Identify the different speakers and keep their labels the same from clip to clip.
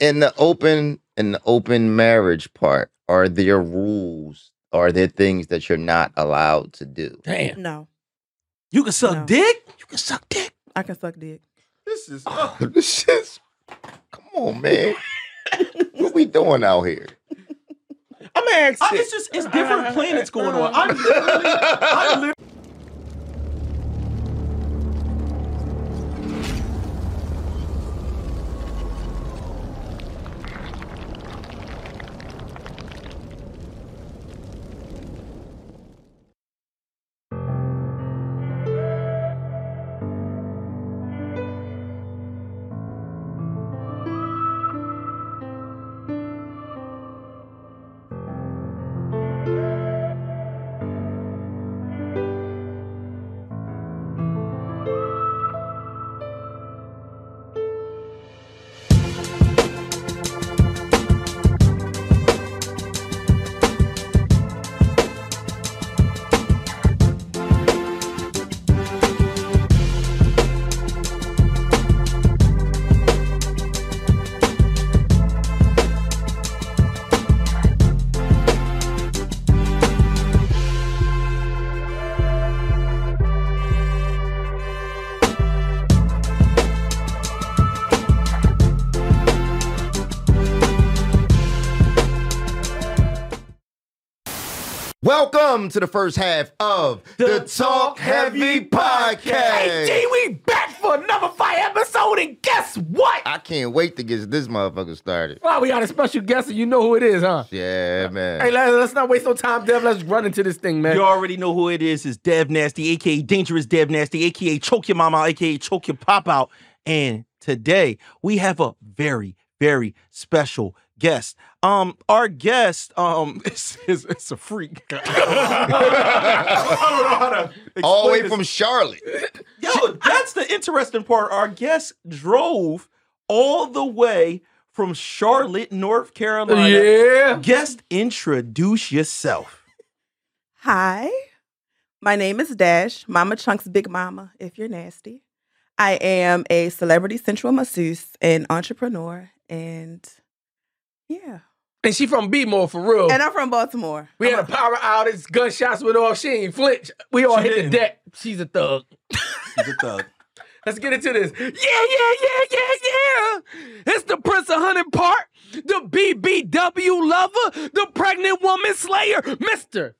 Speaker 1: in the open in the open marriage part, are there rules? Are there things that you're not allowed to do?
Speaker 2: Damn.
Speaker 3: No,
Speaker 2: You can suck
Speaker 3: No.
Speaker 2: dick? You can suck dick.
Speaker 3: I can suck dick.
Speaker 1: This is oh. this is come on, man. what we doing out here?
Speaker 4: I'm gonna ask.
Speaker 2: I,
Speaker 4: you.
Speaker 2: it's just it's different planets going on. I'm
Speaker 1: I
Speaker 2: literally
Speaker 1: Welcome to the first half of the, Talk Heavy Podcast.
Speaker 4: Hey, G, we back for another fire episode, and guess what?
Speaker 1: I can't wait to get this motherfucker started.
Speaker 4: Wow, we got a special guest, and you know who it is, huh?
Speaker 1: Yeah,
Speaker 4: Hey,
Speaker 1: man.
Speaker 4: let, let's not waste no time, Dev. Let's run into this thing, man.
Speaker 2: You already know who it is. It's Dev Nasty, aka Dangerous Dev Nasty, aka Choke Your Mama, aka Choke Your Pop Out. And today we have a very, very special guest. Um, our guest, um, is, is, is a freak. I don't know how to explain
Speaker 1: All the way
Speaker 2: this.
Speaker 1: from Charlotte.
Speaker 2: Yo, that's the interesting part. Our guest drove all the way from Charlotte, North Carolina.
Speaker 4: yeah.
Speaker 2: Guest, introduce yourself.
Speaker 3: Hi, my name is Dash, Mama Chunk's Big Mama, if you're nasty. I am a celebrity sensual masseuse and entrepreneur, and yeah.
Speaker 4: And she from B-more for real.
Speaker 3: And I'm from Baltimore.
Speaker 4: we had a power outage, gunshots went off. She ain't flinch. We all
Speaker 2: She
Speaker 4: hit
Speaker 2: didn't.
Speaker 4: the deck. She's a thug.
Speaker 2: She's a thug.
Speaker 4: Let's get into this. Yeah, yeah, yeah, yeah, yeah. It's the Prince of Hunting Park, the BBW lover, the pregnant woman slayer, Mr.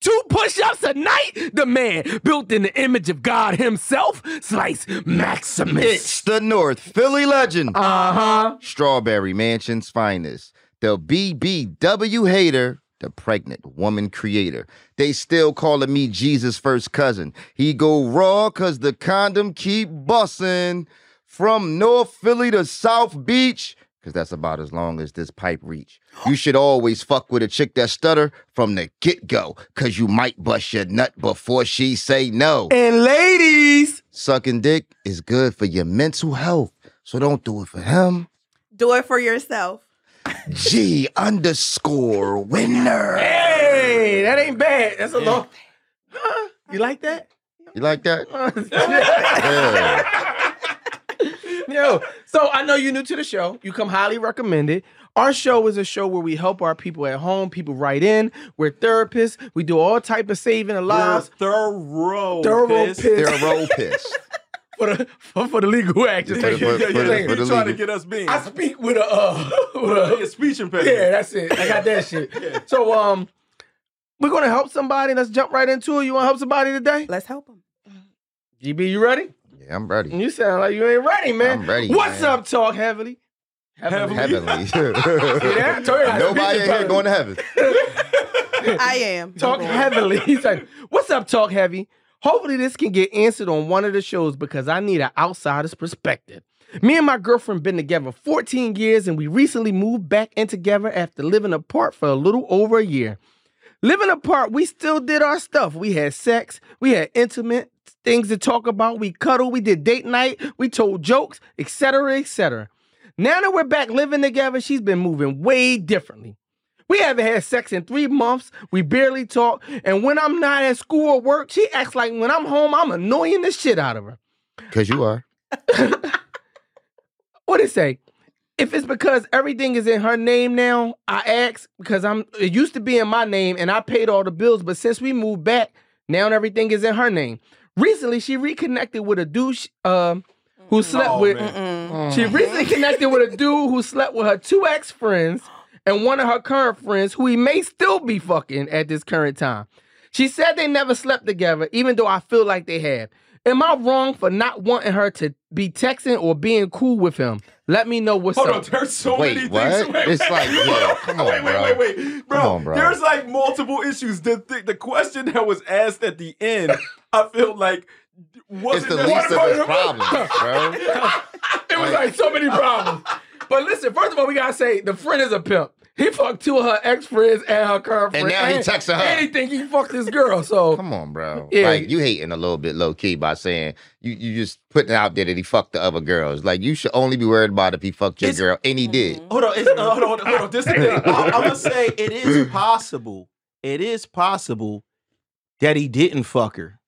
Speaker 4: Two push ups a night, the man built in the image of God himself, Slice
Speaker 1: It's
Speaker 4: Maximus.
Speaker 1: the North Philly legend.
Speaker 4: Uh huh.
Speaker 1: Strawberry Mansion's finest, the BBW hater, the pregnant woman creator. They still calling me Jesus' first cousin. He go raw cause the condom keep bussin'. From North Philly to South Beach, cause that's about as long as this pipe reach. You should always fuck with a chick that stutter from the get-go, cause you might bust your nut before she say no.
Speaker 4: And ladies,
Speaker 1: Sucking dick is good for your mental health, so don't do it for him.
Speaker 3: Do it for yourself.
Speaker 1: G underscore winner.
Speaker 4: hey, that ain't bad. That's a long. Huh? You like that?
Speaker 1: You like that? Yeah.
Speaker 4: Yo, so I know you're new to the show. You come highly recommended. Our show is a show where we help our people at home. People write in. We're therapists. We do all type of saving of
Speaker 2: We're
Speaker 4: lives.
Speaker 2: thorough.
Speaker 4: Thorough
Speaker 2: piss.
Speaker 4: piss.
Speaker 1: They're roll pissed.
Speaker 4: for the for, for the legal action.
Speaker 1: Just like-
Speaker 2: Yeah, yeah,
Speaker 1: For the-
Speaker 2: yeah.
Speaker 1: for the
Speaker 2: He trying to
Speaker 1: league.
Speaker 2: get us being.
Speaker 4: I speak with a uh, with
Speaker 2: Yeah,
Speaker 4: a
Speaker 2: speech impediment.
Speaker 4: yeah. That's it. I got that shit. So um, we're gonna help somebody. Let's jump right into it. You want to help somebody today?
Speaker 3: Let's help them.
Speaker 4: GB, you ready?
Speaker 1: Yeah, I'm ready.
Speaker 4: You sound like you ain't ready, man.
Speaker 1: I'm ready,
Speaker 4: What's
Speaker 1: man.
Speaker 4: up, talk heavily?
Speaker 2: Heavily.
Speaker 1: Heavenly.
Speaker 4: Yeah, I told you I speak
Speaker 1: Nobody in
Speaker 4: about
Speaker 1: here
Speaker 4: it.
Speaker 1: going to heaven.
Speaker 3: I am. Mm-hmm.
Speaker 4: Talk heavily. He's like, what's up, talk heavy? Hopefully this can get answered on one of the shows because I need an outsider's perspective. Me and my girlfriend been together 14 years and we recently moved back in together after living apart for a little over a year. Living apart, we still did our stuff. We had sex, we had intimate things to talk about, we cuddled, we did date night, we told jokes, etc., etc. Now that we're back living together, she's been moving way differently. We haven't had sex in three months. We barely talk. And when I'm not at school or work, she acts like when I'm home, I'm annoying the shit out of her.
Speaker 1: Because you are.
Speaker 4: What it say? if it's because everything is in her name now, I ask because I'm it used to be in my name and I paid all the bills, but since we moved back, now everything is in her name. Recently, she reconnected with a dude sh- um who slept
Speaker 5: Oh,
Speaker 4: with.
Speaker 5: man.
Speaker 3: Mm-mm.
Speaker 4: She recently connected with a dude who slept with her two ex friends and one of her current friends, who he may still be fucking at this current time. She said they never slept together, even though I feel like they have. Am I wrong for not wanting her to be texting or being cool with him? Let me know what's
Speaker 5: Hold
Speaker 4: up.
Speaker 5: on, there's so
Speaker 1: Wait,
Speaker 5: many
Speaker 1: what?
Speaker 5: things. Wait,
Speaker 1: It's
Speaker 5: wait,
Speaker 1: like,
Speaker 5: wait,
Speaker 1: yeah, come on,
Speaker 5: wait,
Speaker 1: bro.
Speaker 5: wait, wait, wait, bro.
Speaker 1: Come on, bro.
Speaker 5: There's like multiple issues. The thi- the question that was asked at the end, I feel like
Speaker 1: It's
Speaker 5: wasn't
Speaker 1: the
Speaker 5: there-
Speaker 1: least of his problems, bro.
Speaker 4: It was like so many problems. But listen, first of all, we gotta say the friend is a pimp. He fucked two of her ex friends and her current
Speaker 1: And
Speaker 4: friend.
Speaker 1: now he texting her.
Speaker 4: And he think he fucked this girl. So
Speaker 1: Come on, bro.
Speaker 4: Yeah.
Speaker 1: Like you hating a little bit low key by saying you, you just putting out there that he fucked the other girls. Like you should only be worried about if he fucked your
Speaker 2: It's-
Speaker 1: girl, and he
Speaker 4: Mm-hmm.
Speaker 1: did.
Speaker 4: Oh,
Speaker 2: Hold on, it's, uh, hold on, hold on, hold on. This is the thing. I'm, I'm gonna say it is possible. It is possible that he didn't fuck her,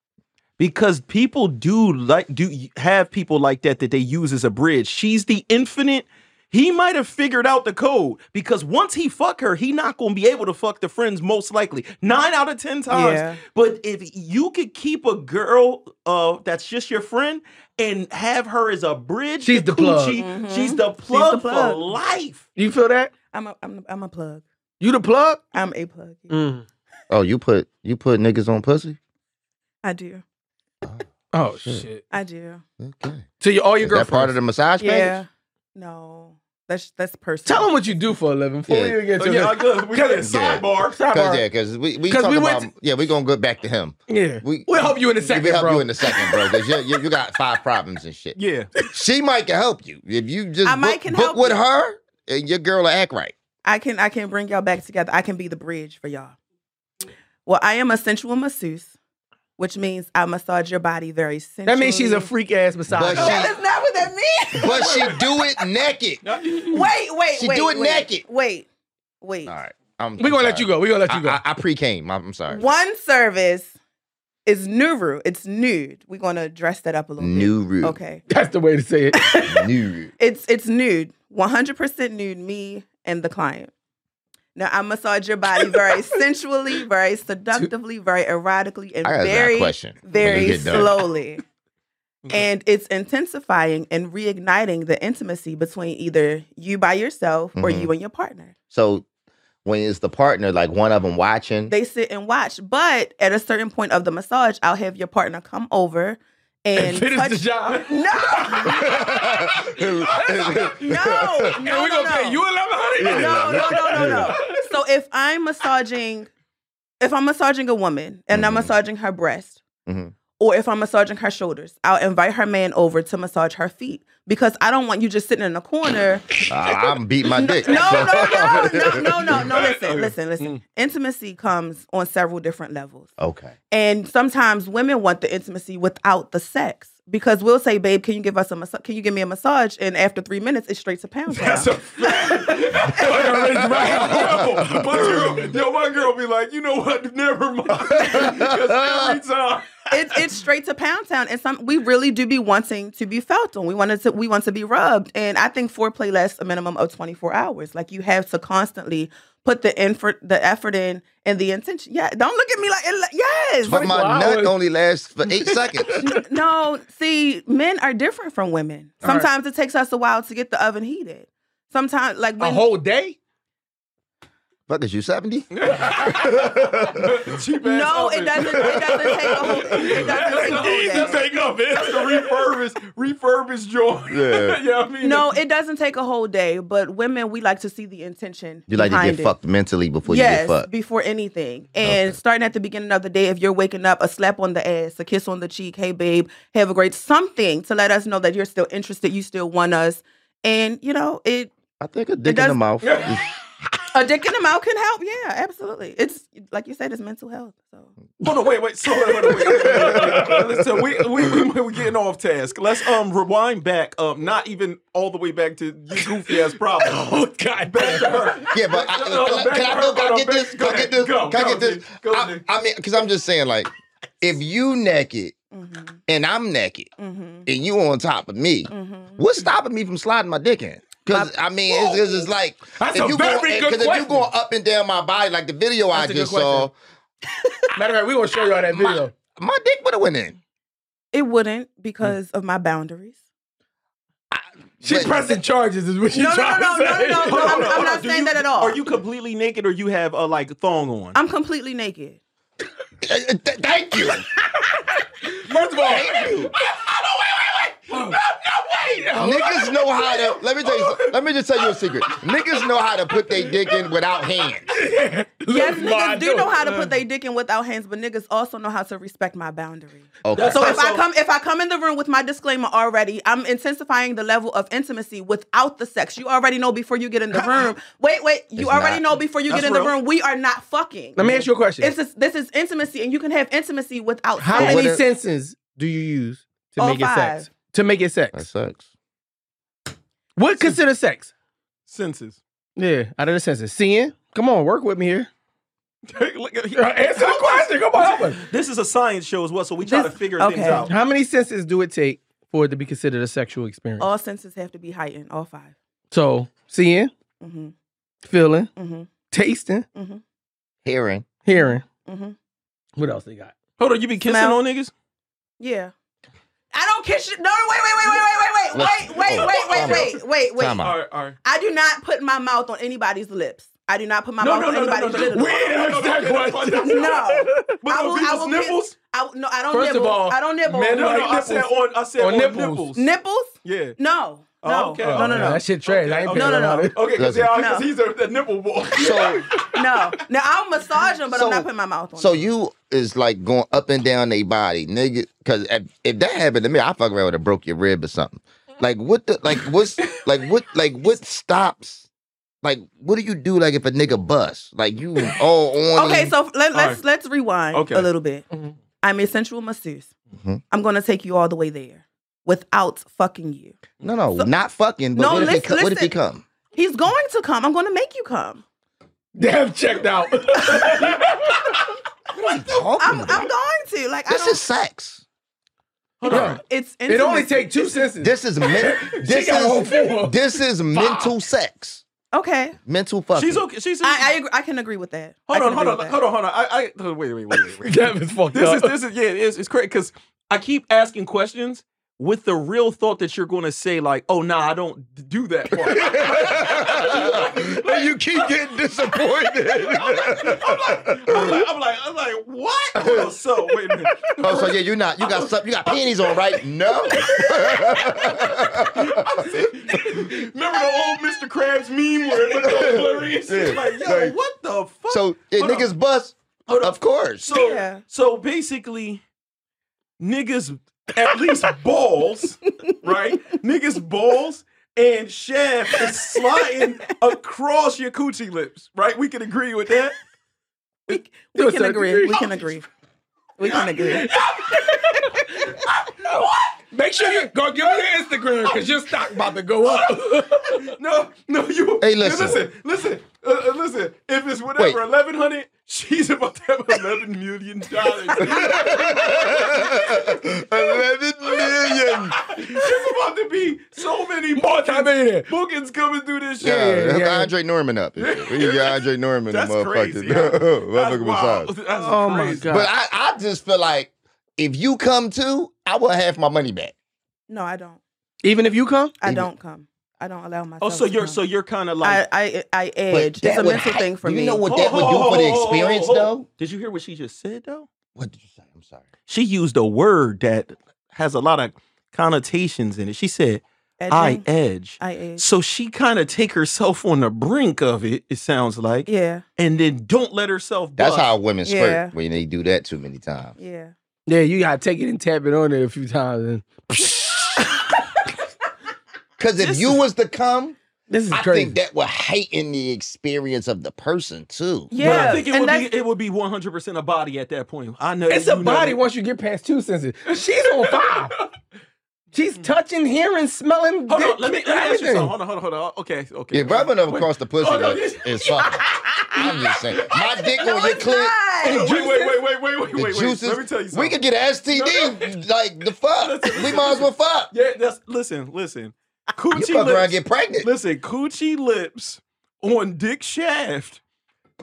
Speaker 2: because people do like do have people like that that they use as a bridge. She's the infinite. He might have figured out the code because once he fuck her, he not gonna be able to fuck the friends most likely nine out of ten times.
Speaker 3: Yeah.
Speaker 2: But if you could keep a girl uh, that's just your friend and have her as a bridge,
Speaker 4: She's
Speaker 2: to
Speaker 4: the plug.
Speaker 2: coochie,
Speaker 3: Mhm.
Speaker 2: Mm-hmm. She's the plug for
Speaker 3: plug.
Speaker 2: life.
Speaker 4: you feel that?
Speaker 3: I'm a, I'm, a, I'm a plug.
Speaker 4: You the plug?
Speaker 3: I'm a plug.
Speaker 4: Mm.
Speaker 1: Oh, you put you put niggas on pussy.
Speaker 3: I do.
Speaker 4: Oh
Speaker 1: Shit.
Speaker 4: shit.
Speaker 3: I do.
Speaker 1: Okay,
Speaker 4: To your, all your
Speaker 1: is that
Speaker 4: girlfriends.
Speaker 1: part of the massage package?
Speaker 3: Yeah. No. That's that's personal.
Speaker 4: Tell them what you do for a living before
Speaker 1: Yeah.
Speaker 4: we even get
Speaker 5: Oh,
Speaker 4: to
Speaker 5: yeah, I
Speaker 4: this.
Speaker 5: good. We got a
Speaker 1: Yeah.
Speaker 5: sidebar.
Speaker 1: Cause yeah,
Speaker 4: Sidebar.
Speaker 1: cause we we
Speaker 4: 'Cause
Speaker 1: talking
Speaker 4: we went
Speaker 1: about yeah we gonna go back to him.
Speaker 4: Yeah.
Speaker 1: We
Speaker 4: We'll help you in a second,
Speaker 1: We'll help
Speaker 4: bro.
Speaker 1: you in a second, bro. Cause you, you, you got five problems and shit.
Speaker 2: Yeah.
Speaker 1: She might can help you if you just
Speaker 3: I
Speaker 1: book,
Speaker 3: might can
Speaker 1: book
Speaker 3: help
Speaker 1: with
Speaker 3: you.
Speaker 1: her and your girl will act right.
Speaker 3: I can I can bring y'all back together. I can be the bridge for y'all. Well, I am a sensual masseuse, which means I massage your body very sensually.
Speaker 4: That means she's a freak ass massage.
Speaker 1: But she-
Speaker 3: That is not what that means.
Speaker 1: But she do it naked.
Speaker 3: wait, wait,
Speaker 1: She
Speaker 3: wait.
Speaker 1: do it
Speaker 3: wait,
Speaker 1: naked.
Speaker 3: Wait, wait.
Speaker 1: All right, I'm,
Speaker 4: We're gonna let you go. We're gonna let you go.
Speaker 1: I, I, I pre came. I'm, I'm sorry.
Speaker 3: One service is nuru. It's nude. We're gonna dress that up a little
Speaker 1: New root.
Speaker 3: bit. Okay.
Speaker 4: That's the way to say it.
Speaker 1: New root.
Speaker 3: It's it's nude. One hundred percent nude. Me and the client. Now I massage your body very sensually, very seductively, very erotically, and
Speaker 1: I got
Speaker 3: very
Speaker 1: a question. when you
Speaker 3: very
Speaker 1: get done.
Speaker 3: slowly.
Speaker 4: Mm-hmm.
Speaker 3: and it's intensifying and reigniting the intimacy between either you by yourself or
Speaker 1: Mhm.
Speaker 4: Mm-hmm.
Speaker 3: you and your partner.
Speaker 1: So when it's the partner, like one of them watching,
Speaker 3: They sit and watch, but at a certain point of the massage, I'll have your partner come over and,
Speaker 4: Finish
Speaker 3: touch.
Speaker 4: the job.
Speaker 3: No, no,
Speaker 4: And
Speaker 3: no,
Speaker 4: we're
Speaker 3: no,
Speaker 4: gonna
Speaker 3: no.
Speaker 4: pay you eleven
Speaker 3: no,
Speaker 4: hundred.
Speaker 3: no, no, no, no. So if I'm massaging, if I'm massaging a woman and I'm
Speaker 5: Mm-hmm.
Speaker 1: Mhm.
Speaker 3: massaging her breast,
Speaker 1: Mhm.
Speaker 3: or if I'm massaging her shoulders, I'll invite her man over to massage her feet because I don't want you just sitting in the corner.
Speaker 1: I, am beat my dick.
Speaker 3: No,
Speaker 1: So-
Speaker 3: no, no, no, no, no, no. Listen,
Speaker 5: Mm-hmm.
Speaker 3: listen, listen. Intimacy comes on several different levels.
Speaker 1: Okay.
Speaker 3: And sometimes women want the intimacy without the sex. Because we'll say, babe, can you give us a massage? Can you give me a massage? And after three minutes, it's straight to pound.
Speaker 5: That's
Speaker 3: town.
Speaker 5: a fact. yo, my girl, yo, my girl be like, you know what? Never mind. 'Cause every time.
Speaker 3: it's it's straight to pound town and some we really do be wanting to be felt on we wanted to we want to be rubbed and i think foreplay lasts a minimum of 24 hours like you have to constantly put the effort the effort in and the intention yeah don't look at me like it, yes
Speaker 1: But my
Speaker 4: Wow.
Speaker 1: nut only lasts for eight seconds.
Speaker 3: no see men are different from women
Speaker 4: All right.
Speaker 3: sometimes it takes us a while to get the oven heated sometimes like
Speaker 4: A
Speaker 3: when
Speaker 4: whole day?
Speaker 1: Fuck is you 70?
Speaker 5: Cheap ass
Speaker 3: no
Speaker 5: outfit.
Speaker 3: it doesn't it doesn't take a whole it doesn't take a
Speaker 5: That's
Speaker 3: whole day.
Speaker 5: the take up, man. That's the refurbished, refurbished joint.
Speaker 1: Yeah.
Speaker 5: you know what I mean?
Speaker 3: no, it doesn't take a whole day, but women, we like to see the intention.
Speaker 1: You like to
Speaker 3: behind
Speaker 1: get
Speaker 3: it.
Speaker 1: fucked mentally before
Speaker 3: yes,
Speaker 1: you get fucked.
Speaker 3: before anything. And starting at the beginning of the day, if you're waking up, a slap on the ass, a kiss on the cheek, hey babe, have a great something to let us know that you're still interested, you still want us. And you know, it
Speaker 1: I think a dick in the
Speaker 3: does-
Speaker 1: mouth. is-
Speaker 3: a dick in the mouth can help. Yeah, absolutely. It's like you said, it's mental health. So
Speaker 5: Hold on, wait, wait. So, wait, wait, wait, wait, wait. Listen, we we we we getting off task. Let's um rewind back, um, not even all the way back to your goofy ass problem. oh God, back to her.
Speaker 1: Yeah, but I,
Speaker 5: No, no,
Speaker 1: can, I,
Speaker 5: back
Speaker 1: can
Speaker 5: to
Speaker 1: I go?
Speaker 5: her.
Speaker 1: Can I
Speaker 5: Hold on,
Speaker 1: get this?
Speaker 5: back-
Speaker 1: Can I get this?
Speaker 5: go,
Speaker 1: Can I
Speaker 5: go,
Speaker 1: get this?
Speaker 5: Nick, go,
Speaker 1: I,
Speaker 5: Nick.
Speaker 1: I mean, because I'm just saying, like, if you naked
Speaker 3: mm-hmm,
Speaker 1: and I'm naked
Speaker 3: mm-hmm,
Speaker 1: and you on top of me,
Speaker 3: mm-hmm.
Speaker 1: what's stopping me from sliding my dick in? Because I mean, it's, 'cause it's like
Speaker 2: That's
Speaker 1: if
Speaker 2: a
Speaker 1: you go,
Speaker 2: very
Speaker 1: eh,
Speaker 2: good
Speaker 1: if you
Speaker 2: question.
Speaker 1: going up and down my body like the video
Speaker 4: That's
Speaker 1: I
Speaker 4: a good
Speaker 1: just
Speaker 4: question.
Speaker 1: saw,
Speaker 4: Matter of fact, we gonna show y'all that
Speaker 1: My-
Speaker 4: video.
Speaker 1: my dick would have went in.
Speaker 3: It wouldn't because of my boundaries.
Speaker 4: She
Speaker 1: But-
Speaker 4: pressing charges is what she
Speaker 3: No, no,
Speaker 4: trying
Speaker 3: no,
Speaker 4: to
Speaker 3: no, no, no,
Speaker 4: say.
Speaker 3: no, I'm-
Speaker 2: Hold on, hold
Speaker 3: not
Speaker 2: on. Do
Speaker 3: saying
Speaker 2: you-
Speaker 3: that at all.
Speaker 2: Are you completely naked or you have uh, like a thong on?
Speaker 3: I'm completely naked.
Speaker 1: Uh, uh, th- thank you.
Speaker 4: First of all,
Speaker 3: Oh.
Speaker 1: Niggas know how to. Let me tell you. Let me just tell you a secret. Niggas know how to put their dick in without hands.
Speaker 3: Yes,
Speaker 4: Lil' Ma
Speaker 3: niggas do Uh. know how to
Speaker 4: Dope.
Speaker 3: put their dick in without hands, but niggas also know how to respect my boundary.
Speaker 1: Okay.
Speaker 3: So if I
Speaker 2: So-
Speaker 3: come if I come in the room with my disclaimer already, I'm intensifying the level of intimacy without the sex. You already know before you get in the room. Wait, wait, you
Speaker 1: It's
Speaker 3: already
Speaker 1: not.
Speaker 3: know before you get
Speaker 2: That's
Speaker 3: in the
Speaker 2: real.
Speaker 3: room. We are not fucking.
Speaker 4: Let me ask you a question.
Speaker 3: This is this is intimacy, and you can have intimacy without
Speaker 4: How
Speaker 3: sex.
Speaker 4: many
Speaker 1: what it-
Speaker 4: senses do you use to
Speaker 3: All
Speaker 4: make it sex?
Speaker 3: five.
Speaker 4: To make it
Speaker 1: that
Speaker 4: sex.
Speaker 1: sucks.
Speaker 4: What consider sex?
Speaker 2: Senses.
Speaker 4: Yeah, out of the senses. Seeing? Come on, work with me here.
Speaker 2: Look at- he-
Speaker 4: Answer the question. Come on, help us.
Speaker 2: This is a science show as well, so we try
Speaker 3: This-
Speaker 2: to figure
Speaker 3: okay.
Speaker 2: things out.
Speaker 4: How many senses do it take for it to be considered a sexual experience?
Speaker 3: All senses have to be heightened. All 5
Speaker 4: so, seeing,
Speaker 3: Mm-hmm.
Speaker 4: feeling,
Speaker 3: Mm-hmm.
Speaker 4: tasting,
Speaker 3: Mm-hmm.
Speaker 1: Hearing.
Speaker 4: hearing.
Speaker 3: Mm-hmm.
Speaker 4: What else they got?
Speaker 2: Hold on, you be kissing
Speaker 3: Smell.
Speaker 2: on niggas?
Speaker 3: Yeah. I don't kiss you. No, wait, wait, wait, wait, wait, wait, wait,
Speaker 1: Let's-
Speaker 3: wait, wait,
Speaker 1: time
Speaker 3: wait, wait, wait, wait,
Speaker 1: Time
Speaker 3: wait.
Speaker 1: out.
Speaker 2: All right, all right.
Speaker 3: I do not put my mouth on anybody's lips. I do not put my
Speaker 2: No,
Speaker 3: mouth
Speaker 2: no,
Speaker 3: on
Speaker 2: no, no, no,
Speaker 3: anybody's
Speaker 2: no.
Speaker 3: lips.
Speaker 2: Weird.
Speaker 3: No.
Speaker 2: But
Speaker 3: I
Speaker 2: on
Speaker 3: will- I
Speaker 2: people's
Speaker 3: will kiss-
Speaker 2: nipples?
Speaker 3: I, no, I don't
Speaker 4: First of
Speaker 3: nibble.
Speaker 4: all,
Speaker 3: I don't nibble.
Speaker 4: men
Speaker 2: No, no,
Speaker 4: Like
Speaker 2: I said
Speaker 4: nipples.
Speaker 2: on I said
Speaker 4: On
Speaker 2: on
Speaker 4: nipples.
Speaker 2: nipples.
Speaker 3: nipples?
Speaker 2: Yeah.
Speaker 3: No.
Speaker 2: Oh,
Speaker 3: No.
Speaker 2: okay.
Speaker 3: No, no,
Speaker 2: Oh,
Speaker 3: no.
Speaker 4: That shit trash. I ain't
Speaker 2: Okay,
Speaker 4: paying
Speaker 3: okay. No, no,
Speaker 4: about
Speaker 2: Okay, because
Speaker 1: Listen.
Speaker 3: No.
Speaker 2: he's a the nipple boy.
Speaker 1: So
Speaker 3: No. Now I'll massage them, but
Speaker 1: So-
Speaker 3: I'm not putting my mouth on
Speaker 1: so
Speaker 3: them.
Speaker 1: you is like going up and down their body, nigga. Because if, if that happened to me, I fuck around would have broke your rib or something. Like what the like what's like what like what stops? Like what do you do? Like if a nigga busts, like you all on.
Speaker 3: Okay,
Speaker 1: him.
Speaker 3: so let, let's
Speaker 2: right.
Speaker 3: let's rewind
Speaker 2: Okay.
Speaker 3: a little bit.
Speaker 1: Mm-hmm.
Speaker 4: Mhm.
Speaker 3: I'm a sensual masseuse.
Speaker 1: Mhm.
Speaker 3: I'm gonna take you all the way there without fucking you.
Speaker 1: no, no,
Speaker 3: so-
Speaker 1: not fucking. But
Speaker 3: No,
Speaker 1: what, if
Speaker 3: listen-
Speaker 1: he, co- what if he
Speaker 3: listen.
Speaker 1: come?
Speaker 3: He's going to come. I'm gonna make you come.
Speaker 4: it. Damn, checked out.
Speaker 1: What are you talking
Speaker 3: I'm I'm
Speaker 1: about?
Speaker 3: going to. Like I
Speaker 1: Mm-hmm. this
Speaker 3: don't
Speaker 1: is sex.
Speaker 2: Hold on.
Speaker 3: it's
Speaker 4: it only
Speaker 3: intimacy.
Speaker 4: takes two senses.
Speaker 1: This is men- this
Speaker 4: got all four.
Speaker 1: is this is mental sex.
Speaker 3: Okay.
Speaker 1: Mental fucking.
Speaker 2: She's okay. She's
Speaker 3: I I, agree. I can agree with that. I
Speaker 2: Hold
Speaker 3: can
Speaker 2: on, hold
Speaker 3: agree
Speaker 2: on,
Speaker 3: with that.
Speaker 2: hold on, hold on. I, I wait, wait, wait, wait, wait.
Speaker 4: Damn, it's fucked
Speaker 2: this
Speaker 4: up.
Speaker 2: is this is yeah, it's it's crazy because I keep asking questions with the real thought that you're going to say like, "Oh, nah, I don't d- do that part."
Speaker 1: and you keep getting disappointed.
Speaker 2: I'm like, I'm like, I'm like, what? Hold on, so wait a minute.
Speaker 1: Oh, so yeah, you're not. You got some. You got panties on, right? No.
Speaker 2: Remember the old Mr. Krabs meme where it looked all blurry? and shit?
Speaker 1: Yeah,
Speaker 2: like, yo,
Speaker 1: like-
Speaker 2: what the fuck?
Speaker 1: So yeah,
Speaker 2: Hold on.
Speaker 1: niggas bust.
Speaker 2: Hold on.
Speaker 1: Of course.
Speaker 2: So,
Speaker 3: Yeah.
Speaker 2: so basically, niggas at least balls, right? Niggas balls and shaft is sliding across your coochie lips, right? We can agree with that.
Speaker 3: We, we
Speaker 4: a
Speaker 3: can
Speaker 4: certain
Speaker 3: agree.
Speaker 4: degree.
Speaker 3: We can agree. We can agree.
Speaker 4: Make sure you go get on your Instagram because your stock about to go up.
Speaker 2: No, no, you.
Speaker 1: Hey,
Speaker 2: you
Speaker 1: listen.
Speaker 2: listen, listen, uh, uh, listen. If it's whatever,
Speaker 1: Wait.
Speaker 2: eleven hundred, she's about to have eleven million dollars.
Speaker 1: Eleven million.
Speaker 2: It's about to be so many
Speaker 4: Multi-millionaire.
Speaker 2: bookings, bookings coming through this shit.
Speaker 1: Yeah, that's
Speaker 4: yeah.
Speaker 1: Andre Norman up. We got Andre Norman,
Speaker 2: That's
Speaker 1: the motherfucker.
Speaker 2: crazy. Yeah. That's
Speaker 1: Motherfucker
Speaker 2: wild.
Speaker 1: massage.
Speaker 2: That's
Speaker 4: Oh my
Speaker 2: crazy.
Speaker 4: God.
Speaker 1: But I, I just feel like if you come too, I will have my money back.
Speaker 3: No, I don't.
Speaker 4: Even if you come,
Speaker 3: I
Speaker 1: Even-
Speaker 3: don't come. I don't allow myself.
Speaker 2: Oh, so
Speaker 3: to
Speaker 2: you're
Speaker 3: come.
Speaker 2: so you're kind of like.
Speaker 3: I I I
Speaker 1: But
Speaker 3: edge.
Speaker 1: that
Speaker 3: It's a
Speaker 1: would
Speaker 3: mental
Speaker 1: ha-
Speaker 3: thing for
Speaker 1: do
Speaker 3: me.
Speaker 1: You know what
Speaker 2: Ho,
Speaker 1: that would
Speaker 2: ho,
Speaker 1: do for the
Speaker 2: ho, ho,
Speaker 1: experience,
Speaker 2: ho.
Speaker 1: though?
Speaker 2: Did you hear what she just said though?
Speaker 1: What did you say? I'm sorry.
Speaker 2: She used a word that has a lot of connotations in it. She said, "I
Speaker 3: Edging.
Speaker 2: edge."
Speaker 3: I edge.
Speaker 2: So she kind of take herself on the brink of it. It sounds like,
Speaker 3: Yeah.
Speaker 2: and then don't let herself.
Speaker 1: That's
Speaker 2: bust.
Speaker 1: how women squirt
Speaker 3: Yeah.
Speaker 1: when they do that too many times.
Speaker 3: Yeah.
Speaker 4: yeah, you gotta take it and tap it on there a few times. And
Speaker 1: Because if
Speaker 2: This
Speaker 1: you was to come,
Speaker 4: this is
Speaker 1: I
Speaker 4: crazy.
Speaker 1: think that would heighten the experience of the person too.
Speaker 3: Yeah.
Speaker 2: I think it
Speaker 3: and
Speaker 2: would
Speaker 3: that's-
Speaker 2: be it would be one hundred percent a body at that point. I know
Speaker 4: it's
Speaker 2: you
Speaker 4: a
Speaker 2: know
Speaker 4: body
Speaker 2: that.
Speaker 4: once you get past two senses. She's on fire. She's touching, hearing, smelling.
Speaker 2: Hold
Speaker 4: dick,
Speaker 2: on, let me, let me ask you
Speaker 4: everything.
Speaker 2: something. Hold on, hold on, hold on. Oh, Okay, okay.
Speaker 1: Yeah, rubbing them
Speaker 2: Wait.
Speaker 1: across the pussy
Speaker 2: Oh, no,
Speaker 1: though
Speaker 2: this-
Speaker 1: is fucking. I'm just saying, my dick
Speaker 3: No,
Speaker 1: on your
Speaker 3: it's
Speaker 1: clit,
Speaker 2: Wait,
Speaker 3: not.
Speaker 2: wait, wait, wait, wait, wait,
Speaker 1: the
Speaker 2: wait, wait.
Speaker 1: juices.
Speaker 2: Let me tell you something.
Speaker 1: We could get an STD. Like the fuck, we might as well fuck.
Speaker 2: Yeah, that's listen, listen.
Speaker 1: You
Speaker 2: Coochie
Speaker 1: fuck around,
Speaker 2: lips.
Speaker 1: get pregnant.
Speaker 2: Listen, coochie lips on Dick Shaft.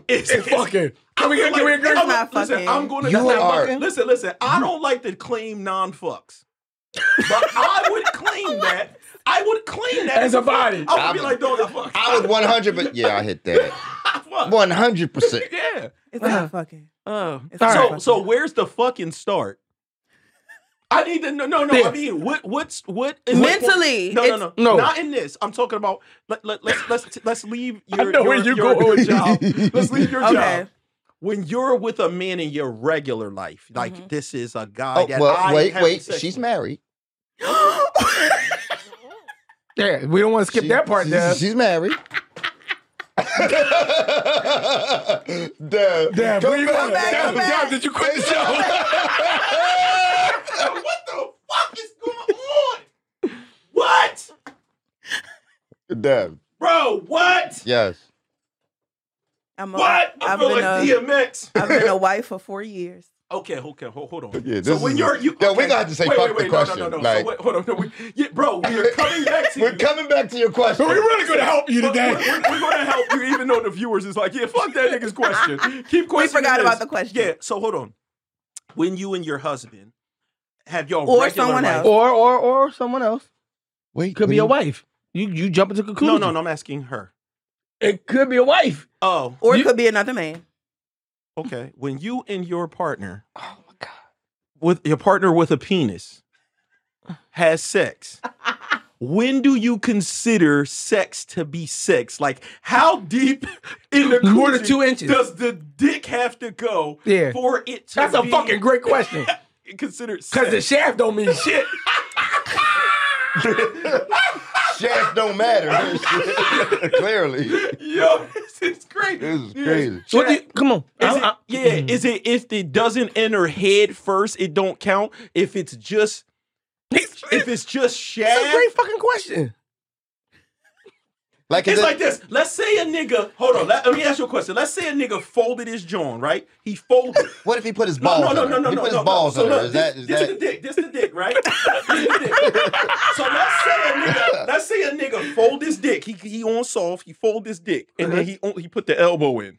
Speaker 2: It's
Speaker 4: fucking.
Speaker 2: Can we get? Can we agree?
Speaker 3: That's not
Speaker 2: Listen,
Speaker 3: fucking-
Speaker 2: I'm going to.
Speaker 1: You are-
Speaker 2: Listen, listen. I don't like to claim non fucks, but I would claim that. I would claim that
Speaker 4: As a body.
Speaker 2: I would be
Speaker 1: I'm-
Speaker 2: like, dog, I fuck.
Speaker 1: I would 100, but yeah, I hit that.
Speaker 2: I fuck.
Speaker 1: 100. percent
Speaker 2: Yeah.
Speaker 3: It's not fucking.
Speaker 4: Oh,
Speaker 2: Uh,
Speaker 3: It's not
Speaker 2: so
Speaker 3: fucking.
Speaker 2: so where's the fucking start? I need to no no no. I
Speaker 4: There.
Speaker 2: mean what what's what in what-
Speaker 3: Mentally,
Speaker 2: No, no,
Speaker 3: it's-
Speaker 2: no,
Speaker 4: No.
Speaker 2: Not in this. I'm talking about. Let, let, let's let's let's leave
Speaker 4: I
Speaker 2: your
Speaker 4: know
Speaker 2: your,
Speaker 4: where you
Speaker 2: your,
Speaker 4: going.
Speaker 2: your job. Let's leave your
Speaker 3: Okay.
Speaker 2: job. When you're with a man in your regular life, like
Speaker 3: Mhm.
Speaker 2: this is a guy
Speaker 1: Oh,
Speaker 2: that
Speaker 1: well,
Speaker 2: I
Speaker 1: wait,
Speaker 2: have
Speaker 1: wait.
Speaker 2: sex
Speaker 1: She's
Speaker 2: with.
Speaker 1: married.
Speaker 4: Yeah, we don't want to skip
Speaker 1: She-
Speaker 4: that part.
Speaker 1: she's-
Speaker 4: There.
Speaker 1: She's married. Duh.
Speaker 4: Dab, where you going?
Speaker 3: back,
Speaker 4: Dab,
Speaker 3: come back.
Speaker 4: Dab, did you quit the show?
Speaker 2: what the fuck is going on? What,
Speaker 1: Dab,
Speaker 2: bro? What?
Speaker 1: Yes.
Speaker 3: I'm a,
Speaker 2: What? I
Speaker 3: I've
Speaker 2: feel
Speaker 3: been, uh,
Speaker 2: like um,
Speaker 3: a,
Speaker 2: DMX.
Speaker 3: I've been a wife for four years.
Speaker 2: Okay, okay, hold, hold on.
Speaker 1: Yeah,
Speaker 2: so
Speaker 1: this
Speaker 2: when
Speaker 1: is-
Speaker 2: you're you,
Speaker 1: Yo, we
Speaker 2: okay.
Speaker 1: gonna have to say
Speaker 2: wait,
Speaker 1: fuck
Speaker 2: wait,
Speaker 1: the
Speaker 2: wait,
Speaker 1: question,
Speaker 2: No, no, no, no.
Speaker 1: like-
Speaker 2: so wait, hold on, no, we, yeah, bro, we are coming back to you.
Speaker 1: We're coming back to your question.
Speaker 4: We're really going to help you
Speaker 2: But
Speaker 4: today.
Speaker 2: We're, we're- we're gonna help you, even though the viewers is like, yeah, fuck that nigga's question. Keep questioning.
Speaker 3: forgot
Speaker 2: this.
Speaker 3: about the question.
Speaker 2: Yeah. So hold on. When you and your husband have your
Speaker 3: Or
Speaker 2: regular
Speaker 3: someone
Speaker 2: life-
Speaker 3: else.
Speaker 4: Or or or someone else.
Speaker 1: Wait,
Speaker 4: Could be
Speaker 1: what
Speaker 4: a
Speaker 1: do
Speaker 4: wife. You you jump into
Speaker 2: No,
Speaker 4: conclusion.
Speaker 2: no, no. I'm asking her.
Speaker 4: It could be a wife.
Speaker 2: Oh,
Speaker 3: Or it
Speaker 4: You-
Speaker 3: could be another man.
Speaker 2: okay. When you and your partner,
Speaker 4: Oh my god.
Speaker 2: with your partner with a penis, has sex. When do you consider sex to be sex? Like, how deep in the
Speaker 4: More than
Speaker 2: coochie
Speaker 4: two inches.
Speaker 2: does the dick have to go
Speaker 4: Yeah.
Speaker 2: for it to
Speaker 4: That's a
Speaker 2: be
Speaker 4: fucking great question.
Speaker 2: considered
Speaker 4: Cause
Speaker 2: sex?
Speaker 4: the shaft don't mean shit.
Speaker 1: Shaft don't matter. Clearly.
Speaker 2: Yo, this is great.
Speaker 1: This is
Speaker 2: Yes.
Speaker 1: crazy.
Speaker 4: What do you, come on. Mm-hmm.
Speaker 2: Is
Speaker 4: I-
Speaker 2: it,
Speaker 4: I-
Speaker 2: yeah, is it if it doesn't enter head first, it don't count? If it's just
Speaker 4: It's,
Speaker 2: if it's just shaft,
Speaker 4: it's a great fucking question.
Speaker 1: Like, is
Speaker 2: it's
Speaker 1: it-
Speaker 2: like this. Let's say a nigga. Hold on. Let, let me ask you a question. Let's say a nigga folded his jaw, right? He folded.
Speaker 1: what if he put his
Speaker 2: No,
Speaker 1: balls
Speaker 2: no, no,
Speaker 1: on her?
Speaker 2: no, no,
Speaker 1: He
Speaker 2: no,
Speaker 1: put
Speaker 2: no.
Speaker 1: his balls
Speaker 2: so
Speaker 1: on
Speaker 2: look,
Speaker 1: her. Is that,
Speaker 2: this,
Speaker 1: is
Speaker 2: this
Speaker 1: that,
Speaker 2: the dick. This the dick, right? This the dick. so let's say a nigga. Let's say a nigga fold his dick. He he on soft. He fold his dick, and
Speaker 1: Uh-huh.
Speaker 2: then he on, he put the elbow in.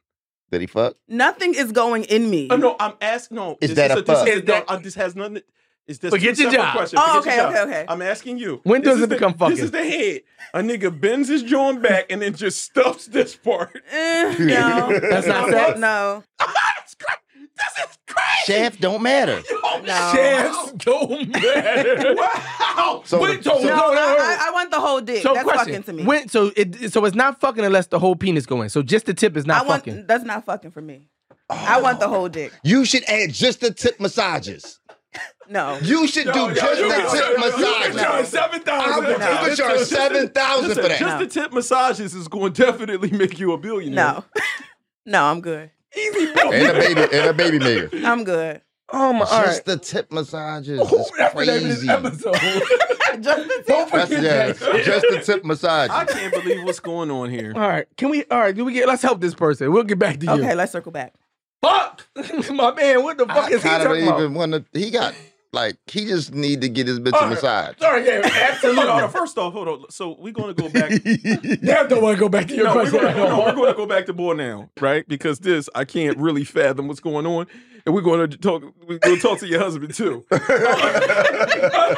Speaker 1: did he fuck?
Speaker 3: Nothing is going in me.
Speaker 2: Oh, no, I'm asking. No,
Speaker 1: Is
Speaker 2: this
Speaker 1: that
Speaker 2: is
Speaker 1: a fuck?
Speaker 2: This, is,
Speaker 4: Is
Speaker 2: no,
Speaker 4: that-
Speaker 2: uh, this has nothing. Is this
Speaker 4: Forget
Speaker 2: two
Speaker 4: your
Speaker 2: separate
Speaker 4: job.
Speaker 2: questions.
Speaker 3: Oh,
Speaker 2: Forget your
Speaker 3: okay,
Speaker 2: job.
Speaker 3: okay, okay.
Speaker 2: I'm asking you.
Speaker 4: When
Speaker 2: This
Speaker 4: does
Speaker 2: is
Speaker 4: it
Speaker 2: the-
Speaker 4: become fucking?
Speaker 2: This is the head. A nigga bends his jaw back and then just stuffs this part.
Speaker 3: Eh, no.
Speaker 4: That's not
Speaker 3: no,
Speaker 4: sex.
Speaker 3: no,
Speaker 2: That's cra- this is crazy.
Speaker 1: Shaft don't matter.
Speaker 4: Oh,
Speaker 2: Yo,
Speaker 3: no.
Speaker 4: Shafts don't matter.
Speaker 2: Wow.
Speaker 1: So,
Speaker 4: Wait, so-
Speaker 3: No,
Speaker 1: so-
Speaker 4: no, no.
Speaker 3: I, I, I want the whole dick.
Speaker 4: So
Speaker 3: that's
Speaker 4: question.
Speaker 3: fucking to me.
Speaker 4: When, so it so it's not fucking unless the whole penis go in. So just the tip is
Speaker 3: I
Speaker 4: not
Speaker 3: want
Speaker 4: fucking.
Speaker 3: that's not fucking for me. I want the
Speaker 1: Oh.
Speaker 3: whole dick.
Speaker 1: you should add just the tip massages.
Speaker 3: No.
Speaker 1: Oh, You should
Speaker 2: Yo,
Speaker 1: do
Speaker 2: yo,
Speaker 1: just
Speaker 2: yo,
Speaker 1: the
Speaker 2: yo,
Speaker 1: tip
Speaker 2: yo, yo,
Speaker 1: massages.
Speaker 2: yo, yo, yo,
Speaker 4: seven
Speaker 1: I would-
Speaker 3: No.
Speaker 1: You could charge
Speaker 2: Listen,
Speaker 1: seven thousand
Speaker 2: Listen,
Speaker 1: for that.
Speaker 2: just the tip massages is going to definitely make you a billionaire.
Speaker 3: No. no, I'm good.
Speaker 2: Easy bro.
Speaker 1: And a baby, and a baby maker.
Speaker 3: I'm good.
Speaker 4: Oh my! All
Speaker 1: Just
Speaker 4: right.
Speaker 1: the tip massages.
Speaker 4: Ooh,
Speaker 1: It's
Speaker 4: that's the name of
Speaker 1: crazy.
Speaker 4: this episode.
Speaker 3: Just the tip.
Speaker 4: don't
Speaker 1: That's,
Speaker 4: forget
Speaker 1: yeah,
Speaker 4: that. shit.
Speaker 1: just the tip
Speaker 2: I
Speaker 1: massages.
Speaker 2: can't believe what's going on here.
Speaker 4: All right. Can we? All right. Do we get? Let's help this person. We'll get back to you.
Speaker 3: Okay, let's circle back.
Speaker 4: Fuck, my man. What the fuck
Speaker 1: I
Speaker 4: is he
Speaker 1: kinda
Speaker 4: talking
Speaker 1: don't
Speaker 4: about?
Speaker 1: even want to. He got like he just need to get his bitch a
Speaker 4: Alright.
Speaker 1: massage.
Speaker 4: Sorry, yeah, absolutely.
Speaker 2: Hold on, hold on. First off, hold on. So we're going to go back.
Speaker 4: Damn, don't want to go back to your
Speaker 2: No, we're
Speaker 4: question.
Speaker 2: going,
Speaker 4: Right
Speaker 2: to, no, we're
Speaker 4: now.
Speaker 2: going to go back to boy now, right? Because this, I can't really fathom what's going on, and we're going to talk. We're going to talk to your husband too. we're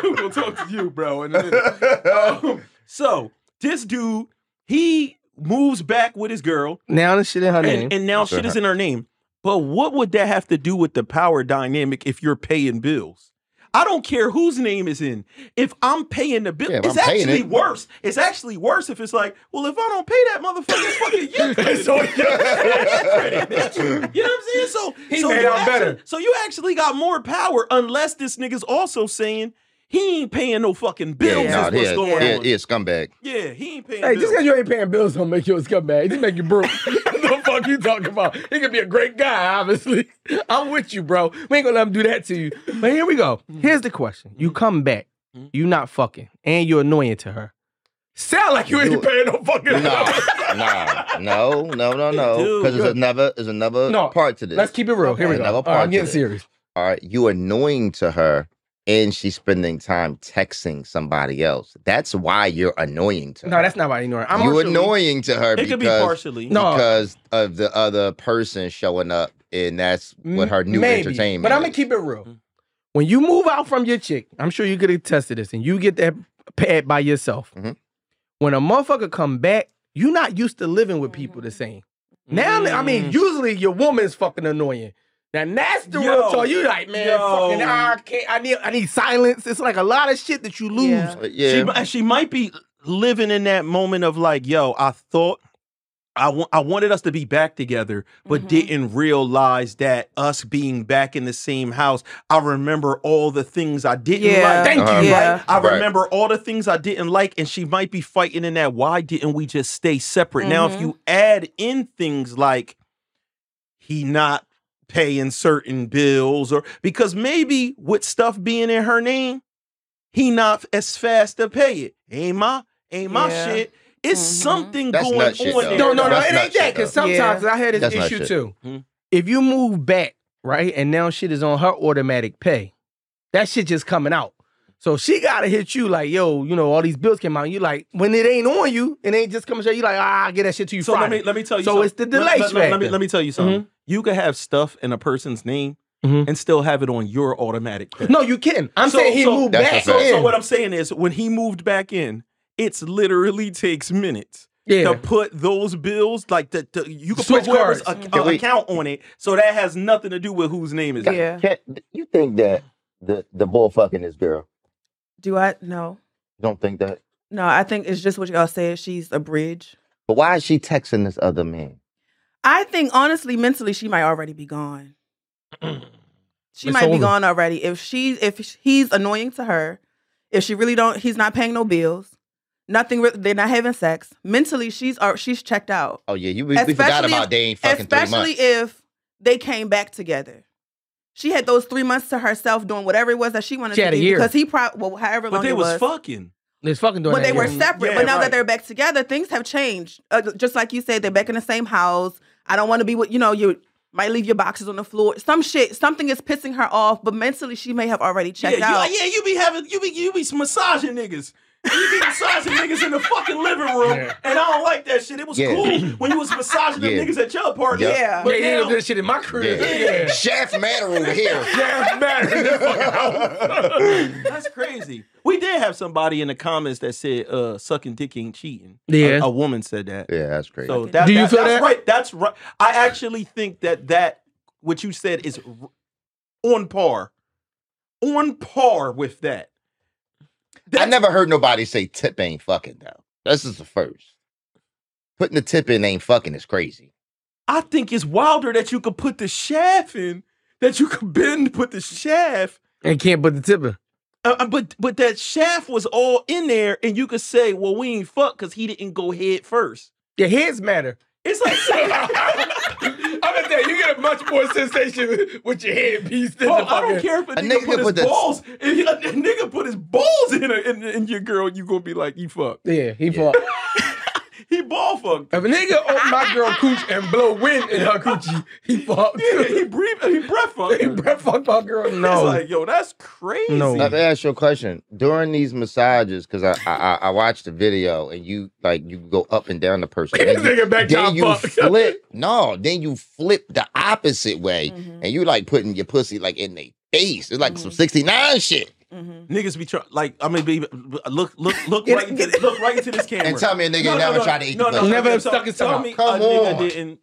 Speaker 2: going to talk to you, bro. In a minute. Um, so this dude, he moves back with his girl,
Speaker 4: Now this shit in her name.
Speaker 2: and, and now
Speaker 1: Sure.
Speaker 2: shit is in her name. But what would that have to do with the power dynamic if you're paying bills? I don't care whose name is in. If I'm paying the bill,
Speaker 1: Yeah, if
Speaker 2: it's
Speaker 1: I'm paying
Speaker 2: actually
Speaker 1: it.
Speaker 2: worse. It's actually worse if it's like, well, if I don't pay that motherfucker, it's fucking you. credit.
Speaker 4: So-
Speaker 2: you know what I'm saying? So
Speaker 4: He
Speaker 2: so
Speaker 4: made
Speaker 2: you
Speaker 4: out
Speaker 2: actually-
Speaker 4: better.
Speaker 2: So you actually got more power unless this nigga's also saying he ain't paying no fucking bills.
Speaker 1: yeah,
Speaker 2: is what's
Speaker 1: yeah,
Speaker 2: going
Speaker 1: yeah,
Speaker 2: on.
Speaker 1: yeah, scumbag.
Speaker 2: Yeah, he ain't paying
Speaker 4: Hey,
Speaker 2: bills.
Speaker 4: just because you ain't paying bills don't make you a scumbag. Just make you broke. what the fuck you talking about? He could be a great guy, obviously. I'm with you, bro. We ain't gonna let him do that to you. But here we go.
Speaker 1: Mm-hmm.
Speaker 4: Here's the question. You come back, you not fucking, and you're annoying to her. Sound like you
Speaker 1: Do
Speaker 4: ain't
Speaker 1: it.
Speaker 4: paying no fucking
Speaker 1: No,
Speaker 4: bills.
Speaker 1: no, no, no, no, no.
Speaker 2: Dude,
Speaker 1: Because there's
Speaker 2: good.
Speaker 1: another, there's another
Speaker 4: No,
Speaker 1: part to this.
Speaker 4: Let's keep it real. Here we
Speaker 1: Okay.
Speaker 4: go.
Speaker 1: Another
Speaker 4: All right,
Speaker 1: part
Speaker 4: I'm
Speaker 1: to
Speaker 4: getting
Speaker 1: this.
Speaker 4: serious.
Speaker 1: All right, you annoying to her, and she's spending time texting somebody else. That's why you're annoying to her.
Speaker 4: No, that's not why ignoring. I'm
Speaker 1: you're
Speaker 4: actually-
Speaker 1: annoying to her
Speaker 2: It could be
Speaker 1: because,
Speaker 2: partially.
Speaker 4: No.
Speaker 1: because of the other person showing up, and that's what her new
Speaker 4: Maybe,
Speaker 1: entertainment.
Speaker 4: But I'm gonna
Speaker 1: is.
Speaker 4: keep it
Speaker 5: Mm-hmm.
Speaker 4: real. When you move out from your chick, I'm sure you could attest to this, and you get that pad by yourself.
Speaker 1: Mhm.
Speaker 4: When a motherfucker come back, you're not used to living with people
Speaker 5: Mm-hmm.
Speaker 4: the same. Now, I mean, usually your woman's fucking annoying. Now that's the real
Speaker 5: Yo.
Speaker 4: talk. You like, man,
Speaker 5: Yo.
Speaker 4: fucking, I can't. I need, I need silence. It's like a lot of shit that you lose.
Speaker 3: Yeah.
Speaker 1: But
Speaker 2: She
Speaker 1: yeah,
Speaker 2: mi- she might be living in that moment of like, yo, I thought I wa- I wanted us to be back together, but
Speaker 3: Mhm.
Speaker 2: didn't realize that us being back in the same house, I remember all the things I didn't
Speaker 3: Yeah.
Speaker 2: uh, like.
Speaker 4: Thank
Speaker 1: Uh-huh.
Speaker 4: you.
Speaker 3: Yeah.
Speaker 2: I
Speaker 1: Right.
Speaker 2: remember all the things I didn't like, and she might be fighting in that. Why didn't we just stay separate? Now, if
Speaker 3: Mhm.
Speaker 2: you add in things like he not paying certain bills, or because maybe with stuff being in her name, he not as fast to pay it. Ain't my ain't my
Speaker 3: Yeah.
Speaker 2: shit. It's
Speaker 3: Mhm.
Speaker 2: something
Speaker 1: That's
Speaker 2: going
Speaker 1: nut shit,
Speaker 2: on.
Speaker 1: though.
Speaker 2: there.
Speaker 4: No, no, no.
Speaker 1: That's
Speaker 4: It
Speaker 1: not
Speaker 4: ain't that.
Speaker 1: shit,
Speaker 4: Because
Speaker 3: though.
Speaker 4: sometimes I had this
Speaker 1: That's not
Speaker 4: issue
Speaker 1: shit.
Speaker 4: too.
Speaker 2: Hmm.
Speaker 4: If you move back, right, and now shit is on her automatic pay, that shit just coming out. So she gotta hit you like, yo, you know, all these bills came out. You like, when it ain't on you, it ain't just coming. straight, You like, ah, I'll get that shit to you
Speaker 2: So let
Speaker 4: Friday.
Speaker 2: me let me tell you.
Speaker 4: So
Speaker 2: something. Mm-hmm.
Speaker 4: it's the
Speaker 2: Let- Let,
Speaker 4: delay
Speaker 2: let, let me
Speaker 4: factor.
Speaker 2: let me tell you something. You could have stuff in a person's name
Speaker 4: Mhm.
Speaker 2: and still have it on your automatic. pay.
Speaker 4: no, you kidding? I'm
Speaker 2: So-
Speaker 4: saying he
Speaker 2: so-
Speaker 4: moved
Speaker 1: That's
Speaker 4: back.
Speaker 1: what's
Speaker 2: So,
Speaker 1: up.
Speaker 4: in.
Speaker 2: so what I'm saying is, when he moved back in, it's literally takes minutes
Speaker 4: yeah.
Speaker 2: to put those bills like the, the you can
Speaker 4: Switch
Speaker 2: put whoever's
Speaker 4: cards.
Speaker 2: ac-
Speaker 1: Can
Speaker 2: uh,
Speaker 1: we-
Speaker 2: account on it, so that has nothing to do with whose name is. it.
Speaker 3: Yeah.
Speaker 1: Can't- you think that the the bull fucking this girl?
Speaker 3: Do I? No.
Speaker 1: You don't think that?
Speaker 3: No, I think it's just what y'all said. She's a bridge.
Speaker 1: But why is she texting this other man?
Speaker 3: I think honestly, mentally, she might already be gone. she
Speaker 4: It's
Speaker 3: might
Speaker 4: over.
Speaker 3: be gone already. If she, if he's annoying to her, if she really don't, he's not paying no bills. Nothing. re- They're not having sex. Mentally, she's al- she's checked out.
Speaker 1: Oh yeah, you we, we forgot
Speaker 3: Especially
Speaker 1: about
Speaker 3: if-
Speaker 1: they ain't fucking three
Speaker 3: Especially
Speaker 1: months.
Speaker 3: if they came back together. She had those three months to herself doing whatever it was that she wanted
Speaker 4: She
Speaker 3: to
Speaker 4: had a
Speaker 3: do
Speaker 4: year.
Speaker 3: because he probably well, however long
Speaker 2: But they
Speaker 3: it
Speaker 2: was fucking.
Speaker 4: It's fucking doing
Speaker 3: but
Speaker 4: that.
Speaker 3: they were
Speaker 4: yeah.
Speaker 3: separate.
Speaker 2: Yeah,
Speaker 3: but now
Speaker 2: right.
Speaker 3: that they're back together, things have changed. Uh, just like you said, they're back in the same house. I don't want to be with you know you might leave your boxes on the floor. Some shit, something is pissing her off. But mentally, she may have already checked
Speaker 2: yeah,
Speaker 3: out.
Speaker 2: You, yeah, you be having you be you be massaging niggas. You be massaging niggas in the fucking living room,
Speaker 4: Yeah.
Speaker 2: and I don't like that shit. It was
Speaker 1: Yeah.
Speaker 2: cool when you was massaging
Speaker 1: Yeah.
Speaker 2: them niggas at your apartment.
Speaker 3: Yeah.
Speaker 2: but
Speaker 4: Yeah, yeah,
Speaker 2: now-
Speaker 4: this shit in my career.
Speaker 1: Yeah.
Speaker 4: Yeah.
Speaker 1: Chef Manor over here.
Speaker 4: Yeah, man.
Speaker 2: That's crazy. We did have somebody in the comments that said uh, sucking dick ain't cheating.
Speaker 4: Yeah.
Speaker 2: A, a woman said that.
Speaker 1: Yeah, that's crazy.
Speaker 2: So
Speaker 3: Okay.
Speaker 2: that,
Speaker 4: Do you
Speaker 2: that-
Speaker 4: feel
Speaker 2: that's
Speaker 4: that?
Speaker 2: right. That's right. I actually think that that what you said is r- on par, on par with that.
Speaker 1: I never heard nobody say tip ain't fucking though. This is the first. Putting the tip in ain't fucking is crazy.
Speaker 2: I think it's wilder that you could put the shaft in, that you could bend, put the shaft.
Speaker 4: and can't put the tip in.
Speaker 2: Uh, uh, but but that shaft was all in there, and you could say, "Well, we ain't fuck because he didn't go head first.
Speaker 4: Your heads matter.
Speaker 2: It's like "Oh,
Speaker 4: I'm gonna tell you, you get a much more sensation with your headpiece than
Speaker 2: Bro,
Speaker 4: the fucking.
Speaker 2: Oh, I don't care if a nigga,
Speaker 1: nigga
Speaker 2: put his
Speaker 1: put the-
Speaker 2: balls. If you- a nigga put his balls in, a, in, in your girl, you gonna be like, you fuck.
Speaker 4: Yeah, he
Speaker 1: Yeah.
Speaker 4: fucked.
Speaker 2: He ball fucked.
Speaker 4: If a nigga open my girl cooch and blow wind in her coochie, he fucked.
Speaker 2: Yeah, he breathed. He breath fucked.
Speaker 4: he breath fucked my girl.
Speaker 2: It's
Speaker 4: No.
Speaker 2: like, yo, that's crazy.
Speaker 4: No.
Speaker 1: Let me ask you a question. During these massages, because I, I I- I watched the video and you like you go up and down the person.
Speaker 4: This
Speaker 1: Then you,
Speaker 4: nigga back
Speaker 1: then
Speaker 4: down
Speaker 1: you
Speaker 4: fucked.
Speaker 1: flip. No, then you flip the opposite way,
Speaker 3: Mhm.
Speaker 1: and you like putting your pussy like in their face. It's like some
Speaker 3: Mm-hmm.
Speaker 1: sixty nine shit.
Speaker 3: Mhm.
Speaker 2: Niggas be trying, like, I mean, be, look, look, look
Speaker 3: Get-
Speaker 2: right, into,
Speaker 3: get-
Speaker 2: look right into this camera.
Speaker 1: And tell me a nigga never tried to eat the pussy.
Speaker 4: Never
Speaker 2: So
Speaker 4: stuck his
Speaker 2: tell
Speaker 4: tongue
Speaker 2: me
Speaker 1: Come
Speaker 2: a nigga
Speaker 1: on.
Speaker 2: didn't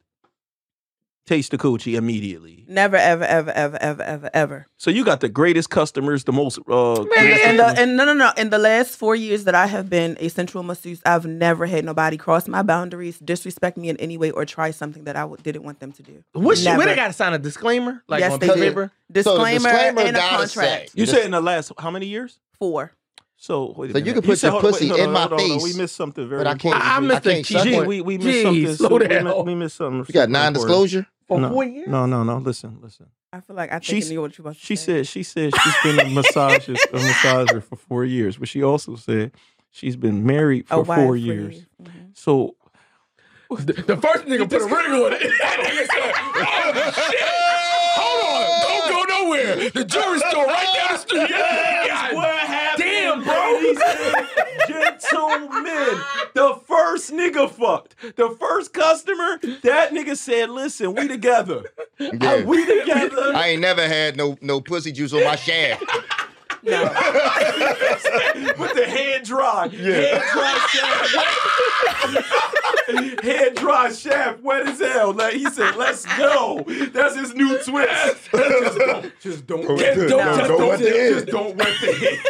Speaker 2: taste the coochie immediately.
Speaker 3: Never, ever, ever, ever, ever, ever, ever.
Speaker 2: So you got the greatest customers, the most. uh
Speaker 3: And, the, and no, no, no. In the last four years that I have been a sensual masseuse, I've never had nobody cross my boundaries, disrespect me in any way, or try something that I w- didn't want them to do.
Speaker 4: What's she,
Speaker 3: Never.
Speaker 4: where they gotta sign a disclaimer? Like
Speaker 3: Yes,
Speaker 4: on
Speaker 3: they
Speaker 4: piece of
Speaker 1: do.
Speaker 4: paper?
Speaker 1: So the
Speaker 3: Disclaimer,
Speaker 1: disclaimer
Speaker 3: and a
Speaker 1: gotta
Speaker 3: contract.
Speaker 1: say-
Speaker 2: you
Speaker 1: the
Speaker 2: said in the last how many years?
Speaker 3: Four.
Speaker 2: So wait a
Speaker 1: So you can
Speaker 2: minute.
Speaker 1: put
Speaker 2: said-
Speaker 1: your
Speaker 2: hold on,
Speaker 1: pussy
Speaker 2: hold on,
Speaker 1: in my
Speaker 2: hold on, hold on.
Speaker 1: face,
Speaker 2: We missed something very.
Speaker 1: but I can't.
Speaker 4: I- I missed
Speaker 1: can't
Speaker 4: the key.
Speaker 1: suck
Speaker 4: Gee,
Speaker 1: one.
Speaker 2: Gee, we, we missed
Speaker 4: Jeez,
Speaker 2: something.
Speaker 4: slow
Speaker 2: super- we mi-
Speaker 4: down.
Speaker 2: We missed something.
Speaker 1: You got
Speaker 2: super
Speaker 1: non
Speaker 2: important.
Speaker 1: disclosure.
Speaker 4: For
Speaker 2: No.
Speaker 4: four years?
Speaker 2: No, no, no. Listen, listen.
Speaker 3: I feel like I think
Speaker 2: She's-
Speaker 3: I knew what you was.
Speaker 2: She said she said she's been a massager, a massager for four years, but she also said she's been married for four years.
Speaker 3: Mm-hmm.
Speaker 2: So
Speaker 4: The, the first nigga put a ring on it. That nigga said, "Oh, shit."
Speaker 6: Hold on. Don't go nowhere. The jewelry store right down the street.
Speaker 2: Yes,
Speaker 6: God
Speaker 2: what happened?
Speaker 6: damn, bro.
Speaker 2: ladies and Gentlemen, the first nigga fucked. The first customer, that nigga said, listen, we together.
Speaker 1: Yeah.
Speaker 2: We together.
Speaker 1: I ain't never had no no pussy juice on my shaft.
Speaker 3: No.
Speaker 2: with the hand dry. Hand dry shaft. wet. hand dry shaft, wet as hell. Like he said, let's go. That's his new twist. just don't, just don't,
Speaker 6: Don't-
Speaker 2: just
Speaker 6: don't-
Speaker 2: just
Speaker 6: don't wet the head.
Speaker 2: just don't wet the head.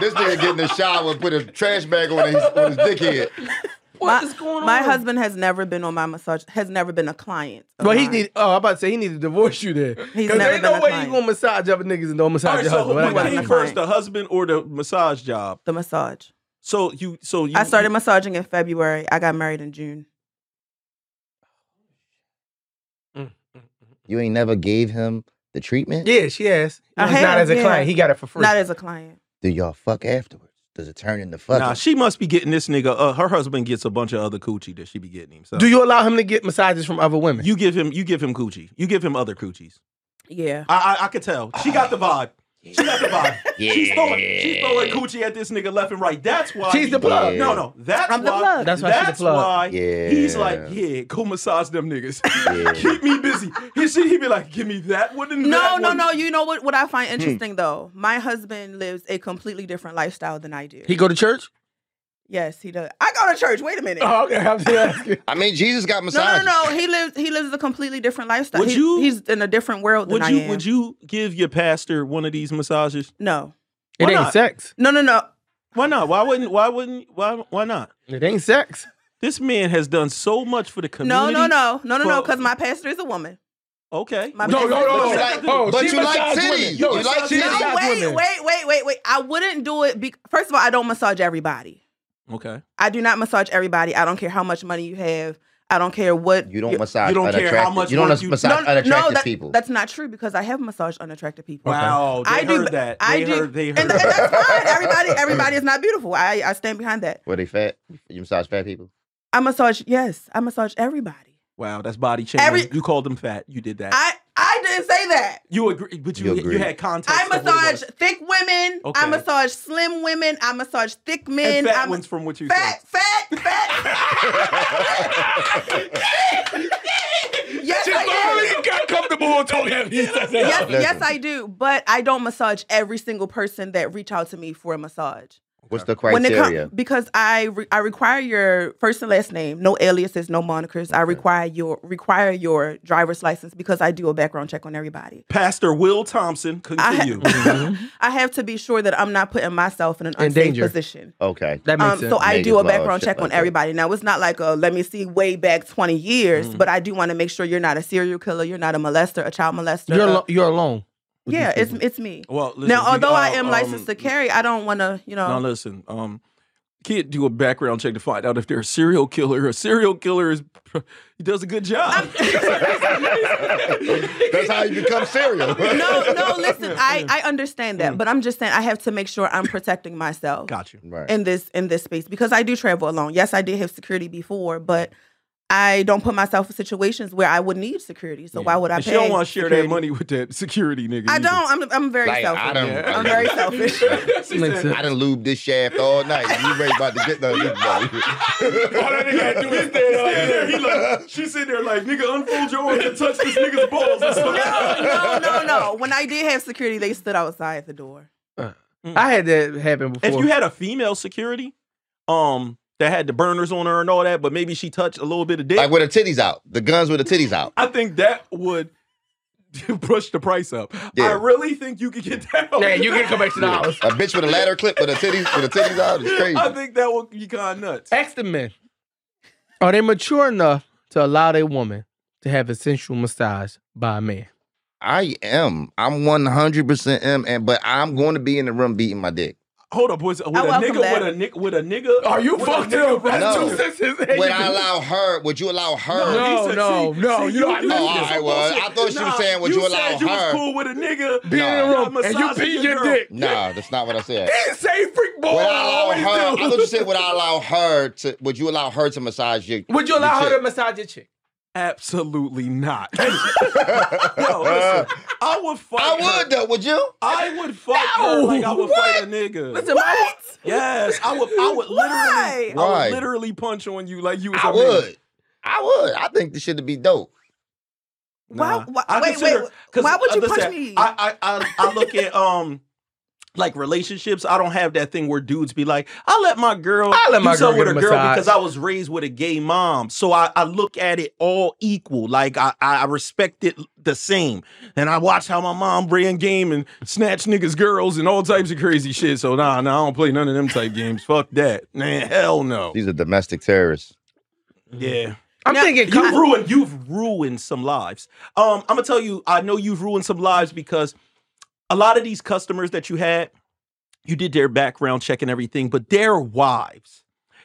Speaker 1: This nigga get in the shower, put a trash bag on his on his dickhead.
Speaker 4: What
Speaker 3: my,
Speaker 4: is going
Speaker 3: My
Speaker 4: on?
Speaker 3: husband has never been on my massage. Has never been a client. of
Speaker 4: Well, he
Speaker 3: mine.
Speaker 4: need. Oh, I'm about to say he need to divorce you then.
Speaker 3: He's
Speaker 4: Cause
Speaker 3: never
Speaker 4: ain't
Speaker 3: been
Speaker 4: no
Speaker 3: a
Speaker 4: way
Speaker 3: client.
Speaker 4: you gonna massage other niggas and don't
Speaker 2: All
Speaker 4: massage
Speaker 2: right,
Speaker 4: your
Speaker 2: so
Speaker 4: husband.
Speaker 2: what
Speaker 4: Whatever.
Speaker 2: came
Speaker 3: Right.
Speaker 2: first, the husband or the massage job?
Speaker 3: the massage.
Speaker 2: So you, so you,
Speaker 3: I started massaging in February. I got married in June.
Speaker 1: You ain't never gave him the treatment.
Speaker 4: Yeah, she has.
Speaker 3: I
Speaker 4: It's not
Speaker 3: have,
Speaker 4: as a
Speaker 3: yeah.
Speaker 4: client. He got it for free.
Speaker 3: Not as a client.
Speaker 1: Do y'all fuck afterwards? Does it turn into fucking?
Speaker 2: Nah, she must be getting this nigga. Uh, her husband gets a bunch of other coochie that she be getting himself.
Speaker 4: Do you allow him to get massages from other women?
Speaker 2: You give him, you give him coochie. You give him other coochies.
Speaker 3: Yeah.
Speaker 2: I, I, I could tell. She got the vibe. She got the vibe.
Speaker 1: yeah.
Speaker 2: She's throwing, she's throwing coochie at this nigga left and right. That's why
Speaker 4: She's
Speaker 2: he-
Speaker 4: the plug.
Speaker 2: No, no, that's
Speaker 3: I'm the
Speaker 2: why.
Speaker 3: plug.
Speaker 4: That's why she's the
Speaker 2: that's
Speaker 4: plug.
Speaker 2: why
Speaker 1: Yeah.
Speaker 2: he's like, yeah, go massage them niggas.
Speaker 1: Yeah.
Speaker 2: Keep me busy. He should he be like, give me that one and
Speaker 3: No,
Speaker 2: that
Speaker 3: no,
Speaker 2: one.
Speaker 3: no. You know what? What I
Speaker 2: Hmm.
Speaker 3: find interesting though, my husband lives a completely different lifestyle than I do.
Speaker 4: He go to church?
Speaker 3: yes, he does. I go to church. Wait a
Speaker 2: Oh,
Speaker 3: minute.
Speaker 4: Oh, okay. I'm just asking.
Speaker 1: I mean, Jesus got
Speaker 3: no, no,
Speaker 1: massages.
Speaker 3: no, no. He lives. He lives a completely different lifestyle.
Speaker 2: Would
Speaker 3: He-
Speaker 2: you-
Speaker 3: he's in a different world
Speaker 2: Would
Speaker 3: than I
Speaker 2: you
Speaker 3: am.
Speaker 2: would you give your pastor one of these massages?
Speaker 3: No,
Speaker 4: It
Speaker 2: Why
Speaker 4: ain't
Speaker 2: not?
Speaker 4: sex.
Speaker 3: no, no, no.
Speaker 2: Why not? Why wouldn't why wouldn't why why not?
Speaker 4: It ain't sex.
Speaker 2: This man has done so much for the
Speaker 3: No,
Speaker 2: community.
Speaker 3: no, no, no, no, no.
Speaker 2: But-
Speaker 3: Because my pastor is a woman.
Speaker 2: Okay.
Speaker 3: My
Speaker 4: No,
Speaker 3: pastor
Speaker 4: no,
Speaker 3: is
Speaker 1: But you like,
Speaker 3: a woman.
Speaker 4: no, no. Oh,
Speaker 1: but
Speaker 4: she
Speaker 1: you like
Speaker 4: massage
Speaker 1: titties.
Speaker 4: women. No,
Speaker 1: you like
Speaker 2: she-
Speaker 1: titties.
Speaker 4: Massage
Speaker 3: No, wait,
Speaker 4: women.
Speaker 3: wait, wait, wait, wait. I wouldn't do it. Be- First of all, I don't massage everybody.
Speaker 2: Okay.
Speaker 3: I do not massage everybody. I don't care how much money you have. I don't care what
Speaker 1: You don't massage
Speaker 2: you don't care how
Speaker 1: unattractive.
Speaker 2: much
Speaker 1: you don't
Speaker 2: work you-
Speaker 1: massage unattractive
Speaker 3: that-
Speaker 1: people.
Speaker 3: That's not true because I have massaged unattractive people.
Speaker 2: Wow. They
Speaker 3: I do-
Speaker 2: heard that.
Speaker 3: I
Speaker 2: they
Speaker 3: do-
Speaker 2: heard they heard
Speaker 3: And, and that's fine. Everybody, everybody is not beautiful. I, I stand behind that.
Speaker 1: Were they fat? You massage fat people?
Speaker 3: I massage, yes, I massage everybody.
Speaker 2: Wow, that's body shaming.
Speaker 3: Every-
Speaker 2: you called them fat. You did that.
Speaker 3: I, I didn't say that.
Speaker 2: you agree, but you
Speaker 1: You
Speaker 2: you,
Speaker 1: agree.
Speaker 2: had context.
Speaker 3: I
Speaker 2: of what it
Speaker 3: massage
Speaker 2: was.
Speaker 3: thick women.
Speaker 2: Okay.
Speaker 3: I massage slim women. I massage thick men.
Speaker 2: and fat
Speaker 3: I'm,
Speaker 2: ones from what you
Speaker 3: fat,
Speaker 2: said.
Speaker 3: fat, fat. yes,
Speaker 6: Just finally
Speaker 3: I do.
Speaker 6: "Oh, you got comfortable and told him he said that.
Speaker 3: Yes,
Speaker 1: Listen.
Speaker 3: yes, I do. But I don't massage every single person that reach out to me for a massage.
Speaker 1: What's the
Speaker 3: When it
Speaker 1: criteria?
Speaker 3: comes, because I re- I require your first and last name, no aliases, no monikers. I require your require your driver's license because I do a background check on everybody.
Speaker 2: Pastor Will Thompson,
Speaker 3: I, ha-
Speaker 2: continue.
Speaker 4: Mm-hmm.
Speaker 3: I have to be sure that I'm not putting myself in an
Speaker 4: In
Speaker 3: unsafe
Speaker 4: danger.
Speaker 3: position.
Speaker 1: okay.
Speaker 4: That makes
Speaker 3: Um,
Speaker 4: sense.
Speaker 3: so I
Speaker 1: Niggas
Speaker 3: do a
Speaker 1: love
Speaker 3: background
Speaker 1: shit
Speaker 3: check
Speaker 1: like
Speaker 3: on
Speaker 1: that.
Speaker 3: everybody. Now it's not like a let me see way back twenty years,
Speaker 2: Mhm.
Speaker 3: but I do want to make sure you're not a serial killer, you're not a molester, a child molester.
Speaker 4: you're
Speaker 3: Uh,
Speaker 4: alo- you're alone. with
Speaker 3: yeah,
Speaker 4: these
Speaker 3: it's it's me.
Speaker 2: well, listen,
Speaker 3: now,
Speaker 2: we-
Speaker 3: although I
Speaker 2: uh,
Speaker 3: am
Speaker 2: um,
Speaker 3: licensed to carry, I don't want to, you
Speaker 2: Now
Speaker 3: know.
Speaker 2: listen, um, can't do a background check to find out if they're a serial killer. A serial killer is he does a good job.
Speaker 1: That's how you become serial.
Speaker 3: no, no, listen, I, I understand that, but I'm just saying I have to make sure I'm protecting myself
Speaker 2: Mm. Got you.
Speaker 1: Right.
Speaker 3: in this in this space because I do travel alone. Yes, I did have security before, but I don't put myself in situations where I would need security. So why would I
Speaker 2: And
Speaker 3: pay?
Speaker 2: she don't want to share that
Speaker 3: security?
Speaker 2: money with that security nigga.
Speaker 3: I
Speaker 2: either.
Speaker 3: don't. I'm I'm very
Speaker 1: like
Speaker 3: selfish.
Speaker 1: I done,
Speaker 2: Yeah.
Speaker 3: I'm very selfish.
Speaker 4: people. Makes sense.
Speaker 1: I done lube this shaft all night. You ready about to get the
Speaker 6: All that nigga had to do is stand up there. He like,
Speaker 2: She's sitting there like, nigga, unfold your arms and touch this nigga's balls. That's what-
Speaker 3: no, no, no. When I did have security, they stood outside the door.
Speaker 4: I had that happen before.
Speaker 2: If you had a female security, um, that had the burners on her and all that, but maybe she touched a little bit of dick.
Speaker 1: Like with the titties out. The guns with the titties out.
Speaker 2: I think that would push the price up. I
Speaker 1: Yeah.
Speaker 2: really think you could get that.
Speaker 4: yeah, you get a couple extra dollars.
Speaker 1: A bitch with a ladder clip with a titties with the titties out is crazy.
Speaker 2: I think that would be kind of nuts.
Speaker 4: Ask the men. Are they mature enough to allow their woman to have a sensual massage by a man?
Speaker 1: I am. I'm 100 percent am, and but I'm going to be in the room beating my dick.
Speaker 2: Hold up, boys. With a
Speaker 3: welcome
Speaker 2: nigga,
Speaker 3: that.
Speaker 2: with a nigga, with a nigga.
Speaker 6: Are you
Speaker 2: with a
Speaker 6: fucked
Speaker 2: nigga-
Speaker 6: up? That's
Speaker 1: No.
Speaker 6: two senses.
Speaker 1: Would I allow her? Would you allow her?
Speaker 4: No,
Speaker 2: he said-
Speaker 4: no, no, you don't-
Speaker 1: Oh,
Speaker 2: said
Speaker 1: all right,
Speaker 2: some
Speaker 1: well,
Speaker 2: bullshit.
Speaker 1: I thought she was saying, would
Speaker 2: you
Speaker 1: you allow
Speaker 2: said you
Speaker 1: her?
Speaker 2: was cool with a nigga.
Speaker 6: Be in the
Speaker 1: Nah.
Speaker 6: room and you
Speaker 2: Massaging
Speaker 6: pee
Speaker 2: your
Speaker 6: your
Speaker 2: girl.
Speaker 6: dick.
Speaker 1: Nah, that's not what I said.
Speaker 6: He didn't say freak boy.
Speaker 1: Would
Speaker 6: I
Speaker 1: I allow
Speaker 6: oh, always
Speaker 1: her? I
Speaker 6: do.
Speaker 1: thought you said would I allow her to? Would you allow her to massage you?
Speaker 4: Would you allow
Speaker 1: Your
Speaker 4: her
Speaker 1: chick.
Speaker 4: to massage your chick?
Speaker 2: Absolutely not. Yo, listen, I would fight.
Speaker 1: I would
Speaker 2: Her.
Speaker 1: though, would you?
Speaker 2: I would fight her like I would fight a nigga.
Speaker 4: Listen, my-
Speaker 2: Yes, I would. I would
Speaker 3: Why?
Speaker 2: literally. I
Speaker 1: Why?
Speaker 2: would literally punch on you like you was
Speaker 1: I
Speaker 2: a man.
Speaker 1: would. I would. I think this shit would be dope.
Speaker 3: Why,
Speaker 2: Nah.
Speaker 3: why,
Speaker 2: I
Speaker 3: wait,
Speaker 2: consider-
Speaker 3: wait.
Speaker 2: 'cause,
Speaker 3: Why would
Speaker 2: uh,
Speaker 3: you punch
Speaker 2: listen,
Speaker 3: me?
Speaker 2: I, I I I look at um like relationships. I don't have that thing where dudes be like, I let my girl
Speaker 4: I let my
Speaker 2: do something
Speaker 4: girl
Speaker 2: with
Speaker 4: get
Speaker 2: a
Speaker 4: a
Speaker 2: girl
Speaker 4: massage.
Speaker 2: because I was raised with a gay mom. So I, I look at it all equal. Like I, I I respect it the same. And I watch how my mom ran game and snatched niggas girls and all types of crazy shit. So nah, nah, I don't play none of them type games. Fuck that. Man, hell no.
Speaker 1: These are domestic terrorists.
Speaker 2: Yeah.
Speaker 4: I'm
Speaker 2: Now,
Speaker 4: thinking.
Speaker 2: you've ruined you've ruined some lives. Um, I'm gonna tell you, I know you've ruined some lives because a lot of these customers that you had, you did their background check and everything, but their wives,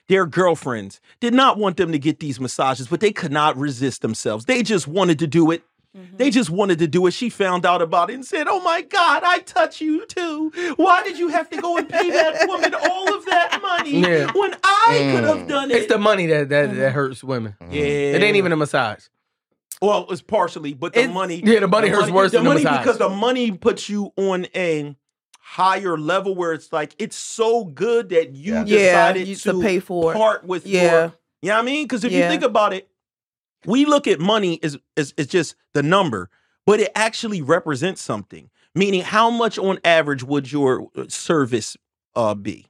Speaker 2: their girlfriends did not want them to get these massages, but they could not resist themselves. They just wanted to do it.
Speaker 3: mm-hmm.
Speaker 4: Mm-hmm.
Speaker 2: They just wanted to do it. She found out about it and said, Oh my God, I touch you too. Why did you have to go and pay that woman all of that money
Speaker 4: Yeah.
Speaker 2: when I could
Speaker 1: Mm.
Speaker 2: have done it?
Speaker 4: It's the money that that, that hurts women.
Speaker 2: yeah.
Speaker 1: Mm-hmm.
Speaker 4: It ain't even a massage.
Speaker 2: Well, it's partially, but the
Speaker 4: It's-
Speaker 2: money.
Speaker 4: yeah, the money hurts worse
Speaker 2: the
Speaker 4: than the
Speaker 2: money
Speaker 4: massage.
Speaker 2: because the money puts you on a higher level where it's like it's so good that you
Speaker 1: Yeah.
Speaker 3: yeah,
Speaker 2: decided
Speaker 3: you
Speaker 2: to,
Speaker 3: to pay for it.
Speaker 2: part with your.
Speaker 3: Yeah.
Speaker 2: You know what I mean? Because if you
Speaker 3: Yeah.
Speaker 2: think about it, we look at money as, as as just the number, but it actually represents something. Meaning, how much on average would your uh, service uh, be?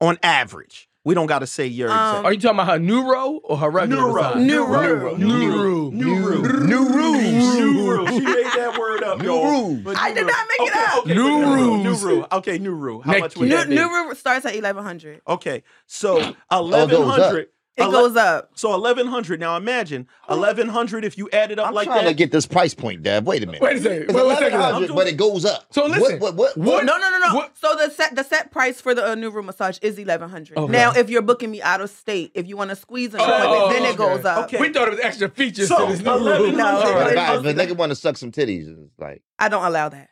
Speaker 2: On average, we don't got to say your. exact-
Speaker 4: Are you talking about her neuro or her regular
Speaker 2: Neuro.
Speaker 4: massage?
Speaker 3: Neuro.
Speaker 4: Neuro.
Speaker 2: Neuro.
Speaker 1: New rules.
Speaker 2: New rule. She made that word up,
Speaker 1: New
Speaker 2: y'all.
Speaker 1: rules.
Speaker 2: But
Speaker 3: I
Speaker 2: new
Speaker 3: did
Speaker 2: rule.
Speaker 3: not make it
Speaker 2: Okay,
Speaker 3: up.
Speaker 2: okay,
Speaker 4: New
Speaker 2: new rule. New
Speaker 4: rules.
Speaker 2: rule. Okay, new rule. How
Speaker 4: Next
Speaker 2: much would
Speaker 4: year.
Speaker 3: New,
Speaker 2: that be?
Speaker 3: new rule starts at 1100.
Speaker 2: Okay, so
Speaker 1: goes up.
Speaker 2: eleven hundred.
Speaker 3: It goes up.
Speaker 2: So eleven hundred. Now imagine eleven hundred. If you add it up
Speaker 1: I'm
Speaker 2: like
Speaker 1: trying
Speaker 2: that,
Speaker 1: to get this price point, Dad. Wait a minute.
Speaker 4: Wait a second.
Speaker 1: It's
Speaker 4: Wait, wait a second.
Speaker 2: I'm
Speaker 1: 1100,
Speaker 2: doing-
Speaker 1: but it goes up.
Speaker 4: So listen,
Speaker 1: What? What? What?
Speaker 4: what-
Speaker 3: No, no, no, no.
Speaker 4: What-
Speaker 3: So the set the set price for the uh, new room massage is eleven hundred.
Speaker 4: Okay.
Speaker 3: Now, if you're booking me out of state, if you want to squeeze an
Speaker 4: Oh,
Speaker 3: appointment,
Speaker 4: oh,
Speaker 3: then
Speaker 4: okay.
Speaker 3: it goes up.
Speaker 2: Okay.
Speaker 4: We thought it was extra features
Speaker 2: So,
Speaker 4: to this new
Speaker 2: 11
Speaker 4: rule.
Speaker 3: No,
Speaker 1: What
Speaker 3: Right.
Speaker 1: about if a nigga want to suck some titties? It's like
Speaker 3: I don't allow that.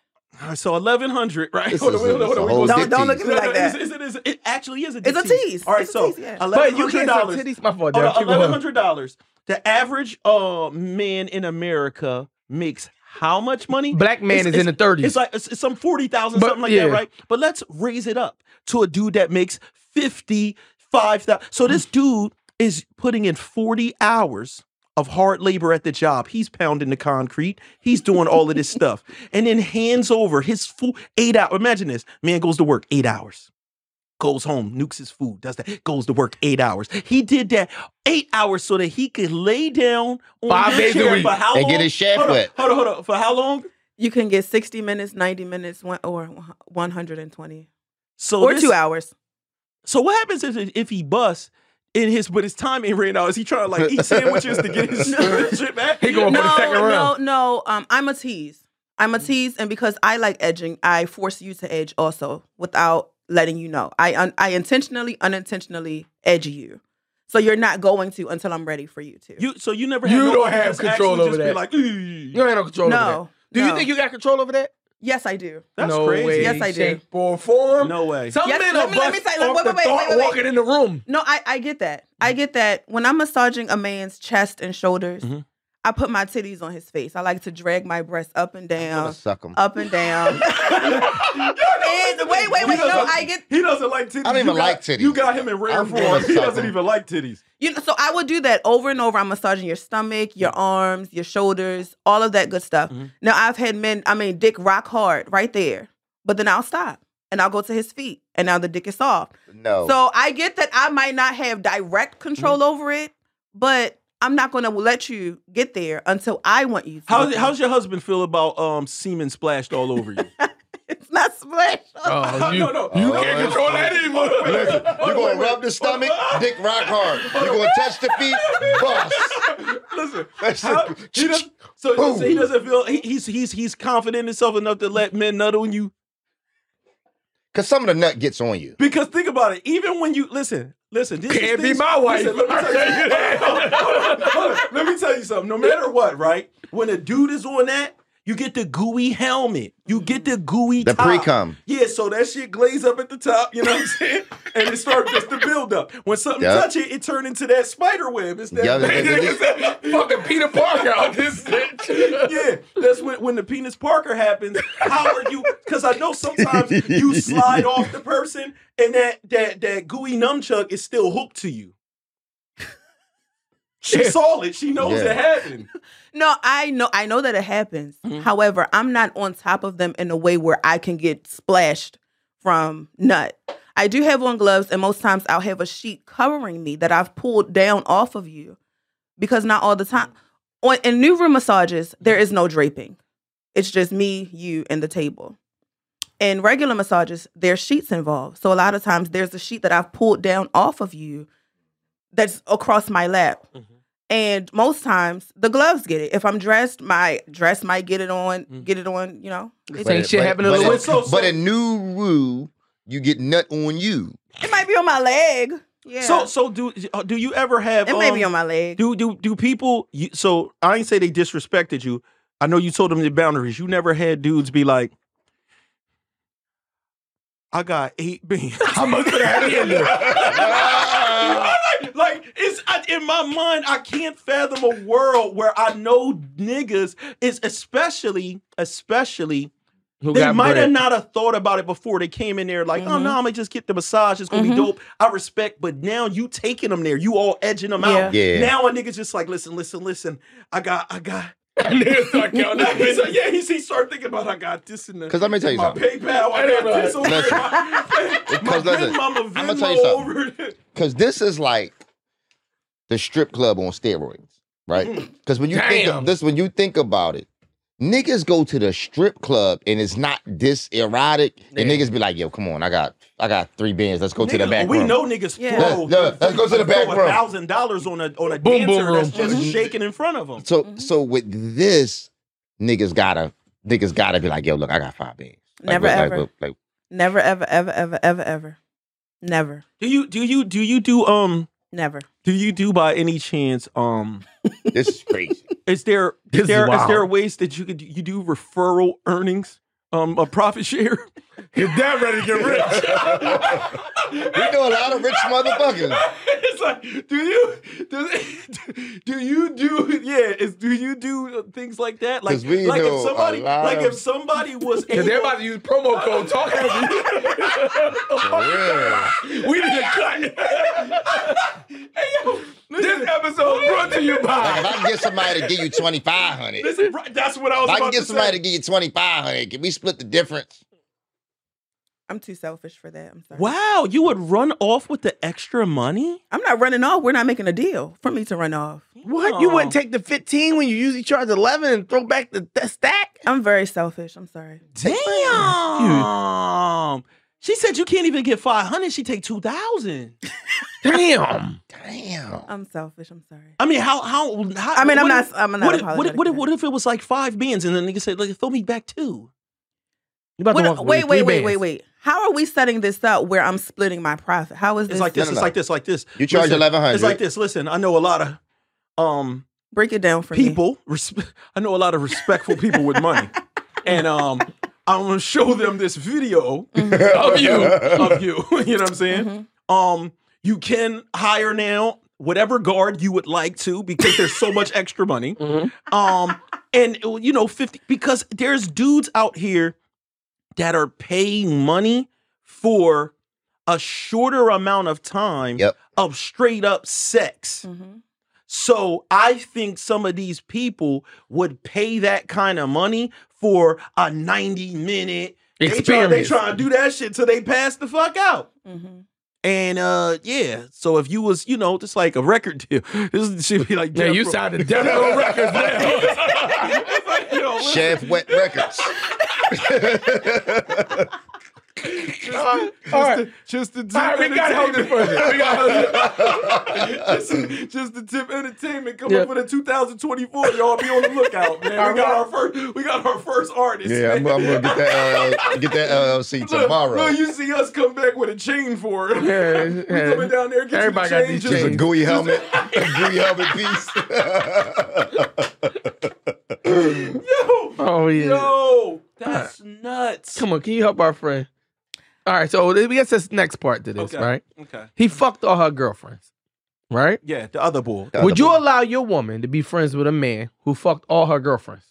Speaker 2: so eleven hundred. Right.
Speaker 1: this is
Speaker 2: Hold on, wait, hold on, hold on,
Speaker 1: a
Speaker 2: we
Speaker 1: whole
Speaker 2: gonna-
Speaker 3: Don't- don't look
Speaker 1: dick
Speaker 3: at me like
Speaker 2: No, no,
Speaker 3: that.
Speaker 2: It's, it's, it's, it actually is a.
Speaker 3: It's a
Speaker 2: tease.
Speaker 3: tease.
Speaker 2: All right.
Speaker 3: It's a
Speaker 2: so
Speaker 3: tease, yeah.
Speaker 2: eleven
Speaker 4: But you
Speaker 2: hundred
Speaker 4: can't sell
Speaker 2: dollars.
Speaker 4: titties. My fault. Dad. Keep
Speaker 2: Eleven
Speaker 4: going.
Speaker 2: hundred dollars. The average uh man in America makes how much money?
Speaker 4: Black man
Speaker 2: It's-
Speaker 4: is in the thirties.
Speaker 2: It's like it's, it's some forty thousand,
Speaker 4: But,
Speaker 2: something like
Speaker 4: yeah.
Speaker 2: that, right? But let's raise it up to a dude that makes fifty five thousand. So
Speaker 4: Mm.
Speaker 2: this dude is putting in forty hours of hard labor at the job. He's pounding the concrete. He's doing all of this stuff, and then hands over his full eight hour. Imagine this: man goes to work eight hours. Goes home, nukes his food, does that, goes to work eight hours. He did that eight hours so that he could lay down on
Speaker 4: Five
Speaker 2: the
Speaker 4: days a
Speaker 2: chair
Speaker 4: week
Speaker 2: for how
Speaker 1: and
Speaker 2: long?
Speaker 1: get his shaft
Speaker 2: hold on,
Speaker 1: wet.
Speaker 2: hold on, hold on. For how long?
Speaker 3: You can get sixty minutes, ninety minutes, one or one hundred and twenty,
Speaker 2: So
Speaker 3: or
Speaker 2: this-
Speaker 3: two hours.
Speaker 2: So what happens is if- if he busts in his but his time ain't ran out? Is he trying to like eat sandwiches to get his shit back?
Speaker 4: He going
Speaker 3: No,
Speaker 4: for the Oh, second
Speaker 3: no,
Speaker 4: round.
Speaker 3: no. Um, I'm a tease. I'm a tease, and because I like edging, I force you to edge also without letting you know. I un- I intentionally, unintentionally edge you, so you're not going to until I'm ready for you to.
Speaker 2: You so you never
Speaker 4: You
Speaker 2: had no
Speaker 4: don't
Speaker 2: one
Speaker 4: have
Speaker 2: that's
Speaker 4: control
Speaker 2: actually
Speaker 4: over
Speaker 2: just Be like,
Speaker 4: You
Speaker 2: "Ugh."
Speaker 4: ain't no control over
Speaker 3: no.
Speaker 4: that. Do you
Speaker 3: no.
Speaker 4: think you got control over that?
Speaker 3: Yes, I do.
Speaker 2: that's
Speaker 4: no
Speaker 2: crazy.
Speaker 4: Way,
Speaker 3: Yes, I do.
Speaker 4: shape, Or form.
Speaker 2: No way.
Speaker 4: Some
Speaker 3: Yes,
Speaker 4: men
Speaker 3: let
Speaker 4: are
Speaker 3: me- let me
Speaker 4: bust
Speaker 3: say- let-
Speaker 4: off
Speaker 3: wait,
Speaker 4: the
Speaker 3: wait, wait,
Speaker 4: thought
Speaker 3: wait, wait, wait.
Speaker 4: walking in the room.
Speaker 3: No, I, I get that. I get that. When I'm massaging a man's chest and shoulders,
Speaker 2: Mhm.
Speaker 3: I put my titties on his face. I like to drag my breasts up and
Speaker 1: I'm
Speaker 3: down,
Speaker 1: gonna suck
Speaker 2: Uh,
Speaker 1: 'em.
Speaker 3: up and down. And- wait, wait, wait. No, I get
Speaker 2: He doesn't like titties.
Speaker 1: I don't even
Speaker 2: You got-
Speaker 1: like titties.
Speaker 2: You got him in rare
Speaker 1: I'm
Speaker 2: form.
Speaker 1: gonna
Speaker 2: He
Speaker 1: suck
Speaker 2: doesn't
Speaker 1: him.
Speaker 2: even like titties.
Speaker 3: you. Know, so I will do that over and over. I'm massaging your stomach, your arms, your shoulders, all of that good stuff.
Speaker 2: Mhm.
Speaker 3: Now I've had men. I mean, dick rock hard right there, but then I'll stop and I'll go to his feet, and now the dick is soft.
Speaker 2: Oh.
Speaker 1: No.
Speaker 3: So I get that I might not have direct control
Speaker 2: Mm-hmm.
Speaker 3: over it, but I'm not going to let you get there until I want you to.
Speaker 2: How,
Speaker 3: get there.
Speaker 2: how's your husband feel about um semen splashed all over you?
Speaker 3: it's not splash.
Speaker 4: Oh, you,
Speaker 2: no, no.
Speaker 1: you can't
Speaker 7: Control that anymore.
Speaker 1: Listen, you're gonna rub the stomach, dick rock hard. You're gonna touch the feet, bust.
Speaker 2: Listen,
Speaker 1: That's
Speaker 2: how,
Speaker 1: it.
Speaker 2: he doesn't, so,
Speaker 1: Boom.
Speaker 2: so he doesn't feel he, he's he's he's confident in himself enough to let men nut on you.
Speaker 1: Cause some of the nut gets on you.
Speaker 2: Because think about it, even when you listen, listen, this is
Speaker 4: Can't be
Speaker 2: things-
Speaker 4: my wife.
Speaker 2: Listen, let, me tell you something. Hold on, hold on, hold on. Let me tell you something. No matter what, right? When a dude is on that, You get the gooey helmet. You get the gooey
Speaker 1: The
Speaker 2: top.
Speaker 1: pre cum.
Speaker 5: Yeah, so that shit glaze up at the top, you know what I'm saying? and it starts just to build up. When something
Speaker 1: Yup.
Speaker 5: touch it, it turned into that spider web. It's that
Speaker 1: Yup.
Speaker 8: Niggas said, fucking Peter Parker on this bitch.
Speaker 5: yeah, that's when when the penis Parker happens. How are you? Because I know sometimes you slide off the person, and that that that gooey numchuck is still hooked to you. She saw it. She knows
Speaker 1: Yeah.
Speaker 5: it happened.
Speaker 3: No, I know I know that it happens.
Speaker 2: Mhm.
Speaker 3: However, I'm not on top of them in a way where I can get splashed from nut. I do have on gloves and most times I'll have a sheet covering me that I've pulled down off of you because not all the time on in new room massages there is no draping. It's just me, you and the table. In regular massages, there's sheets involved. So a lot of times there's a sheet that I've pulled down off of you that's across my lap.
Speaker 2: Mm-hmm.
Speaker 3: And most times the gloves get it. If I'm dressed, my dress might get it on,
Speaker 2: Mm.
Speaker 3: get it on, you know. It,
Speaker 4: Same shit happened to
Speaker 1: but,
Speaker 5: Louis. So-
Speaker 1: but,
Speaker 5: so-
Speaker 1: but a new rule, you get nut on you.
Speaker 3: it might be on my leg. Yeah.
Speaker 2: So so do uh, do you ever have?
Speaker 3: it may
Speaker 2: um,
Speaker 3: be on my leg.
Speaker 2: Do do do people? You, so I ain't say they disrespected you. I know you told them the boundaries. You never had dudes be like, "I got eight beans."
Speaker 8: How much of that in there?
Speaker 5: like, like, it's I, in my mind. I can't fathom a world where I know niggas is especially especially
Speaker 4: Who
Speaker 5: They
Speaker 4: got
Speaker 5: might
Speaker 4: bread?
Speaker 5: have not have thought about it before they came in there. Like, oh
Speaker 1: Mm-hmm.
Speaker 5: no, I'm gonna just get the massage. It's gonna
Speaker 3: Mhm.
Speaker 5: be dope. I respect, but now you taking them there. You all edging them out.
Speaker 1: Yeah.
Speaker 5: Now a nigga's just like, listen, listen, listen. I got, I got.
Speaker 8: Niggas start counting that
Speaker 5: He's like,
Speaker 8: bitch.
Speaker 5: yeah, he's, he started thinking about. I got this in the.
Speaker 1: Because let me tell you
Speaker 5: my
Speaker 1: something.
Speaker 5: PayPal. I got this over
Speaker 1: Listen.
Speaker 5: here. My, my
Speaker 1: Because listen,
Speaker 5: grandmama
Speaker 1: I'ma tell you
Speaker 5: Venmo
Speaker 1: something.
Speaker 5: over there.
Speaker 1: Because this is like the strip club on steroids, right?
Speaker 5: Mm-hmm.
Speaker 1: Because when you think
Speaker 8: Damn.
Speaker 1: of this, when you think about it, niggas go to the strip club and it's not this erotic. And
Speaker 4: Yeah.
Speaker 1: niggas be like, yo, come on, I got I got three bands. Let's go to the
Speaker 5: Niggas-
Speaker 1: back
Speaker 5: We
Speaker 1: room.
Speaker 5: know niggas
Speaker 3: Yeah.
Speaker 5: throw.
Speaker 1: Yeah, yeah, let's go to the back room. Mm-hmm.
Speaker 5: thousand dollars on a on a
Speaker 4: Boom, boom
Speaker 5: dancer that's
Speaker 4: room.
Speaker 5: just shaking in front of them.
Speaker 1: So
Speaker 3: Mm-hmm.
Speaker 1: so with this, niggas gotta niggas gotta be like, yo, look, I got five bands. Like,
Speaker 3: Never
Speaker 1: look, like,
Speaker 3: ever.
Speaker 1: look, like,
Speaker 3: Never, ever, ever, ever, ever, ever. Never.
Speaker 2: Do you do you do you do um
Speaker 3: Never.
Speaker 2: do you do by any chance um
Speaker 1: this is crazy.
Speaker 2: is there is
Speaker 4: This is
Speaker 2: there is there
Speaker 4: wild.
Speaker 2: ways that you could you do referral earnings um a profit share?
Speaker 8: Your dad ready to get rich.
Speaker 1: we know a lot of rich motherfuckers.
Speaker 5: it's like, do you do, do you do yeah? Is do you do things like that? Like,
Speaker 1: 'Cause we
Speaker 5: like
Speaker 1: know
Speaker 5: if
Speaker 1: a
Speaker 5: somebody,
Speaker 1: lot
Speaker 5: like
Speaker 1: of-
Speaker 5: if somebody was
Speaker 8: Cause they're
Speaker 5: able,
Speaker 8: about to use promo code talk heavy.
Speaker 1: Yeah.
Speaker 8: we need to cut. this episode brought to you
Speaker 1: Like, if
Speaker 8: by.
Speaker 1: I can get somebody to give you twenty five hundred, if
Speaker 5: Listen, right, that's what I was
Speaker 1: I
Speaker 5: about
Speaker 1: can get
Speaker 5: to
Speaker 1: somebody
Speaker 5: say.
Speaker 1: to give you twenty five hundred, can we split the difference?
Speaker 3: I'm too selfish for that. I'm sorry.
Speaker 2: Wow, you would run off with the extra money?
Speaker 3: I'm not running off. We're not making a deal for me to run off.
Speaker 4: What? You
Speaker 2: Aw.
Speaker 4: wouldn't take the 15 when you usually charge 11 and throw back the, the stack?
Speaker 3: I'm very selfish. I'm sorry.
Speaker 2: Damn. She said you can't even get 500. She take 2,000.
Speaker 4: Damn.
Speaker 1: Damn.
Speaker 3: I'm selfish. I'm sorry.
Speaker 2: I mean, how, how, how
Speaker 3: I mean, I'm
Speaker 2: Uh, what
Speaker 3: not.
Speaker 2: if-
Speaker 3: I'm not
Speaker 2: What if, what, if,
Speaker 3: apologetic.
Speaker 2: what,
Speaker 3: for
Speaker 2: if, what if it was like five bands and the nigga said, like, throw me back two?
Speaker 4: You about
Speaker 3: that.
Speaker 4: to
Speaker 3: What-
Speaker 4: walk away
Speaker 3: wait,
Speaker 4: with
Speaker 3: wait,
Speaker 4: three
Speaker 3: wait, wait,
Speaker 4: bands.
Speaker 3: wait. How are we setting this up where I'm splitting my profit? How is
Speaker 2: It's
Speaker 3: this?
Speaker 2: like this,
Speaker 1: no,
Speaker 2: it's
Speaker 1: no.
Speaker 2: like this, like this.
Speaker 1: You charge
Speaker 2: Listen,
Speaker 1: eleven hundred.
Speaker 2: It's like this. Listen, I know a lot of um
Speaker 3: Break it down for me.
Speaker 2: people, resp- I know a lot of respectful people with money. And um I'm gonna show them this video
Speaker 1: Oh,
Speaker 2: of you, of you. You know what I'm saying?
Speaker 3: Mhm.
Speaker 2: Um, you can hire now whatever guard you would like to because there's so much extra money.
Speaker 4: Mhm.
Speaker 2: Um, and you know, 50 because there's dudes out here that are paying money for a shorter amount of time
Speaker 1: Yep.
Speaker 2: of straight up sex.
Speaker 3: Mhm.
Speaker 2: So I think some of these people would pay that kind of money for a 90 minute They try, they
Speaker 4: Experience.
Speaker 2: try to do that shit till they pass the fuck out.
Speaker 3: Mhm.
Speaker 2: And uh yeah, so if you was, you know, just like a record deal, this should be like
Speaker 4: Yeah,
Speaker 2: Death
Speaker 4: you
Speaker 2: Row.
Speaker 4: signed the Death Row Records now.
Speaker 5: It's like, yo, listen,
Speaker 1: Chef Wet Records.
Speaker 5: just,
Speaker 4: All right.
Speaker 5: the, just the tip.
Speaker 4: All right, we gotta hold this
Speaker 5: entertainment.
Speaker 4: person. We gotta hold this.
Speaker 5: just, just the tip entertainment. Come
Speaker 4: Yeah.
Speaker 5: up with a 2024, y'all. Be on the lookout, man.
Speaker 4: All
Speaker 5: we got
Speaker 4: right.
Speaker 5: our first, we got our first artist.
Speaker 1: yeah, I'm,
Speaker 5: man.
Speaker 1: I'm gonna get that LL, get that uh, LLC
Speaker 5: Look,
Speaker 1: tomorrow.
Speaker 5: look, you see us come back with a chain for it.
Speaker 4: Yeah,
Speaker 5: we
Speaker 4: yeah.
Speaker 5: coming down there. Get
Speaker 4: Everybody
Speaker 5: you the
Speaker 4: got
Speaker 5: chain,
Speaker 4: these
Speaker 5: just
Speaker 1: Just
Speaker 5: the
Speaker 1: a
Speaker 4: chains.
Speaker 1: gooey helmet, a gooey helmet piece.
Speaker 5: Yo,
Speaker 4: Oh yeah.
Speaker 5: Yo, that's nuts.
Speaker 4: Come on, can you help our friend? All right, so we got this next part to this,
Speaker 5: Okay.
Speaker 4: right?
Speaker 5: Okay.
Speaker 4: He fucked all her girlfriends, right?
Speaker 2: Yeah, the other bull.
Speaker 1: The
Speaker 4: Would
Speaker 1: other
Speaker 4: you
Speaker 1: boy.
Speaker 4: allow your woman to be friends with a man who fucked all her girlfriends?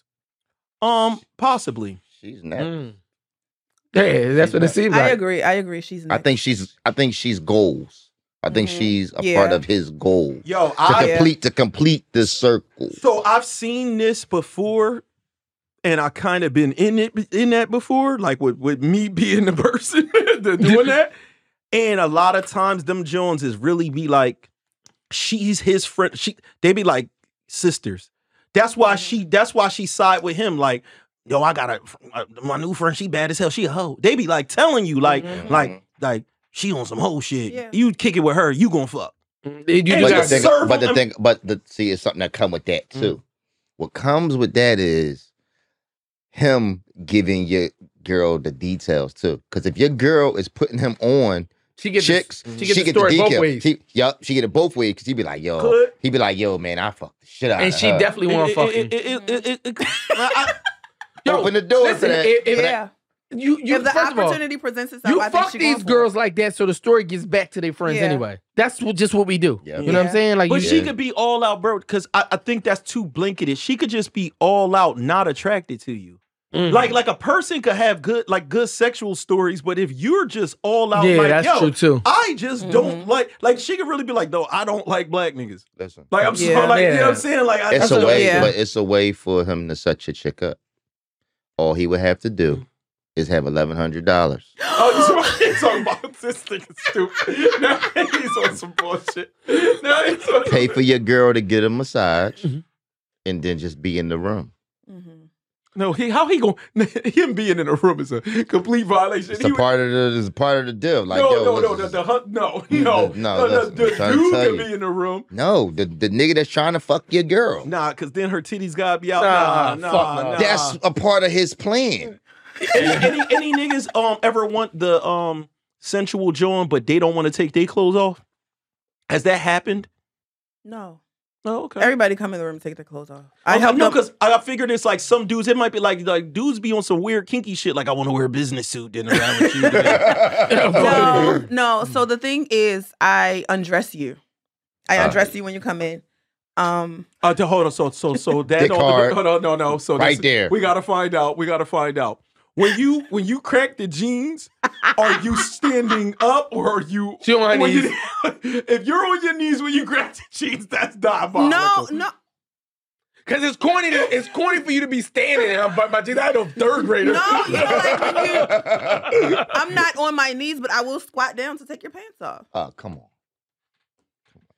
Speaker 2: Um, possibly.
Speaker 1: She's not.
Speaker 4: Mm. Yeah, that's what it seems
Speaker 3: I
Speaker 4: like.
Speaker 3: agree. I agree. She's.
Speaker 1: Mm-hmm. I
Speaker 3: Next.
Speaker 1: think she's. I think she's goals. I think
Speaker 3: Mhm.
Speaker 1: she's a
Speaker 3: Yeah.
Speaker 1: part of his goal
Speaker 5: Yo,
Speaker 1: to
Speaker 5: I
Speaker 3: yeah.
Speaker 1: complete to complete this circle.
Speaker 2: So I've seen this before, and I kind of been in it in that before, like with with me being the person that doing that. And a lot of times, them Jones is really be like, she's his friend. She they be like sisters. That's why she. That's why she side with him. Like, yo, I got a uh, my new friend. She bad as hell. She a hoe. They be like telling you, like,
Speaker 4: Mhm.
Speaker 2: like, like she on some hoe shit.
Speaker 3: Yeah.
Speaker 2: You kick it with her, you gonna fuck.
Speaker 4: You
Speaker 5: But got
Speaker 1: but the
Speaker 4: just gotta-
Speaker 1: thing,
Speaker 5: serve
Speaker 1: but the
Speaker 5: them-
Speaker 1: thing, but the see, it's something that come with that too. What comes with that is him giving your girl the details too. Because if your girl is putting him on
Speaker 4: she gets
Speaker 1: chicks,
Speaker 4: The,
Speaker 1: she,
Speaker 4: she gets the
Speaker 1: get the
Speaker 4: story both
Speaker 1: detail.
Speaker 4: ways,
Speaker 1: She, yup, she get it both ways. Cause he be like, yo,
Speaker 5: Could.
Speaker 1: he be like, yo, man, I fucked the shit out
Speaker 4: and
Speaker 1: of
Speaker 4: she
Speaker 1: her.
Speaker 4: definitely want
Speaker 2: It-
Speaker 4: to fuck
Speaker 2: it-
Speaker 4: him.
Speaker 2: it- it- it- it- I-
Speaker 4: Yo,
Speaker 1: Open the door
Speaker 4: listen,
Speaker 1: for that.
Speaker 4: if- if-
Speaker 1: for that-
Speaker 3: Yeah.
Speaker 4: You, you,
Speaker 3: if the
Speaker 4: first of all,
Speaker 3: opportunity presents itself,
Speaker 4: you
Speaker 3: I think
Speaker 4: fuck
Speaker 3: she
Speaker 4: these
Speaker 3: gonna
Speaker 4: girls like that, so the story gets back to their friends
Speaker 3: Yeah.
Speaker 4: anyway. That's what, just what we do.
Speaker 1: Yeah.
Speaker 4: You know what I'm
Speaker 3: Yeah.
Speaker 4: saying? Like,
Speaker 2: But
Speaker 4: you,
Speaker 2: she
Speaker 1: Yeah.
Speaker 2: could be all out, bro, because I, I think that's too blanketed. She could just be all out, not attracted to you.
Speaker 4: Mm.
Speaker 2: Like like a person could have good like good sexual stories, but if you're just all out,
Speaker 4: yeah,
Speaker 2: like
Speaker 4: that's
Speaker 2: yo,
Speaker 4: true too.
Speaker 2: I just don't
Speaker 3: Mhm.
Speaker 2: like like she could really be like, no, I don't like black niggas.
Speaker 1: Listen,
Speaker 5: Like I'm
Speaker 3: Yeah.
Speaker 5: sorry, like you know what I'm
Speaker 4: Yeah.
Speaker 5: saying? Like I,
Speaker 1: it's
Speaker 5: I
Speaker 1: a
Speaker 5: don't-
Speaker 1: way,
Speaker 3: yeah.
Speaker 1: but it's a way for him to set your chick up. All he would have to do is have eleven hundred dollars.
Speaker 5: Oh, you talking about this thing is stupid. Now he's on some bullshit. Now he's on
Speaker 1: Pay for your girl to get a massage,
Speaker 4: Mhm.
Speaker 1: and then just be in the room.
Speaker 3: Mhm.
Speaker 5: No, he how he going him being in a room is a complete violation.
Speaker 1: It's
Speaker 5: He
Speaker 1: a
Speaker 5: was-
Speaker 1: part of the, it's a part of the deal. Like,
Speaker 5: no,
Speaker 1: yo,
Speaker 5: no, no,
Speaker 1: listen,
Speaker 5: the, the, hun- no, no,
Speaker 1: Mm, no,
Speaker 5: no, no,
Speaker 1: listen,
Speaker 5: the
Speaker 1: I'm trying to
Speaker 5: dude
Speaker 1: tell
Speaker 5: can
Speaker 1: you.
Speaker 5: be in the room.
Speaker 1: no, the, the nigga that's trying to fuck your girl.
Speaker 2: Nah, cause then her titties gotta be out. Nah,
Speaker 4: Nah,
Speaker 2: nah,
Speaker 4: fuck no.
Speaker 2: nah.
Speaker 1: That's a part of his plan.
Speaker 2: any, any any niggas um ever want the um sensual joint, but they don't want to take their clothes off? Has that happened?
Speaker 3: No.
Speaker 2: Oh, okay.
Speaker 3: Everybody come in the room and take their clothes off. I
Speaker 2: I
Speaker 3: help
Speaker 2: know
Speaker 3: them.
Speaker 2: because um, I I figured it's like some dudes. It might be like like dudes be on some weird kinky shit. Like I want to wear a business suit then around with you. today."
Speaker 3: No, no. So the thing is, I undress you. I
Speaker 1: Uh,
Speaker 3: undress you when you come in. Um,
Speaker 2: Uh, to- hold on. So so so that
Speaker 1: Dick
Speaker 2: don't,
Speaker 1: hard.
Speaker 5: No, no, no, no. So
Speaker 1: Right
Speaker 5: that's-
Speaker 1: there.
Speaker 5: we gotta find out. We gotta find out. When you when you crack the jeans, are you standing up or are you?
Speaker 4: She on her
Speaker 5: when
Speaker 4: knees.
Speaker 5: you- if you're on your knees when you crack the jeans, that's diabolical.
Speaker 3: no, no.
Speaker 4: Cause it's corny. To, it's corny for you to be standing there. But my dude, I know third grader.
Speaker 3: No, you know, like when you, I'm not on my knees, but I will squat down to take your pants off.
Speaker 1: Oh, come on.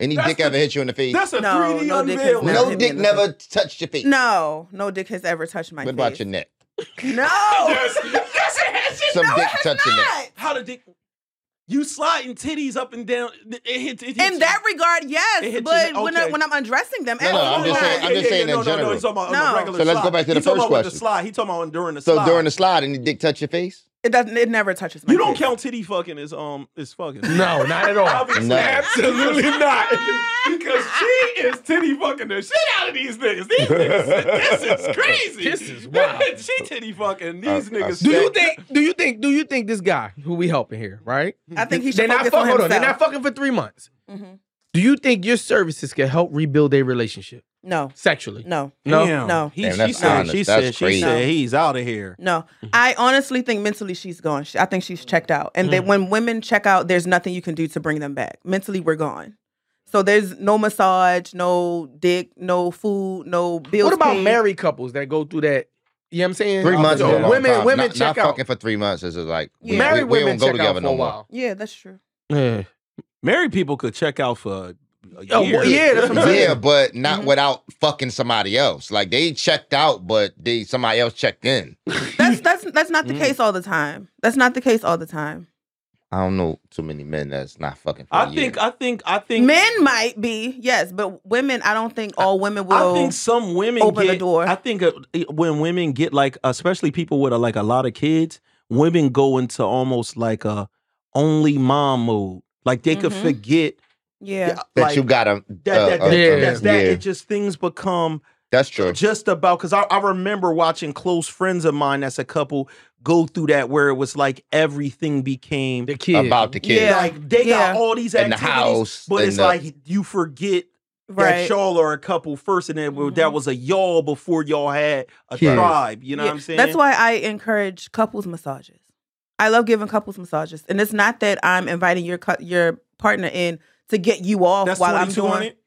Speaker 1: Any
Speaker 5: That's
Speaker 1: dick
Speaker 5: the-
Speaker 1: ever hit you in the face?
Speaker 5: That's a
Speaker 3: No,
Speaker 5: 3D
Speaker 3: no, dick
Speaker 5: unveil.
Speaker 3: has
Speaker 1: no
Speaker 3: hit me
Speaker 1: dick
Speaker 3: in the
Speaker 1: never touched your face.
Speaker 3: No, no dick has ever touched my
Speaker 1: what
Speaker 3: face.
Speaker 1: about your neck?
Speaker 3: No,
Speaker 1: Some dick touched your neck.
Speaker 3: not.
Speaker 2: How the dick? You sliding titties up and down. It hit, it hits
Speaker 3: In
Speaker 2: you.
Speaker 3: that regard,
Speaker 2: It hit
Speaker 3: yes,
Speaker 2: you-
Speaker 3: but when, I,
Speaker 2: okay.
Speaker 3: when I'm undressing them,
Speaker 1: No, no, I'm
Speaker 3: absolutely
Speaker 1: just
Speaker 3: not.
Speaker 1: saying- I'm just saying in
Speaker 2: no, no,
Speaker 1: general.
Speaker 2: No, he's talking about on
Speaker 3: No.
Speaker 2: the regular
Speaker 1: So let's go
Speaker 2: slide.
Speaker 1: back to the
Speaker 2: He's
Speaker 1: first
Speaker 2: talking about with
Speaker 1: question.
Speaker 2: The slide. He talking about on- during the
Speaker 1: So
Speaker 2: slide.
Speaker 1: during the slide, any dick touch your face?
Speaker 3: it doesn't. It never touches my.
Speaker 2: you don't
Speaker 3: face.
Speaker 2: count titty fucking as um as fucking.
Speaker 4: no, not at all.
Speaker 5: Obviously,
Speaker 1: No.
Speaker 5: absolutely not. Because she is titty fucking the shit out of these niggas. These niggas this is crazy.
Speaker 4: This is wild.
Speaker 5: she titty fucking these
Speaker 1: I- I
Speaker 5: niggas.
Speaker 4: Do you think? Do you think? Do you think this guy who we helping here, right?
Speaker 3: I think he
Speaker 4: They're
Speaker 3: should
Speaker 4: not
Speaker 3: focus
Speaker 4: fucking.
Speaker 3: on
Speaker 4: Hold
Speaker 3: himself.
Speaker 4: on. They're not fucking for three months.
Speaker 3: Mhm.
Speaker 4: Do you think your services can help rebuild their relationship
Speaker 3: no,
Speaker 4: sexually?
Speaker 3: no,
Speaker 4: No.
Speaker 2: Damn.
Speaker 3: No.
Speaker 2: He,
Speaker 1: Damn,
Speaker 2: she
Speaker 1: that's
Speaker 2: said.
Speaker 1: honest.
Speaker 2: She
Speaker 1: That's
Speaker 2: said. She
Speaker 1: crazy.
Speaker 2: said he's out of here.
Speaker 3: no. I honestly think mentally she's gone. She- I think she's checked out. And that when women check out, there's nothing you can do to bring them back. Mentally, we're gone. So there's no massage, no dick, no food, no bills.
Speaker 4: What about
Speaker 3: paid.
Speaker 4: married couples that go through that? You know what I'm saying?
Speaker 1: Three months
Speaker 4: So
Speaker 1: is a long
Speaker 4: women,
Speaker 1: time.
Speaker 4: women
Speaker 1: not,
Speaker 4: check
Speaker 1: not
Speaker 4: out.
Speaker 1: fucking for three months. This is like we,
Speaker 3: Yeah.
Speaker 4: Married
Speaker 1: we, we
Speaker 4: women
Speaker 1: don't go
Speaker 4: check out
Speaker 1: together
Speaker 4: for
Speaker 1: no
Speaker 4: a
Speaker 1: more.
Speaker 4: while.
Speaker 3: Yeah, that's true.
Speaker 4: Yeah.
Speaker 2: Married people could check out for a year.
Speaker 4: Oh, well, yeah, that's what I'm saying.
Speaker 1: Yeah, but not
Speaker 3: Mhm.
Speaker 1: without fucking somebody else. Like they checked out, but they somebody else checked in.
Speaker 3: That's that's that's not the
Speaker 2: Mm.
Speaker 3: case all the time. That's not the case all the time.
Speaker 1: I don't know too many men that's not fucking. For a
Speaker 2: I
Speaker 1: year.
Speaker 2: think. uh, I think. I think.
Speaker 3: Men might be yes, but women. I don't think all women
Speaker 2: I
Speaker 3: will.
Speaker 2: think some women
Speaker 3: open the
Speaker 2: get,
Speaker 3: door.
Speaker 2: I think uh, when women get like, especially people with uh like a lot of kids, women go into almost like a only mom mode. Like they could
Speaker 3: Mhm.
Speaker 2: forget uh,
Speaker 3: yeah.
Speaker 1: that
Speaker 2: like,
Speaker 1: you got a
Speaker 2: that, that, that,
Speaker 4: uh,
Speaker 2: that's that.
Speaker 1: yeah. Uh.
Speaker 2: It just things become
Speaker 1: That's true.
Speaker 2: just about because I, I remember watching close friends of mine that's a couple go through that where it was like everything became
Speaker 4: The kid.
Speaker 1: About the kid.
Speaker 3: Yeah.
Speaker 2: like they
Speaker 3: Yeah.
Speaker 2: got all these
Speaker 1: And the
Speaker 2: activities,
Speaker 1: house,
Speaker 2: but
Speaker 1: and
Speaker 2: it's
Speaker 1: the-
Speaker 2: like you forget that
Speaker 3: Right.
Speaker 2: y'all are a couple first, and then well, that
Speaker 3: Mhm.
Speaker 2: was a y'all before y'all had a
Speaker 4: Kids.
Speaker 2: tribe. You know
Speaker 3: Yeah,
Speaker 2: what I'm saying?
Speaker 3: That's why I encourage couples massages. I love giving couples massages, and it's not that I'm inviting your cou- your partner in to get you off
Speaker 5: That's
Speaker 3: while I'm
Speaker 5: 22 on
Speaker 3: doing.
Speaker 5: it.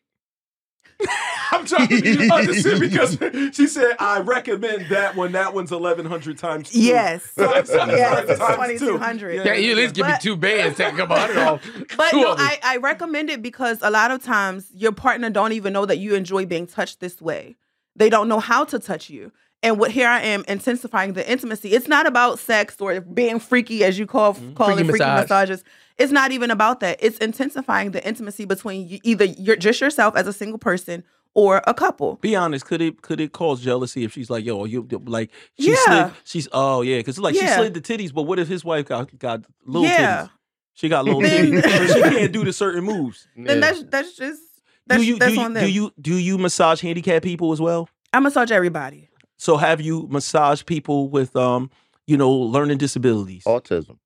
Speaker 5: I'm trying to understand because she said I recommend that one. That one's 1100 times. two."
Speaker 3: Yes,
Speaker 5: So it's-
Speaker 3: yes, it's
Speaker 5: times
Speaker 3: twenty
Speaker 5: two.
Speaker 3: two hundred.
Speaker 5: Yeah,
Speaker 8: Yeah, you at least give me
Speaker 3: But-
Speaker 8: two bands, take a couple hundred off.
Speaker 3: But
Speaker 8: two
Speaker 3: no,
Speaker 8: of them.
Speaker 3: I, I recommend it because a lot of times your partner don't even know that you enjoy being touched this way. They don't know how to touch you. And what here I am intensifying the intimacy. It's not about sex or being freaky as you call
Speaker 2: Mm-hmm.
Speaker 3: call
Speaker 4: Freaky
Speaker 3: it freaky
Speaker 4: massage.
Speaker 3: massages. It's not even about that. It's intensifying the intimacy between you, either your just yourself as a single person or a couple.
Speaker 2: Be honest, could it could it cause jealousy if she's like, yo, you like she
Speaker 3: Yeah.
Speaker 2: slid, she's oh yeah, because like she
Speaker 3: Yeah.
Speaker 2: slid the titties, but what if his wife got got little
Speaker 3: Yeah.
Speaker 2: titties? She got little
Speaker 3: Then-
Speaker 2: titties, so she can't do the certain moves.
Speaker 3: Then that's that's just that's
Speaker 2: do you
Speaker 3: that's
Speaker 2: do you,
Speaker 3: on them.
Speaker 2: do you do you massage handicapped people as well?
Speaker 3: I massage everybody.
Speaker 2: So have you massaged people with um you know learning disabilities?
Speaker 1: Autism.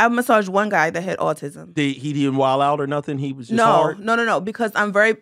Speaker 3: I massaged one guy that had autism.
Speaker 2: Did he didn't wild out or nothing? He was just
Speaker 3: No,
Speaker 2: hard.
Speaker 3: no, no, no. Because I'm very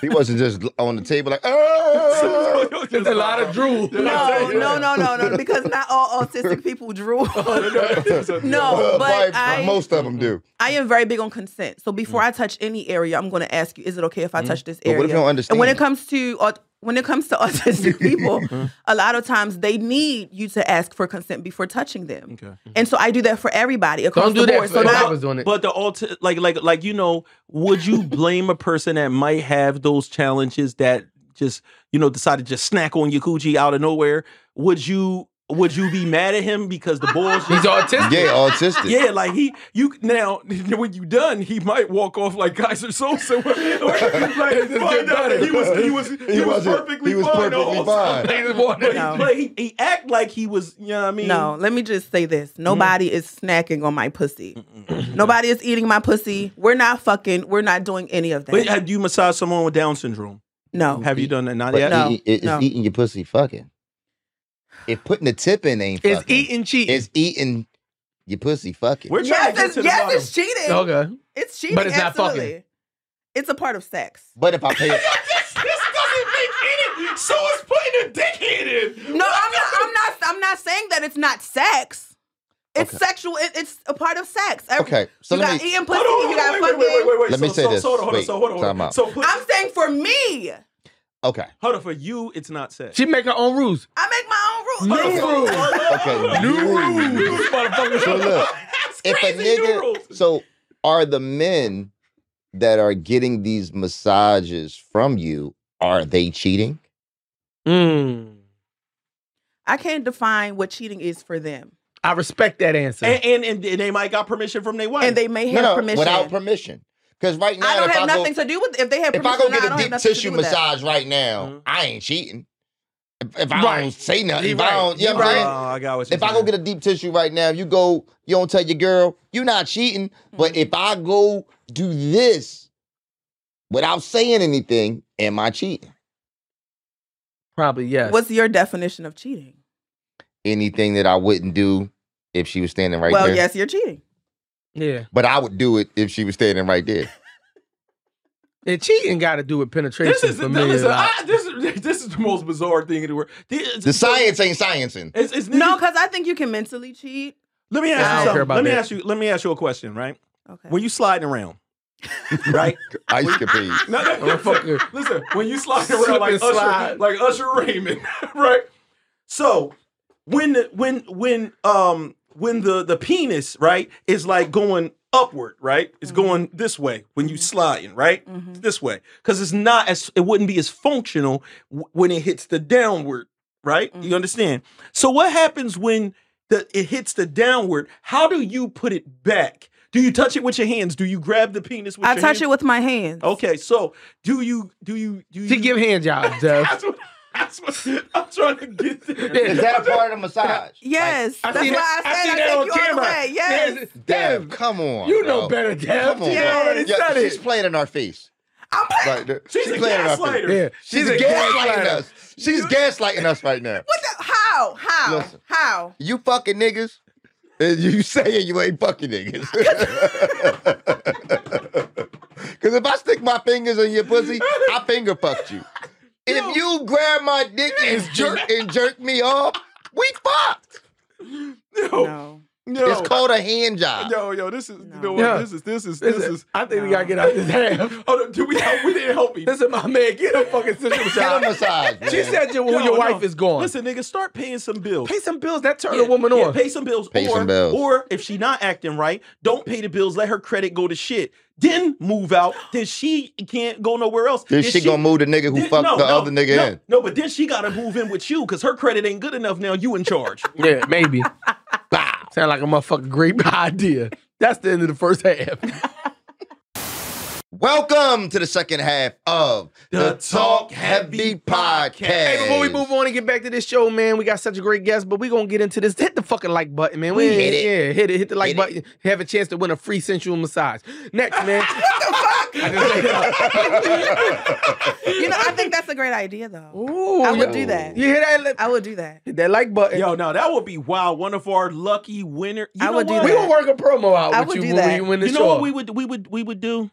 Speaker 1: He wasn't just on the table like, oh.
Speaker 8: It's a lot of drool.
Speaker 3: No, no, no, no, no. Because not all autistic people drool.
Speaker 2: Oh,
Speaker 3: No, but I,
Speaker 1: most of them do.
Speaker 3: I am very big on consent. So
Speaker 2: Mm.
Speaker 3: before I touch any area, I'm going to ask you, is it okay if I touch this
Speaker 1: But
Speaker 3: area?
Speaker 1: what if you don't understand?
Speaker 3: and when it comes to aut- when it comes to autistic people,
Speaker 2: Mm.
Speaker 3: a lot of times they need you to ask for consent before touching them.
Speaker 2: Okay. Mm-hmm.
Speaker 3: And so I do that for everybody across
Speaker 4: Don't do
Speaker 3: the
Speaker 4: that.
Speaker 3: board. So
Speaker 4: So I
Speaker 3: now,
Speaker 4: was doing it.
Speaker 2: But the ulti- like like like you know, would you blame a person that might have those challenges that just you know decide to just snack on your coochie out of nowhere? Would you would you be mad at him because the balls?
Speaker 8: He's
Speaker 2: Just,
Speaker 8: autistic.
Speaker 1: yeah, autistic.
Speaker 2: yeah, like he
Speaker 5: You now when you done, he might walk off like Kaiser Sosa. like
Speaker 8: get
Speaker 5: find out that he was he was he, was
Speaker 1: wasn't-
Speaker 5: perfectly
Speaker 1: he was
Speaker 5: fine. the
Speaker 1: perfectly
Speaker 5: whole time.
Speaker 1: fine.
Speaker 8: They just want
Speaker 5: But
Speaker 8: it.
Speaker 5: he-
Speaker 3: No.
Speaker 5: but
Speaker 2: but he, he act like he was. You know what I mean? mm.
Speaker 3: no, let me just say this: nobody is snacking on my pussy. nobody is eating my pussy. We're not fucking. We're not doing any of that.
Speaker 5: uh,
Speaker 2: But uh, have you massaged someone with Down syndrome?
Speaker 3: no,
Speaker 2: Have you done that? Not
Speaker 1: But
Speaker 2: yet.
Speaker 3: Oh, No,
Speaker 1: eating- it- e, it's
Speaker 3: no.
Speaker 1: eating your pussy fucking. If putting the tip in ain't
Speaker 4: It's
Speaker 1: fucking,
Speaker 4: eating cheating.
Speaker 1: it's eating your pussy fucking.
Speaker 5: We're trying to
Speaker 3: yes,
Speaker 5: get to
Speaker 3: it's,
Speaker 5: the
Speaker 3: yes,
Speaker 5: bottom.
Speaker 3: it's cheating.
Speaker 4: okay.
Speaker 3: It's cheating.
Speaker 8: But it's not fucking.
Speaker 3: absolutely. It's a part of sex.
Speaker 1: But if I pay,
Speaker 5: this, this doesn't make any. So is putting a dickhead in.
Speaker 3: No, I'm not. I'm not. I'm not saying that it's not sex. It's
Speaker 1: Okay.
Speaker 3: sexual. It, it's a part of sex. Every-
Speaker 1: okay, so
Speaker 3: you
Speaker 1: let
Speaker 3: got
Speaker 1: me.
Speaker 3: eating pussy.
Speaker 5: Hold on, hold
Speaker 3: you
Speaker 5: on,
Speaker 3: got
Speaker 5: wait,
Speaker 3: fucking.
Speaker 5: wait, wait, wait, wait.
Speaker 1: Let
Speaker 5: so,
Speaker 1: me say
Speaker 5: so,
Speaker 1: this.
Speaker 5: So hold on, hold on,
Speaker 1: Wait,
Speaker 5: so hold on. hold on.
Speaker 1: time out.
Speaker 5: So put,
Speaker 3: I'm saying for me,
Speaker 1: Okay,
Speaker 2: Hold on, for you, it's not sex.
Speaker 4: She make her own rules.
Speaker 3: I make my own rules.
Speaker 4: New rules.
Speaker 1: okay.
Speaker 8: New
Speaker 1: rules.
Speaker 8: rules, motherfucker.
Speaker 1: So look,
Speaker 5: That's
Speaker 1: if a
Speaker 5: crazy noodles.
Speaker 1: nigga, so are the men that are getting these massages from you? Are they cheating?
Speaker 4: Mm.
Speaker 3: I can't define what cheating is for them,
Speaker 4: I respect that answer.
Speaker 2: and, and, and and they might got permission from their wife.
Speaker 3: and they may
Speaker 1: No,
Speaker 3: have
Speaker 1: no,
Speaker 3: permission.
Speaker 1: without permission. Because right now,
Speaker 3: I don't
Speaker 1: if
Speaker 3: have
Speaker 1: I go,
Speaker 3: nothing to do with. If they have
Speaker 1: if
Speaker 3: permission,
Speaker 1: I go
Speaker 3: or not,
Speaker 1: get
Speaker 3: I
Speaker 1: a
Speaker 3: don't have
Speaker 1: deep
Speaker 3: nothing to
Speaker 1: tissue
Speaker 3: do with that.
Speaker 1: massage right now,
Speaker 2: Mhm.
Speaker 1: I ain't cheating. If, if I
Speaker 4: Right.
Speaker 1: don't say nothing,
Speaker 4: You
Speaker 1: if I don't, Uh, you know what I'm
Speaker 4: right.
Speaker 1: saying?
Speaker 2: Oh, I got what you
Speaker 1: If I go get a deep tissue right now, you go, you don't tell your girl, you not cheating. But
Speaker 3: Mm-hmm.
Speaker 1: if I go do this without saying anything, am I cheating?
Speaker 4: Probably yes.
Speaker 3: What's your definition of cheating?
Speaker 1: Anything that I wouldn't do if she was standing right
Speaker 3: well,
Speaker 1: there.
Speaker 3: yes, you're cheating.
Speaker 4: yeah.
Speaker 1: But I would do it if she was standing right there.
Speaker 4: And cheating got to do with penetration.
Speaker 5: This is
Speaker 4: for
Speaker 5: the,
Speaker 4: me,
Speaker 5: listen,
Speaker 4: like-
Speaker 5: I, this, is- this is the most bizarre thing in the world. This,
Speaker 1: The science ain't sciencing.
Speaker 5: It's, it's
Speaker 3: No, because I think you can mentally cheat.
Speaker 2: Let me
Speaker 4: I
Speaker 2: ask
Speaker 4: don't
Speaker 2: you
Speaker 4: care
Speaker 2: something.
Speaker 4: about
Speaker 2: Let me
Speaker 4: that.
Speaker 2: ask you. Let me ask you a question. Right?
Speaker 3: Okay.
Speaker 2: When you sliding around, right?
Speaker 1: Ice capades.
Speaker 5: No, no, listen,
Speaker 4: Motherfucker.
Speaker 5: listen, when you slide
Speaker 4: Slip
Speaker 5: around like
Speaker 4: and
Speaker 5: Usher,
Speaker 4: slide.
Speaker 5: like Usher Raymond, right?
Speaker 2: So when the, when when um when the the penis right is like going upward, right? It's
Speaker 3: Mm-hmm.
Speaker 2: going this way when you sliding, right?
Speaker 3: Mhm.
Speaker 2: This way because it's not as it wouldn't be as functional w- when it hits the downward, right?
Speaker 3: Mm-hmm.
Speaker 2: You understand? So what happens when the it hits the downward? How do you put it back? Do you touch it with your hands? Do you Oh, grab the penis with
Speaker 3: I
Speaker 2: your
Speaker 3: touch
Speaker 2: hands?
Speaker 3: it with my hands.
Speaker 2: Okay, so do you do you do you
Speaker 4: She give hand jobs, Jeff.
Speaker 5: That's what, that's what I'm trying to get
Speaker 4: Yeah.
Speaker 5: there.
Speaker 1: Is that a part of the massage?
Speaker 3: Yes,
Speaker 4: I
Speaker 3: that's
Speaker 4: seen
Speaker 3: why
Speaker 4: that-
Speaker 3: I said I,
Speaker 4: seen that
Speaker 3: take you
Speaker 4: on
Speaker 3: all the
Speaker 4: camera.
Speaker 3: way. Yes,
Speaker 1: Dev, come on.
Speaker 4: you know
Speaker 1: bro.
Speaker 4: better, Dev.
Speaker 1: Come on,
Speaker 4: She
Speaker 1: bro.
Speaker 4: already
Speaker 1: Yeah,
Speaker 4: said
Speaker 1: she's
Speaker 4: it.
Speaker 1: playing in our face.
Speaker 5: I'm like,
Speaker 1: Like, the-
Speaker 5: She's
Speaker 1: she
Speaker 5: a
Speaker 1: playing it up here.
Speaker 5: gaslighter.
Speaker 4: Yeah.
Speaker 1: She's, gaslighting us. She's gaslighting us right now.
Speaker 3: What the? How? How?
Speaker 1: Listen.
Speaker 3: How?
Speaker 1: You fucking niggas. And you saying you ain't fucking niggas. Cause if I stick my fingers in your pussy, I finger fucked you. If you grab my dick and jerk and jerk me off, we fucked.
Speaker 2: Oh.
Speaker 5: yo,
Speaker 3: No.
Speaker 5: yo,
Speaker 1: It's called a hand job.
Speaker 5: yo, yo, this is you know what?
Speaker 4: No.
Speaker 5: This is this is
Speaker 4: This
Speaker 5: this is.
Speaker 4: I think we gotta get out this half.
Speaker 5: Oh, no, do we help? We didn't help me.
Speaker 4: Listen, my man, get a fucking sister
Speaker 1: Get a
Speaker 4: job.
Speaker 1: massage.
Speaker 4: She
Speaker 1: man.
Speaker 4: said you when
Speaker 5: No,
Speaker 4: your
Speaker 5: no.
Speaker 4: wife is gone.
Speaker 2: Listen, nigga, start paying some bills.
Speaker 4: pay some bills. That turn
Speaker 2: Yeah,
Speaker 4: a woman
Speaker 2: yeah,
Speaker 4: on.
Speaker 2: Pay some bills.
Speaker 1: Pay
Speaker 2: or,
Speaker 1: some bills.
Speaker 2: Or if she not acting right, don't pay the bills. Let her credit go to shit. Then move out. Then she can't go nowhere else.
Speaker 1: Then she, gonna move the nigga who
Speaker 2: then-
Speaker 1: fucked
Speaker 2: no,
Speaker 1: the
Speaker 2: no,
Speaker 1: other nigga
Speaker 2: no,
Speaker 1: in.
Speaker 2: No, but then she gotta move in with you because her credit ain't good enough. Now you in charge.
Speaker 4: Yeah, maybe. Sound like a motherfucking great idea. That's the end of the first half.
Speaker 1: Welcome to the second half of
Speaker 2: The Talk Heavy Podcast.
Speaker 4: Hey, before we move on and get back to this show, man, we got such a great guest, but we gonna get into this. Hit the fucking like button, man. We
Speaker 1: Hit it.
Speaker 4: Yeah, hit it. Hit the like
Speaker 1: Hit it.
Speaker 4: button. Have a chance to win a free sensual massage. Next, man. what the fuck?
Speaker 3: You know, I think that's a great idea, though.
Speaker 4: Ooh,
Speaker 3: I would
Speaker 4: yo.
Speaker 3: do that.
Speaker 4: You hear that?
Speaker 3: I would do that.
Speaker 4: Hit that like button.
Speaker 2: Yo, no, that would be wild. One of our lucky winner. You
Speaker 3: I
Speaker 2: know
Speaker 3: would do
Speaker 2: what?
Speaker 4: we will work a promo out
Speaker 3: I
Speaker 4: with
Speaker 3: would
Speaker 4: you
Speaker 3: do
Speaker 4: when
Speaker 3: that.
Speaker 4: we win the
Speaker 2: You know
Speaker 4: show. Mm-hmm.
Speaker 2: what we would we would we would do?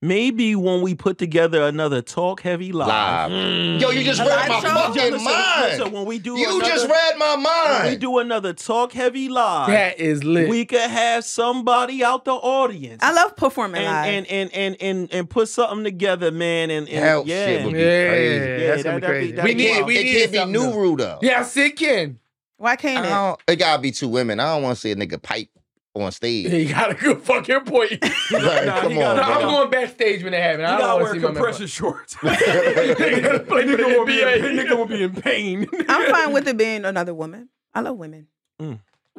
Speaker 2: Maybe when we put together another talk heavy live.
Speaker 1: live.
Speaker 4: Mm.
Speaker 1: Yo, you just
Speaker 3: A
Speaker 1: read
Speaker 3: live
Speaker 1: my
Speaker 3: show?
Speaker 1: fucking
Speaker 2: Listen,
Speaker 1: mind.
Speaker 2: listen, when we do
Speaker 1: you
Speaker 2: another-
Speaker 1: just read my mind.
Speaker 2: we do another talk heavy live.
Speaker 4: that is lit.
Speaker 2: we could have somebody out the audience
Speaker 3: I love performing
Speaker 2: and,
Speaker 3: live.
Speaker 2: and, and and and and put something together, man. And, and
Speaker 1: Hell,
Speaker 2: yeah,
Speaker 1: shit would be
Speaker 4: yeah,
Speaker 1: crazy.
Speaker 4: that's
Speaker 2: Yeah, that'd
Speaker 4: gonna be
Speaker 2: be-
Speaker 4: crazy.
Speaker 2: that'd
Speaker 1: We
Speaker 2: We
Speaker 1: need,
Speaker 2: need-
Speaker 1: we
Speaker 4: we
Speaker 1: it
Speaker 4: need
Speaker 1: can't be
Speaker 4: something
Speaker 1: new
Speaker 4: though.
Speaker 1: rule though.
Speaker 4: Yes, it can.
Speaker 3: Why
Speaker 1: I
Speaker 3: can't it?
Speaker 2: Uh-huh.
Speaker 1: don't, it gotta be two women. I don't want to see a nigga pipe on stage.
Speaker 4: He got a good fucking point.
Speaker 1: Like,
Speaker 5: nah,
Speaker 1: come
Speaker 5: he gotta- Nah,
Speaker 1: on,
Speaker 4: No,
Speaker 1: bro.
Speaker 4: I'm going backstage when it happens.
Speaker 5: You
Speaker 4: I
Speaker 5: gotta
Speaker 4: don't
Speaker 5: wear
Speaker 4: want to see my man.
Speaker 5: compression shorts.
Speaker 4: gotta play for the
Speaker 5: nigga, will be in,
Speaker 4: NBA.
Speaker 5: nigga will be in pain.
Speaker 3: I'm fine with it being another woman. I love women.
Speaker 4: We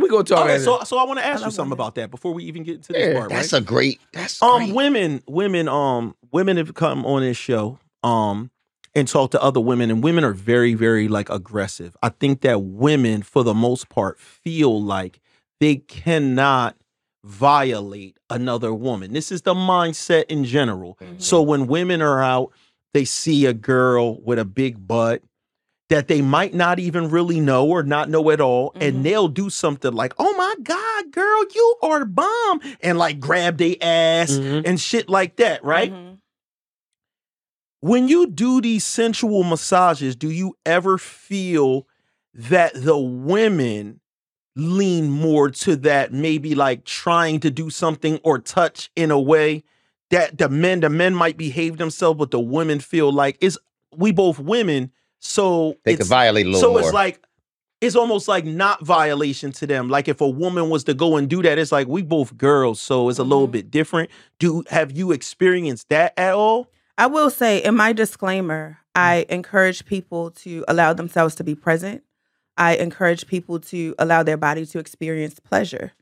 Speaker 4: go talk.
Speaker 2: Okay,
Speaker 4: about
Speaker 2: so so I want to ask
Speaker 3: I
Speaker 2: you
Speaker 3: love
Speaker 2: something
Speaker 3: women.
Speaker 2: about that before we even get into this
Speaker 4: Yeah,
Speaker 2: part,
Speaker 1: That's
Speaker 2: right?
Speaker 1: a great. That's
Speaker 2: um,
Speaker 1: great.
Speaker 2: women, women, um, women have come on this show, um, and talked to other women, and women are very, very like aggressive. I think that women, for the most part, feel like they cannot violate another woman. This is the mindset in general. So when women are out, they see a girl with a big butt that they might not even really know or not know at all,
Speaker 3: Mhm.
Speaker 2: and they'll do something like, "Oh my god, girl, you are the bomb," and like grab their ass
Speaker 4: Mhm.
Speaker 2: and shit like that, right?
Speaker 3: Mhm.
Speaker 2: When you do these sensual massages, do you ever feel that the women lean more to that maybe like trying to do something or touch in a way that the men the men might behave themselves but the women feel like it's we both women so
Speaker 1: they could
Speaker 2: it's,
Speaker 1: violate a little
Speaker 2: so
Speaker 1: more.
Speaker 2: it's like it's almost like not violation to them. Like if a woman was to go and do that, it's like we both girls, so it's a little
Speaker 1: Mm-hmm.
Speaker 3: Mhm.
Speaker 2: bit different. Do have you experienced that at all?
Speaker 3: I will say, in my disclaimer, I encourage people to allow themselves to be present. I encourage people to allow their body to experience pleasure.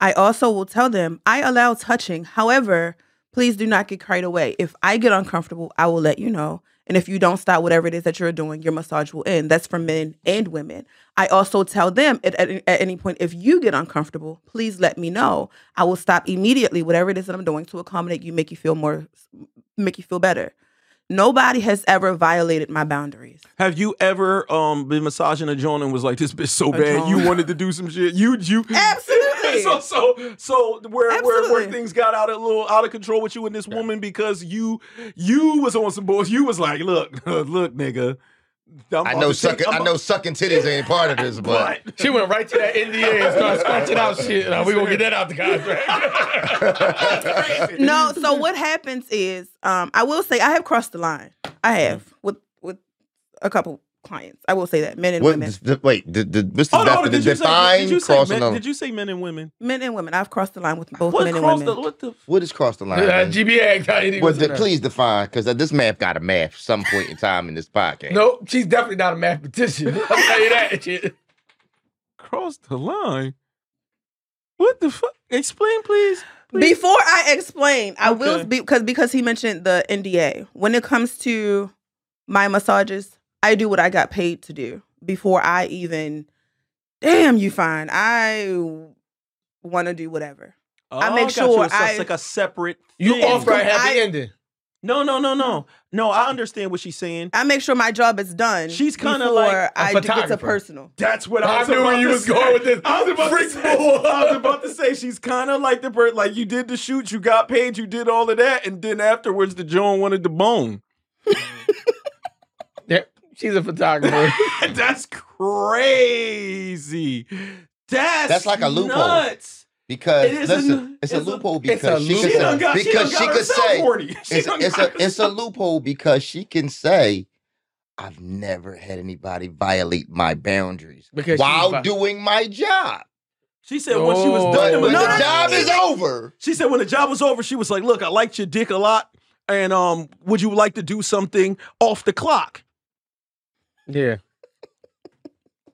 Speaker 3: I also will tell them I allow touching. However, please do not get carried away. If I get uncomfortable, I will let you know. And if you don't stop whatever it is that you're doing, your massage will end. That's for men and women. I also tell them at, at, at any point, if you get uncomfortable, please let me know. I will stop immediately, whatever it is that I'm doing to accommodate you, make you feel more, make you feel better. Nobody has ever violated my boundaries.
Speaker 2: Have you ever um been massaging a joint and was like, this bitch so
Speaker 3: A
Speaker 2: bad, you
Speaker 3: joint.
Speaker 2: wanted to do some shit? You you
Speaker 3: Absolutely.
Speaker 2: so so so where, where where
Speaker 3: Absolutely.
Speaker 2: things got out a little out of control with you and this woman because you you was on some bullshit. You was like, look, look, nigga. I'm
Speaker 1: I
Speaker 2: about
Speaker 1: know
Speaker 2: to take-
Speaker 1: sucking.
Speaker 2: I'm
Speaker 1: I know sucking titties ain't part of this, but
Speaker 4: She went right to that NDA and started scratching out shit. Now we gonna get that out the contract.
Speaker 3: no, so what happens is, um, I will say I have crossed the line. I have with with a couple clients. I will say that men and
Speaker 1: what,
Speaker 3: women,
Speaker 1: the- wait, the, the, this is
Speaker 2: Oh, no,
Speaker 1: definitely
Speaker 2: did you say,
Speaker 1: define
Speaker 2: did you say
Speaker 1: crossing
Speaker 2: men,
Speaker 1: the.
Speaker 2: did you say men and women?
Speaker 3: men and women. I've crossed the line with both men and
Speaker 2: crossed
Speaker 3: women.
Speaker 2: The, what the?
Speaker 1: what is cross the line? man?
Speaker 4: GBA got anything
Speaker 1: What
Speaker 4: to
Speaker 1: the-
Speaker 4: that.
Speaker 1: please define, because this math got a math some point in time in this podcast.
Speaker 4: Nope, she's definitely not a mathematician. I'll tell you that shit.
Speaker 2: Cross the line. What the fuck? Explain, please.
Speaker 3: Before I explain, I will
Speaker 2: Okay.
Speaker 3: be because because he mentioned the NDA. When it comes to my massages, I do what I got paid to do before I even. Damn, you fine. I want to do whatever.
Speaker 2: Oh,
Speaker 3: I make
Speaker 2: got you.
Speaker 3: sure
Speaker 2: So it's
Speaker 3: I-
Speaker 2: like a separate.
Speaker 4: You
Speaker 2: thing.
Speaker 4: off right
Speaker 3: I-
Speaker 4: happy ending.
Speaker 2: No, no, no, no, no. I understand what she's saying.
Speaker 3: I make sure my job is done.
Speaker 2: She's kinda
Speaker 3: before
Speaker 2: like a
Speaker 3: I d- get to
Speaker 4: photographer.
Speaker 3: personal.
Speaker 5: That's what I,
Speaker 8: I
Speaker 5: was
Speaker 8: knew
Speaker 5: about
Speaker 8: where you
Speaker 5: to
Speaker 8: was
Speaker 5: say.
Speaker 8: going with this.
Speaker 5: I was about
Speaker 8: Freak
Speaker 5: to say.
Speaker 8: boy.
Speaker 5: I was about to say she's kind of like the bird. Like you did the shoot, you got paid, you did all of that, and then afterwards the Joan wanted the bone.
Speaker 4: There- She's a photographer.
Speaker 5: That's crazy. That's
Speaker 1: That's like a loophole.
Speaker 5: Nuts.
Speaker 1: Because
Speaker 5: It is a-
Speaker 1: listen, it's, a
Speaker 5: it's a-
Speaker 1: loophole
Speaker 4: it's a
Speaker 1: because she
Speaker 5: She
Speaker 1: could
Speaker 5: done
Speaker 1: say,
Speaker 5: got, she done
Speaker 1: because
Speaker 5: got
Speaker 1: she could
Speaker 5: herself
Speaker 1: say
Speaker 5: horny. She
Speaker 1: it's,
Speaker 5: done
Speaker 1: it's
Speaker 5: got
Speaker 1: a it's a loophole because she can say I've never had anybody violate my boundaries
Speaker 4: Because she's
Speaker 1: while
Speaker 4: vi-
Speaker 1: doing my job.
Speaker 2: She said when she was
Speaker 1: But
Speaker 2: done
Speaker 4: Oh.
Speaker 1: when
Speaker 2: with
Speaker 1: the
Speaker 2: no, no,
Speaker 1: job
Speaker 2: no.
Speaker 1: is over,
Speaker 2: She said when the job was over, she was like, "Look, I liked your dick a lot, and um, would you like to do something off the clock?"
Speaker 4: yeah.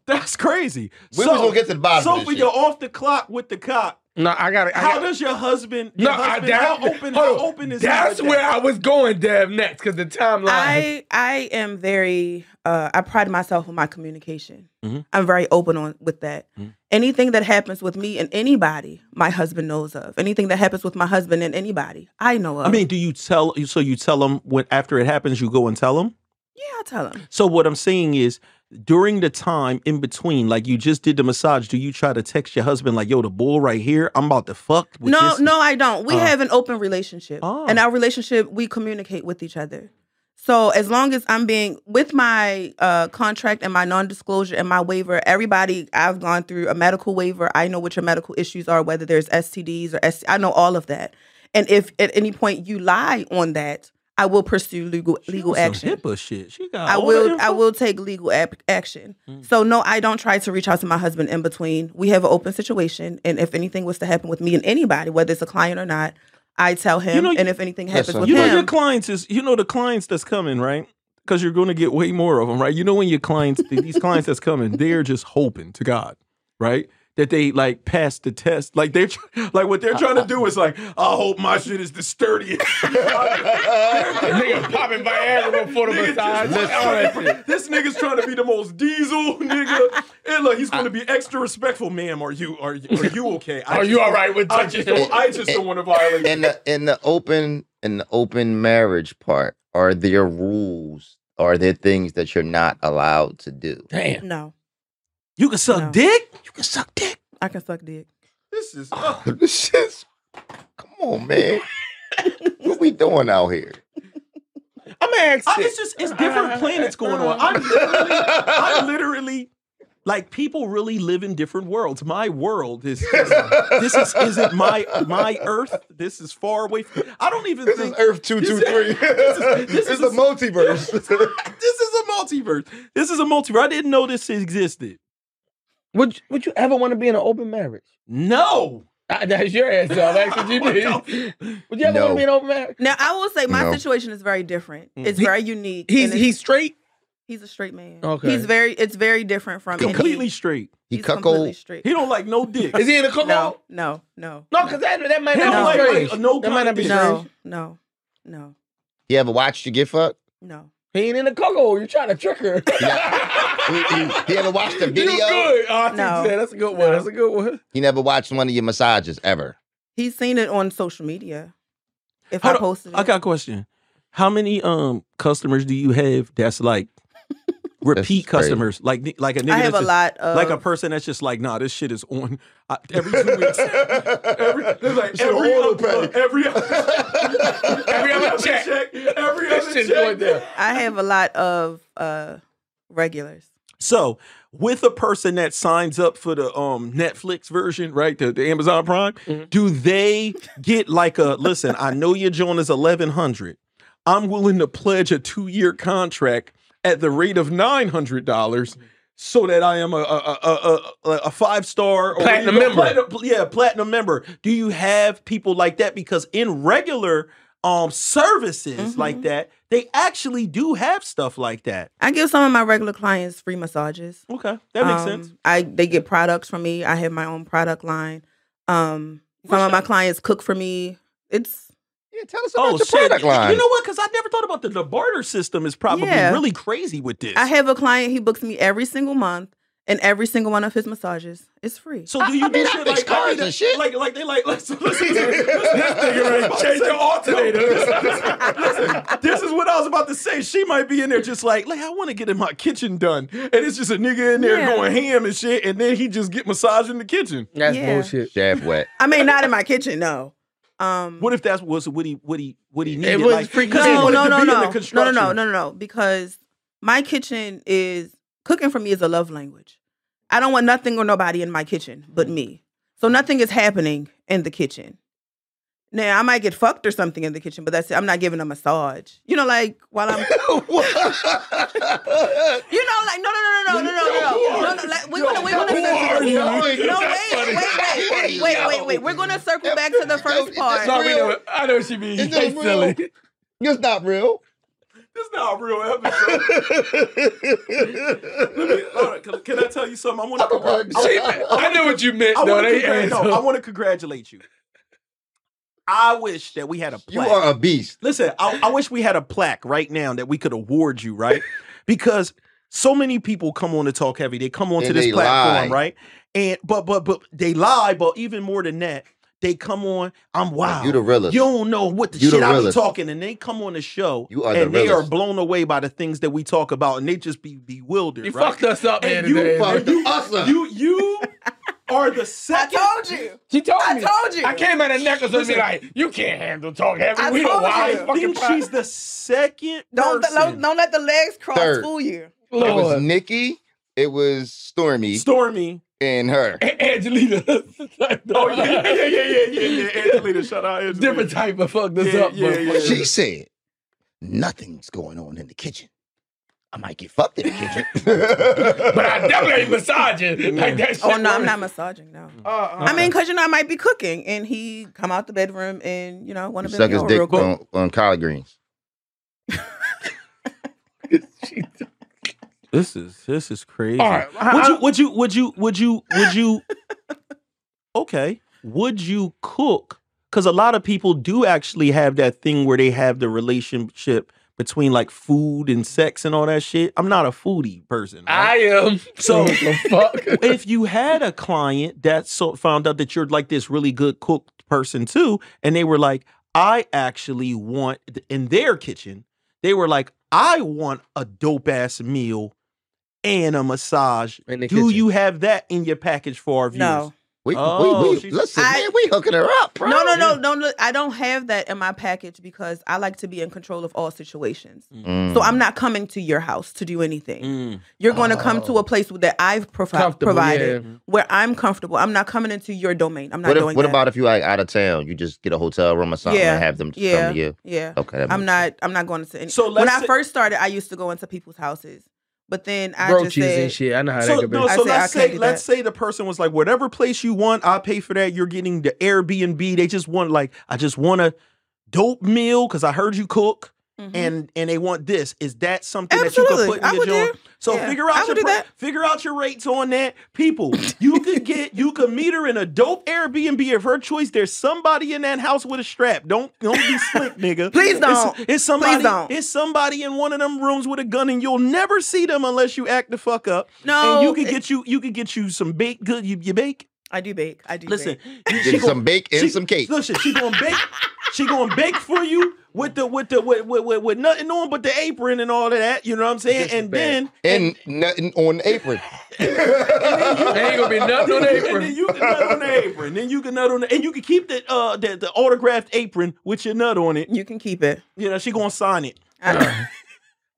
Speaker 2: That's crazy.
Speaker 1: we was gonna get to the bottom
Speaker 2: So
Speaker 1: of
Speaker 2: for
Speaker 1: this.
Speaker 2: your
Speaker 1: Shit.
Speaker 2: off the clock with the cop,
Speaker 4: No, I got it.
Speaker 2: how does your husband? Your
Speaker 4: No, I-
Speaker 2: husband,
Speaker 4: that-
Speaker 2: how open?
Speaker 4: hold
Speaker 2: How
Speaker 4: on.
Speaker 2: open is he with
Speaker 8: That's
Speaker 2: that?
Speaker 8: where I was going, Dev, next, because the timeline.
Speaker 3: I I am very uh, I pride myself on my communication.
Speaker 2: Mhm.
Speaker 3: I'm very open on with that.
Speaker 2: Mhm.
Speaker 3: Anything that happens with me and anybody, my husband knows of. Anything that happens with my husband and anybody, I know of.
Speaker 2: I mean, do you tell? So you tell him when after it happens, you go and tell him.
Speaker 3: yeah, I tell him.
Speaker 2: So what I'm saying is, during the time in between, like you just did the massage, do you try to text your husband like, "Yo, the bull right here, I'm about to fuck"? With
Speaker 3: No,
Speaker 2: this?
Speaker 3: no, I don't. We
Speaker 2: Oh.
Speaker 3: have an open relationship.
Speaker 2: Oh.
Speaker 3: And our relationship, we communicate with each other. So as long as I'm being with my uh, contract and my non-disclosure and my waiver, everybody I've gone through a medical waiver. I know what your medical issues are, whether there's STDs or S. I know all of that. And if at any point you lie on that, I will pursue legal
Speaker 2: She
Speaker 3: legal
Speaker 2: on some
Speaker 3: action.
Speaker 2: HIPAA shit. She got.
Speaker 3: I
Speaker 2: all
Speaker 3: will.
Speaker 2: the
Speaker 3: I
Speaker 2: info.
Speaker 3: will take legal ap- action.
Speaker 2: Mm.
Speaker 3: So no, I don't try to reach out to my husband in between. We have an open situation, and if anything was to happen with me and anybody, whether it's a client or not, I tell him.
Speaker 2: know-
Speaker 3: and if anything happens
Speaker 1: Listen.
Speaker 3: with
Speaker 2: You know your
Speaker 3: him,
Speaker 2: clients is you know the clients that's coming right because you're going to get way more of them right. You know when your clients these clients that's coming they're just hoping to God right that they like pass the test like they're tr- like what they're trying to do is like I hope my shit is the sturdiest.
Speaker 8: nigga popping Viagra before the massage. All that shit.
Speaker 5: this nigga's trying to be the most diesel nigga, and look, he's going to be extra respectful. Ma'am, are you are you, are you okay? I
Speaker 8: Are
Speaker 5: just-
Speaker 8: you all right with
Speaker 5: I
Speaker 8: touching?
Speaker 5: just don't, I just don't want to violate.
Speaker 1: in the in the open in the open marriage part, are there rules? Are there things that you're not allowed to do?
Speaker 4: Damn.
Speaker 3: no,
Speaker 2: You can suck
Speaker 3: No.
Speaker 2: dick. You can suck dick.
Speaker 3: I can suck dick.
Speaker 5: This is uh,
Speaker 1: this shit's come on, man. what we doing out here?
Speaker 4: I'm gonna ask
Speaker 2: I-
Speaker 4: this.
Speaker 2: it's just it's different planets going on. I literally, I literally, like people really live in different worlds. My world is. is- this is isn't my my Earth. This is far away. From, I don't even
Speaker 1: This is
Speaker 2: think
Speaker 1: Earth two two three.
Speaker 2: This is- this
Speaker 1: This is
Speaker 2: is
Speaker 1: the
Speaker 2: a-
Speaker 1: multiverse.
Speaker 2: this is a multiverse. This is a multiverse. I didn't know this existed.
Speaker 4: Would you- Would you ever want to be in an open marriage?
Speaker 2: No.
Speaker 4: Ah, that's your answer. That's what you did. Would you ever want
Speaker 1: No.
Speaker 4: to be in an open marriage?
Speaker 3: Now I will say my
Speaker 1: No.
Speaker 3: situation is very different.
Speaker 2: Mm.
Speaker 3: It's
Speaker 4: He-
Speaker 3: very unique.
Speaker 4: He's
Speaker 3: and it's-
Speaker 4: he's straight.
Speaker 3: he's a straight man.
Speaker 4: Okay.
Speaker 3: he's very. It's very different from any-
Speaker 2: Completely straight.
Speaker 1: he
Speaker 3: he's completely
Speaker 1: cuckold.
Speaker 3: straight.
Speaker 2: He don't like no dick.
Speaker 4: Is he in a couple?
Speaker 3: No, no, no,
Speaker 4: No, because that, that might
Speaker 2: He
Speaker 4: not
Speaker 3: don't
Speaker 4: be
Speaker 3: like,
Speaker 4: strange.
Speaker 2: like, no
Speaker 4: that might not be
Speaker 2: kind
Speaker 4: strange.
Speaker 3: no, no, no,
Speaker 1: You ever watched you get fucked?
Speaker 3: no.
Speaker 4: He ain't in a cuckold. You're trying to trick her.
Speaker 1: You you ever watched a
Speaker 4: You
Speaker 1: video?
Speaker 4: good. Oh, I think
Speaker 3: No.
Speaker 4: so. That's a good one.
Speaker 3: No.
Speaker 4: That's a good one.
Speaker 1: He never watched one of your massages ever.
Speaker 3: He's seen it on social media. If
Speaker 2: Hold
Speaker 3: I
Speaker 2: on.
Speaker 3: posted, it.
Speaker 2: I got a question. How many um customers do you have that's like repeat
Speaker 1: That's crazy.
Speaker 2: customers? Like ni- like a nigga
Speaker 3: I have
Speaker 2: that's
Speaker 3: a
Speaker 2: just-
Speaker 3: lot of
Speaker 4: Uh,
Speaker 2: like a person that's just like, nah, this shit is on I, every two weeks.
Speaker 5: every it's like
Speaker 1: Should've
Speaker 5: every
Speaker 1: auto
Speaker 5: other, look,
Speaker 1: paid.
Speaker 5: every other, every other check, every
Speaker 4: That
Speaker 5: other
Speaker 4: shit's
Speaker 5: check.
Speaker 4: going down.
Speaker 3: I have a lot of uh regulars.
Speaker 2: So with a person that signs up for the um Netflix version, right? The, the Amazon Prime,
Speaker 4: Mhm.
Speaker 2: do they get like a listen, I know your joint is eleven hundred. I'm willing to pledge a two year contract at the rate of nine hundred dollars so that I am a a a, a, five star
Speaker 4: Platinum member.
Speaker 2: yeah, platinum member. Do you have people like that? Because in regular um services like that, they actually do have stuff like that.
Speaker 3: I give some of my regular clients free massages.
Speaker 2: Okay. That makes
Speaker 3: Um,
Speaker 2: sense.
Speaker 3: I they get products from me. I have my own product line. Um some of my clients cook for me. It's
Speaker 1: Yeah, tell us about your product
Speaker 2: You-
Speaker 1: line.
Speaker 2: Oh, You know what? Because I never thought about the, the barter system is probably
Speaker 3: Yeah.
Speaker 2: really crazy with this.
Speaker 3: I have a client, he books me every single month and every single one of his massages is free.
Speaker 2: So do you do shit
Speaker 1: fix
Speaker 2: like I
Speaker 1: cars
Speaker 2: mean,
Speaker 1: and shit.
Speaker 2: Like like they like listen listen to this nigga right change your alternator. listen, this is what I was about to say. She might be in there just like like I want to get in my kitchen done, and it's just a nigga in there
Speaker 3: Yeah.
Speaker 2: going ham and shit, and then he just get massaged in the kitchen.
Speaker 4: That's
Speaker 3: Yeah.
Speaker 4: bullshit.
Speaker 1: Jab wet.
Speaker 3: I mean, not in my kitchen, no. Um,
Speaker 2: What if that was what he what he what he needed?
Speaker 4: It was
Speaker 2: like, 'cause he
Speaker 4: freaking-
Speaker 3: no,
Speaker 2: wanted
Speaker 3: no,
Speaker 2: to
Speaker 3: no,
Speaker 2: be in the
Speaker 3: no, no, no,
Speaker 2: construction.
Speaker 3: no, no, no, Because my kitchen is cooking for me is a love language. I don't want nothing or nobody in my kitchen but me. So nothing is happening in the kitchen. Now I might get fucked or something in the kitchen, but that's it. I'm not giving a massage. You know, like while I'm, you know, like no, no, no, no, no, no, no, no, no, no, no. Like, we wanna, we wanna.
Speaker 1: No,
Speaker 3: circle-
Speaker 1: wait,
Speaker 3: No, wait, wait, wait, wait, wait, wait. We're gonna circle back to the first part.
Speaker 1: Sorry,
Speaker 9: I
Speaker 1: real.
Speaker 9: know- I know what you mean.
Speaker 1: Is this
Speaker 9: Hey, silly.
Speaker 1: It's not real.
Speaker 2: This not a real episode. Let me- hold on, can, can I tell you something? I want to.
Speaker 9: She- I know what you meant.
Speaker 2: I
Speaker 9: though.
Speaker 2: want to
Speaker 9: They
Speaker 2: congrat- no,
Speaker 9: assholes.
Speaker 2: I want to congratulate you. I wish that we had a plaque.
Speaker 1: you are a beast.
Speaker 2: Listen, I, I wish we had a plaque right now that we could award you, right? Because so many people come on to talk heavy. They come onto
Speaker 1: And
Speaker 2: this
Speaker 1: they
Speaker 2: platform,
Speaker 1: lie.
Speaker 2: right? And but but but they lie. But even more than that, they come on. I'm wild.
Speaker 1: You the realest.
Speaker 2: You don't know what the
Speaker 1: You the
Speaker 2: shit I be
Speaker 1: realest.
Speaker 2: talking, and they come on the show,
Speaker 1: You are the
Speaker 2: and they are
Speaker 1: realest.
Speaker 2: blown away by the things that we talk about, and they just be bewildered.
Speaker 9: You
Speaker 2: right?
Speaker 9: fucked us up, man.
Speaker 2: And you
Speaker 9: today.
Speaker 1: fucked
Speaker 9: You-
Speaker 1: us up.
Speaker 2: You you are the
Speaker 3: I
Speaker 2: second.
Speaker 3: told you.
Speaker 9: She told
Speaker 3: I
Speaker 9: me.
Speaker 3: told you.
Speaker 9: I came at her necklace and
Speaker 2: Listen.
Speaker 9: be like, "You can't handle talk heavy.
Speaker 3: I
Speaker 9: we
Speaker 3: told
Speaker 9: don't
Speaker 2: I
Speaker 3: you.
Speaker 9: why fucking
Speaker 2: think she's the second.
Speaker 3: Don't
Speaker 2: person.
Speaker 3: don't, don't let the legs cross
Speaker 1: Third.
Speaker 3: fool you.
Speaker 1: It was
Speaker 9: Lord.
Speaker 1: Nikki, it was Stormy,
Speaker 2: Stormy.
Speaker 1: and her.
Speaker 9: Angelina.
Speaker 2: Oh yeah, yeah, yeah, yeah, yeah, yeah. Angelina, shout out Angelina.
Speaker 9: Different type of fuck this
Speaker 2: Yeah,
Speaker 9: up.
Speaker 2: yeah,
Speaker 9: motherfucker.
Speaker 2: yeah.
Speaker 1: She said, nothing's going on in the kitchen. I might get fucked in the kitchen.
Speaker 9: But I definitely ain't massaging like that shit.
Speaker 3: Oh no, I'm
Speaker 9: works.
Speaker 3: not massaging. No,
Speaker 4: Uh,
Speaker 9: Uh-uh.
Speaker 3: I mean, cause you know I might be cooking, and he come out the bedroom and you know want to
Speaker 1: Suck
Speaker 3: bend me
Speaker 1: his
Speaker 3: over
Speaker 1: dick
Speaker 3: "Oh, real quick.
Speaker 1: on, on collard greens.
Speaker 10: This is this is crazy.
Speaker 9: All right.
Speaker 10: Would
Speaker 9: I-
Speaker 10: you would you would you would you would you Okay. Would you cook? Cuz a lot of people do actually have that thing where they have the relationship between like food and sex and all that shit. I'm not a foodie person.
Speaker 9: I
Speaker 10: right?
Speaker 9: am.
Speaker 10: So-
Speaker 9: What the fuck.
Speaker 10: if you had a client that so found out that you're like this really good cooked person too, and they were like, I actually want in their kitchen, they were like, I want a dope ass meal and a massage.
Speaker 4: In
Speaker 10: Do
Speaker 4: the kitchen.
Speaker 10: you have that in your package for our viewers?
Speaker 3: No,
Speaker 1: We,
Speaker 10: Oh,
Speaker 1: we, we,
Speaker 10: she's-
Speaker 1: listen,
Speaker 3: I-
Speaker 1: man, we hooking her up, bro.
Speaker 3: no, no, no, no, no. I don't have that in my package because I like to be in control of all situations.
Speaker 1: Mm.
Speaker 3: So I'm not coming to your house to do anything.
Speaker 10: Mm.
Speaker 3: You're going to come
Speaker 1: Oh.
Speaker 3: to a place that I've provi-
Speaker 4: Comfortable,
Speaker 3: provided where I'm comfortable. I'm not coming into your domain. I'm not
Speaker 1: What, if-
Speaker 3: doing
Speaker 1: what
Speaker 3: that.
Speaker 1: about if you like out of town? You just get a hotel room or something
Speaker 3: Yeah,
Speaker 1: and have them just
Speaker 3: yeah.
Speaker 1: come to you.
Speaker 3: yeah.
Speaker 1: Okay, that
Speaker 3: I'm
Speaker 1: makes
Speaker 3: not. I'm not going to any.
Speaker 2: So
Speaker 3: when
Speaker 2: let's
Speaker 3: I
Speaker 2: say-
Speaker 3: first started, I used to go into people's houses, but then I just
Speaker 4: Roaches
Speaker 3: said,
Speaker 4: and shit. I know how
Speaker 2: So,
Speaker 4: that could be.
Speaker 2: no,
Speaker 3: I
Speaker 2: so
Speaker 3: say
Speaker 2: let's
Speaker 3: I can't
Speaker 2: say
Speaker 3: do
Speaker 2: let's
Speaker 3: that.
Speaker 2: say the person was like, whatever place you want, I pay for that. You're getting the Airbnb. They just want like, I just want a dope meal because I heard you cook.
Speaker 3: Mhm.
Speaker 2: and and they want this. Is that something that you
Speaker 3: Absolutely.
Speaker 2: could put in
Speaker 3: I
Speaker 2: your
Speaker 3: would
Speaker 2: joint?
Speaker 3: do-
Speaker 2: So
Speaker 3: yeah,
Speaker 2: figure
Speaker 3: I
Speaker 2: out
Speaker 3: would
Speaker 2: your
Speaker 3: do
Speaker 2: pri-
Speaker 3: that.
Speaker 2: figure out your rates on that. People, you could get you could meet her in a dope Airbnb of her choice. There's somebody in that house with a strap. Don't don't be slick, nigga.
Speaker 3: Please don't.
Speaker 2: It's, it's somebody.
Speaker 3: don't.
Speaker 2: It's somebody in one of them rooms with a gun, and you'll never see them unless you act the fuck up.
Speaker 3: No,
Speaker 2: and you could
Speaker 3: it-
Speaker 2: get you you could get you some baked good. You, you bake.
Speaker 3: I do bake. I do.
Speaker 2: Listen,
Speaker 3: bake.
Speaker 2: you- she
Speaker 1: Get
Speaker 2: gon-
Speaker 1: some bake and
Speaker 2: she-
Speaker 1: some cake.
Speaker 2: Listen, she gonna bake. She gonna bake for you with the with the with with, with, with nothing on but the apron and all of that. You know what I'm saying?
Speaker 4: This is
Speaker 2: And
Speaker 4: bad.
Speaker 2: then
Speaker 1: And nothing on the apron.
Speaker 9: There ain't gonna be nothing on the
Speaker 2: and
Speaker 9: apron.
Speaker 2: then you can nut on the apron. Then you can nut on the and you can keep the uh the, the autographed apron with your nut on it.
Speaker 3: you can keep it.
Speaker 2: You know she gonna sign it.
Speaker 3: I-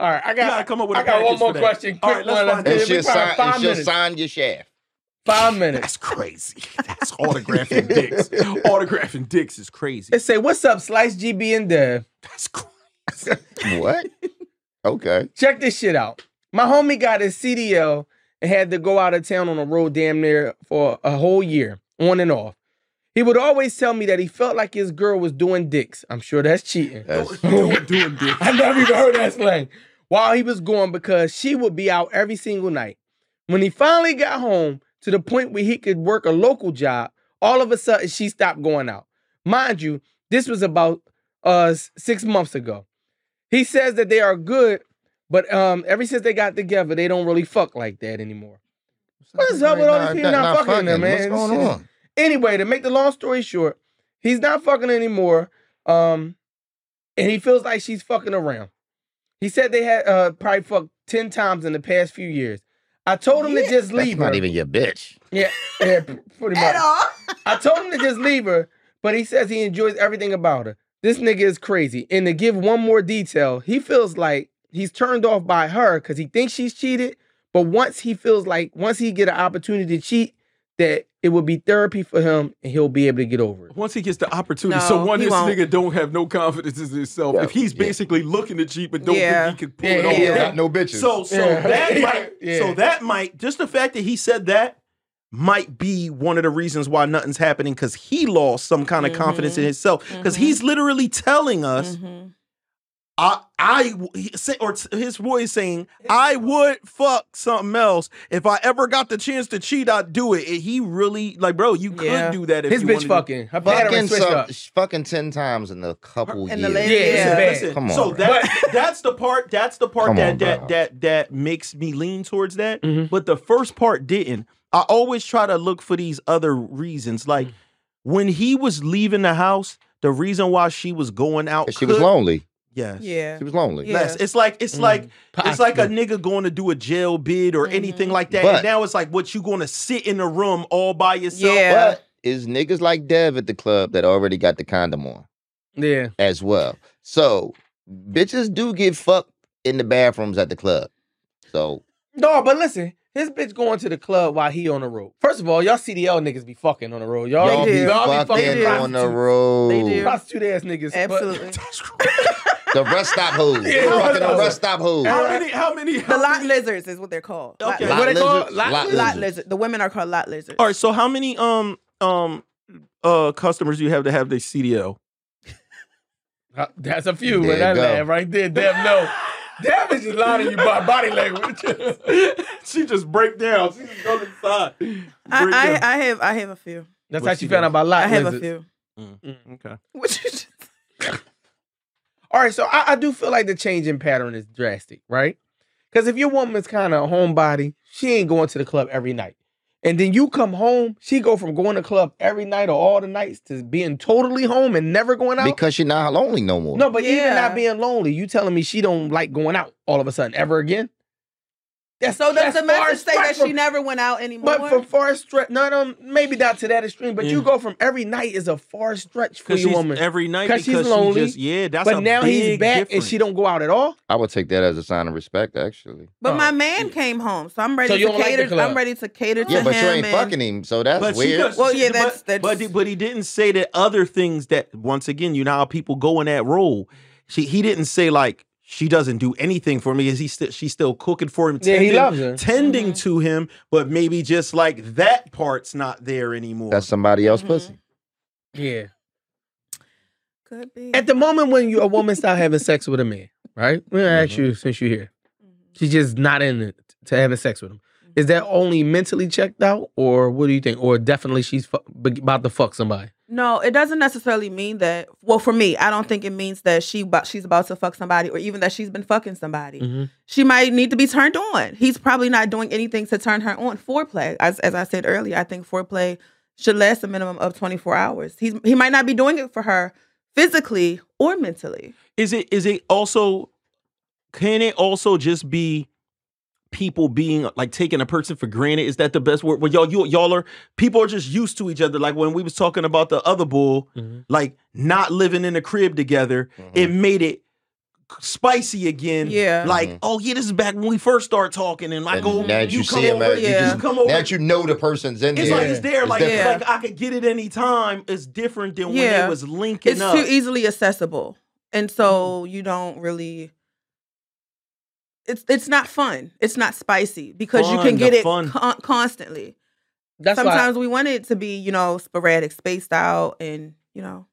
Speaker 9: All right, I
Speaker 2: You gotta
Speaker 9: got.
Speaker 2: come up with. a
Speaker 9: I got one
Speaker 2: package
Speaker 9: more
Speaker 2: for that.
Speaker 9: question.
Speaker 2: All
Speaker 9: quick
Speaker 2: right, let's
Speaker 9: one.
Speaker 2: find
Speaker 9: We
Speaker 1: and
Speaker 2: this.
Speaker 1: she'll,
Speaker 9: probably
Speaker 1: sign,
Speaker 9: five
Speaker 1: and she'll
Speaker 9: minutes.
Speaker 1: sign your shaft.
Speaker 9: Five minutes.
Speaker 2: That's crazy. That's autographing dicks. autographing dicks is crazy.
Speaker 4: They say, "What's up, Slice GB and Dev?
Speaker 2: That's crazy.
Speaker 1: What? Okay.
Speaker 4: Check this shit out. My homie got his CDL and had to go out of town on the road damn near for a whole year, on and off. He would always tell me that he felt like his girl was doing dicks. I'm sure that's cheating.
Speaker 1: That's-
Speaker 2: Doing, doing dicks.
Speaker 9: I never even heard that slang.
Speaker 4: while he was gone because she would be out every single night. When he finally got home to the point where he could work a local job, all of a sudden she stopped going out. Mind you, this was about uh s- six months ago. He says that they are good, but um ever since they got together, they don't really fuck like that anymore. What's up with all these people not fucking them, man?
Speaker 1: What's going
Speaker 4: Shit.
Speaker 1: on?
Speaker 4: Anyway, to make the long story short, he's not fucking anymore. Um, and he feels like she's fucking around. He said they had uh probably fucked ten times in the past few years. I told him to just
Speaker 1: That's
Speaker 4: leave her.
Speaker 1: not even your bitch.
Speaker 4: yeah, pr- pretty much.
Speaker 3: At all.
Speaker 4: I told him to just leave her, but he says he enjoys everything about her. This nigga is crazy. And to give one more detail, he feels like he's turned off by her because he thinks she's cheated. But once he feels like once he get an opportunity to cheat, that it will be therapy for him and he'll be able to get over it.
Speaker 5: Once he gets the opportunity,
Speaker 3: No,
Speaker 5: so one
Speaker 3: he
Speaker 5: this
Speaker 3: won't.
Speaker 5: nigga don't have no confidence in himself. If he's basically looking to cheat, but don't
Speaker 3: Yeah.
Speaker 5: think he could pull
Speaker 4: Yeah,
Speaker 5: it off.
Speaker 4: yeah, yeah.
Speaker 8: Got no bitches.
Speaker 2: So so
Speaker 4: Yeah.
Speaker 2: that might
Speaker 4: Yeah.
Speaker 2: so that might just the fact that he said that might be one of the reasons why nothing's happening because he lost some kind of confidence in himself because
Speaker 3: Mhm.
Speaker 2: he's literally telling us
Speaker 3: Mhm.
Speaker 2: I I w- he say- or t- his voice saying I would fuck something else if I ever got the chance to cheat I'd do it. And he really like bro you could
Speaker 3: Yeah.
Speaker 2: do that if
Speaker 4: His
Speaker 2: you
Speaker 4: bitch
Speaker 2: wanted to.
Speaker 4: fucking. Her pattern
Speaker 1: Fucking,
Speaker 4: switched
Speaker 1: some,
Speaker 4: up.
Speaker 1: sh- fucking ten times in a couple
Speaker 3: And the
Speaker 1: years.
Speaker 3: lady-
Speaker 4: Yeah, it's
Speaker 3: Yeah.
Speaker 4: bad.
Speaker 2: Listen,
Speaker 1: Come on,
Speaker 2: so
Speaker 1: bro.
Speaker 2: that that's the part that's the part
Speaker 1: Come
Speaker 2: that
Speaker 1: on,
Speaker 2: that
Speaker 1: bro.
Speaker 2: that that makes me lean towards that.
Speaker 4: Mhm.
Speaker 2: But the first part didn't. I always try to look for these other reasons. Like
Speaker 3: Mm.
Speaker 2: when he was leaving the house, the reason why she was going out
Speaker 1: She was
Speaker 2: could-
Speaker 1: lonely.
Speaker 2: Yes.
Speaker 3: Yeah.
Speaker 1: She was lonely.
Speaker 3: Yeah. Mm.
Speaker 2: Yes. It's like it's like it's like a
Speaker 4: Mm-hmm. Possibly.
Speaker 2: nigga going to do a jail bid
Speaker 3: Mm-hmm.
Speaker 2: or anything like that.
Speaker 1: But-
Speaker 2: and now it's like, what you going to sit in the room all by yourself?
Speaker 3: Yeah.
Speaker 1: But is niggas like Dev at the club that already got the condom on
Speaker 4: Yeah.
Speaker 1: as well. So bitches do get fucked in the bathrooms at the club. So
Speaker 4: No, but listen, his bitch going to the club while he on the road. First of all, y'all CDL niggas be fucking on the road. Y'all,
Speaker 1: y'all
Speaker 3: They
Speaker 1: be
Speaker 3: do.
Speaker 4: y'all be
Speaker 1: fucking
Speaker 4: fucking
Speaker 3: do.
Speaker 1: on the
Speaker 4: prostitutes.
Speaker 1: road.
Speaker 3: They do.
Speaker 4: prostitute ass niggas. but-
Speaker 3: Absolutely.
Speaker 1: The rest stop hoes.
Speaker 4: Yeah,
Speaker 1: fucking
Speaker 4: bro.
Speaker 1: the rest stop hoes.
Speaker 5: How many? How many?
Speaker 3: The
Speaker 5: How
Speaker 3: lot
Speaker 5: many
Speaker 3: lizards is what they're called. Lot
Speaker 2: Okay.
Speaker 3: lizards.
Speaker 4: What they call it?
Speaker 1: lizards,
Speaker 4: Lot
Speaker 1: lot
Speaker 4: lizards?
Speaker 3: Lot
Speaker 1: lizards.
Speaker 3: lizard. The women are called lot lizards.
Speaker 2: All right. So how many um um uh customers do you have to have their CDL?
Speaker 4: Uh, That's a few.
Speaker 1: There
Speaker 4: and
Speaker 1: you
Speaker 4: that
Speaker 1: go.
Speaker 4: laugh right there, Dev. No, Dev is just lying to you by body language.
Speaker 5: she just break down. She just go inside.
Speaker 3: I,
Speaker 5: Break down.
Speaker 3: I, I have I have a few.
Speaker 4: That's
Speaker 2: What
Speaker 4: how
Speaker 2: she
Speaker 4: she found out about
Speaker 3: I
Speaker 4: lot
Speaker 3: have a
Speaker 4: lizards.
Speaker 3: few.
Speaker 2: Okay.
Speaker 3: What you just
Speaker 4: All right, so I, I do feel like the change in pattern is drastic, right? Because if your woman's kind of a homebody, she ain't going to the club every night. And then you come home, she go from going to club every night or all the nights to being totally home and never going out.
Speaker 1: Because she not lonely no more.
Speaker 4: no, but even
Speaker 3: Yeah.
Speaker 4: not being lonely, you telling me she don't like going out all of a sudden ever again? That's
Speaker 3: So does
Speaker 4: that's
Speaker 3: the message
Speaker 4: far
Speaker 3: say that
Speaker 4: stretch from-
Speaker 3: she never went out anymore?
Speaker 4: But from far stretch, no, no, maybe not to that extreme. But you
Speaker 2: Yeah.
Speaker 4: go from every night is a far stretch for
Speaker 2: Because
Speaker 4: you,
Speaker 2: Mm. she's
Speaker 4: woman.
Speaker 2: every night
Speaker 4: 'Cause
Speaker 2: because
Speaker 4: she's
Speaker 2: she's
Speaker 4: lonely,
Speaker 2: Just, yeah, that's a
Speaker 4: But now he's
Speaker 2: big
Speaker 4: back and
Speaker 2: difference.
Speaker 4: she don't go out at all.
Speaker 1: I would take that as a sign of respect, actually.
Speaker 3: But my
Speaker 4: Oh,
Speaker 3: man
Speaker 4: yeah.
Speaker 3: came home, so I'm
Speaker 4: So
Speaker 3: ready
Speaker 4: you
Speaker 3: to
Speaker 4: don't like the
Speaker 3: cater.
Speaker 4: club?
Speaker 3: I'm ready to cater to
Speaker 1: Yeah,
Speaker 3: him.
Speaker 1: but you ain't
Speaker 3: and-
Speaker 1: fucking him, so that's
Speaker 2: But she
Speaker 1: weird.
Speaker 2: does,
Speaker 3: Well,
Speaker 2: she-
Speaker 3: yeah,
Speaker 2: but-
Speaker 3: that's- that's-
Speaker 2: But, he- but he didn't say that other things that once again, you know how people go in that role. She he didn't say like she doesn't do anything for me. Is he still she's still cooking for him?
Speaker 4: Yeah, he loves her.
Speaker 2: tending to him, but maybe just like that part's not there anymore.
Speaker 1: That's somebody else
Speaker 3: Mhm.
Speaker 1: pussy.
Speaker 4: Yeah.
Speaker 3: Could be.
Speaker 4: At the moment when you a woman start having sex with a man, right? We gonna
Speaker 2: Mm-hmm.
Speaker 4: ask you since you're here.
Speaker 3: Mhm.
Speaker 4: She's just not in it to having sex with him. Is that only mentally checked out, or what do you think? Or definitely she's fu- be- about to fuck somebody.
Speaker 3: No, it doesn't necessarily mean that. Well, for me, I don't think it means that she bu- she's about to fuck somebody, or even that she's been fucking somebody.
Speaker 2: Mm-hmm.
Speaker 4: Mhm.
Speaker 3: She might need to be turned on. He's probably not doing anything to turn her on. Foreplay, as as I said earlier, I think foreplay should last a minimum of twenty four hours. He's he might not be doing it for her physically or mentally.
Speaker 2: is it is it also can it also just be people being like taking a person for granted is that the best word well y'all you, y'all are people are just used to each other like when we was talking about the other bull
Speaker 4: Mhm.
Speaker 2: like not living in the crib together
Speaker 1: Mm-hmm.
Speaker 2: it
Speaker 1: Mm.
Speaker 2: made it spicy again
Speaker 3: Yeah.
Speaker 2: like
Speaker 1: Mhm.
Speaker 2: oh yeah this is back when we first start talking and i
Speaker 1: And
Speaker 2: go
Speaker 1: now you
Speaker 2: come
Speaker 1: see him,
Speaker 2: over,
Speaker 1: man,
Speaker 3: you
Speaker 2: yeah.
Speaker 3: just-
Speaker 2: you come over
Speaker 1: Now that you know the person's in
Speaker 2: it's
Speaker 1: there.
Speaker 2: like it's there
Speaker 1: It's
Speaker 2: like
Speaker 1: different.
Speaker 2: like i could get it any time it's different than when
Speaker 3: Yeah.
Speaker 2: it was linking
Speaker 3: it's
Speaker 2: up
Speaker 3: too easily accessible and so
Speaker 2: Mm-hmm.
Speaker 3: you don't really it's it's not fun it's not spicy because you
Speaker 2: Fun,
Speaker 3: can get
Speaker 2: the
Speaker 3: it
Speaker 2: fun.
Speaker 3: con- constantly
Speaker 4: That's why.
Speaker 3: sometimes we want it to be you know sporadic spaced out and you know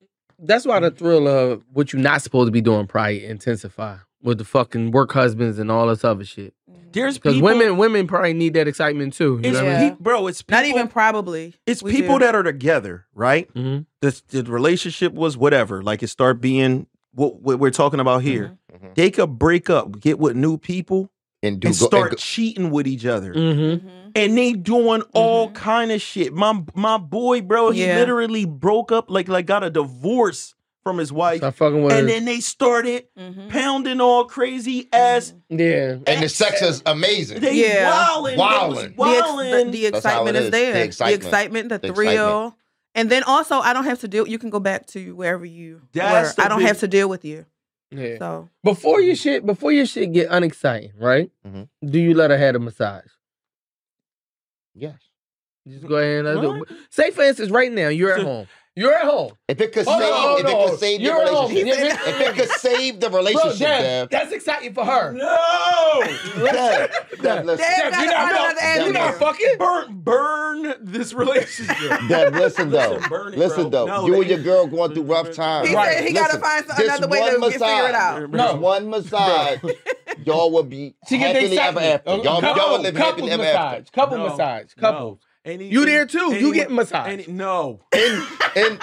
Speaker 4: That's why the thrill of what you're not supposed to be doing probably intensify with the fucking work husbands and all this other shit.
Speaker 2: there's
Speaker 4: Because
Speaker 2: people
Speaker 4: women, women probably need that excitement too. You
Speaker 2: it's
Speaker 4: know what I
Speaker 3: mean?
Speaker 2: peop- bro it's people,
Speaker 3: not even probably
Speaker 2: It's
Speaker 3: We
Speaker 2: people
Speaker 3: do.
Speaker 2: that are together, right?
Speaker 4: mean? Mhm.
Speaker 2: The, the relationship was whatever. Like it
Speaker 3: Mm-hmm.
Speaker 2: start being what, what we're talking about here.
Speaker 1: Mhm. Mhm.
Speaker 2: They could break up, get with new people,
Speaker 1: and do
Speaker 2: and
Speaker 1: go-
Speaker 2: start
Speaker 1: go-
Speaker 2: cheating with each other.
Speaker 4: Mm-hmm.
Speaker 1: Hmm?
Speaker 2: and they doing all
Speaker 3: Mhm.
Speaker 2: kind of shit. My my boy, bro, he
Speaker 3: Yeah.
Speaker 2: literally broke up, like like got a divorce from his wife,
Speaker 4: Stop fucking with
Speaker 2: and
Speaker 4: her.
Speaker 2: then they started
Speaker 3: Mm-hmm.
Speaker 2: pounding all crazy ass.
Speaker 4: Yeah.
Speaker 1: and the sex is amazing.
Speaker 2: They
Speaker 3: Yeah.
Speaker 2: wilding,
Speaker 1: Mm-hmm. Wildin'.
Speaker 4: Mm-hmm.
Speaker 3: The, ex- the-
Speaker 2: wilding.
Speaker 3: the
Speaker 1: That's how
Speaker 3: excitement
Speaker 1: it
Speaker 3: is,
Speaker 1: is. The
Speaker 3: there. The
Speaker 1: excitement.
Speaker 3: excitement, the,
Speaker 1: The
Speaker 3: thrill.
Speaker 1: excitement.
Speaker 3: And then also, I don't have to deal. You can go back to wherever you
Speaker 2: That's
Speaker 3: were.
Speaker 2: the
Speaker 3: I don't
Speaker 2: big-
Speaker 3: have to deal with you.
Speaker 4: Yeah.
Speaker 3: So
Speaker 4: Before your shit, before your shit get unexciting, right?
Speaker 1: Mhm.
Speaker 4: Do you let her have a massage?
Speaker 1: Yes.
Speaker 4: Just go ahead and let her do. it. Say for instance, right now you're at
Speaker 2: So-
Speaker 4: home. You're at home,
Speaker 1: If it could
Speaker 4: Hold
Speaker 1: save,
Speaker 4: on, hold
Speaker 1: if it
Speaker 4: on.
Speaker 1: could save the
Speaker 4: You're wrong.
Speaker 1: relationship,
Speaker 4: He said-
Speaker 1: if it could save the
Speaker 4: bro.
Speaker 1: relationship,
Speaker 4: Dev,
Speaker 1: Dev.
Speaker 4: that's exciting for her.
Speaker 2: No,
Speaker 1: Dev, Dev, listen.
Speaker 3: Dev
Speaker 4: Dev,
Speaker 3: gotta
Speaker 4: you
Speaker 3: find
Speaker 4: not- no,
Speaker 3: another
Speaker 1: Dev,
Speaker 4: You're not
Speaker 1: listen.
Speaker 3: avenue.
Speaker 4: fucking.
Speaker 2: burn burn this relationship.
Speaker 1: Dev, listen though.
Speaker 2: Listen, burn it,
Speaker 1: Listen
Speaker 2: bro.
Speaker 1: though.
Speaker 2: No,
Speaker 1: you
Speaker 2: they-
Speaker 1: and your girl going through rough times.
Speaker 3: He
Speaker 4: Right.
Speaker 3: said he gotta
Speaker 1: Listen,
Speaker 3: find some,
Speaker 1: just
Speaker 3: another way
Speaker 1: one
Speaker 3: to get figure it
Speaker 1: massage.
Speaker 3: out.
Speaker 2: Bro.
Speaker 1: Just one massage, y'all will be
Speaker 4: She get the
Speaker 1: happily ever
Speaker 4: excitement.
Speaker 1: after. Y'all,
Speaker 4: couple,
Speaker 1: y'all will live
Speaker 4: couple
Speaker 1: happily ever after.
Speaker 4: massage, couple
Speaker 2: No,
Speaker 4: massage,
Speaker 2: no.
Speaker 4: couple.
Speaker 2: Any-
Speaker 4: You there too? You
Speaker 2: any-
Speaker 4: get massage.
Speaker 2: any- no,
Speaker 1: In, in, in,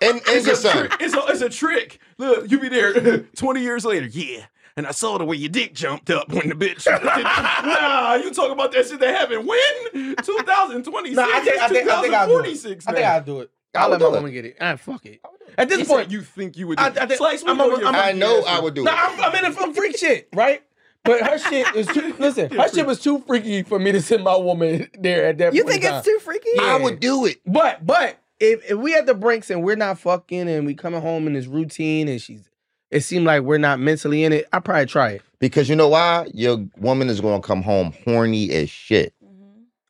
Speaker 1: in your
Speaker 5: It's a,
Speaker 1: son.
Speaker 5: trick. It's, a, it's a trick. Look, you be there 20 years later. Yeah. And I saw the way your dick jumped up when the bitch. nah, you talk about that shit that happened when? 2026.
Speaker 4: Nah, I think I think I think I'll do it.
Speaker 5: 2046
Speaker 4: I think
Speaker 5: now.
Speaker 4: I'll do it. I'll,
Speaker 1: I'll
Speaker 4: let
Speaker 1: do
Speaker 4: my
Speaker 1: it.
Speaker 4: woman get it. Ah, fuck it. At
Speaker 5: He
Speaker 4: this
Speaker 5: said
Speaker 4: point,
Speaker 5: you think you would do
Speaker 4: I-
Speaker 5: it.
Speaker 4: I think-
Speaker 5: Slice, we
Speaker 4: I'm
Speaker 5: know
Speaker 4: a-
Speaker 5: you're
Speaker 4: I'm a-
Speaker 1: I
Speaker 5: freaky
Speaker 1: know
Speaker 5: ass
Speaker 1: I
Speaker 5: nigga.
Speaker 1: would do
Speaker 4: No,
Speaker 1: it.
Speaker 4: I'm, I'm in it from freak shit, right? But her shit is too. Listen, her shit was too freaky for me to send my woman there at that
Speaker 3: You
Speaker 4: point.
Speaker 3: think
Speaker 4: in time.
Speaker 3: it's too freaky?
Speaker 1: I would do it.
Speaker 4: But but if, if we at the brinks and we're not fucking and we coming home in this routine and she's, it seemed like we're not mentally in it. I probably try it.
Speaker 1: Because you know why? Your woman is going to come home horny as shit.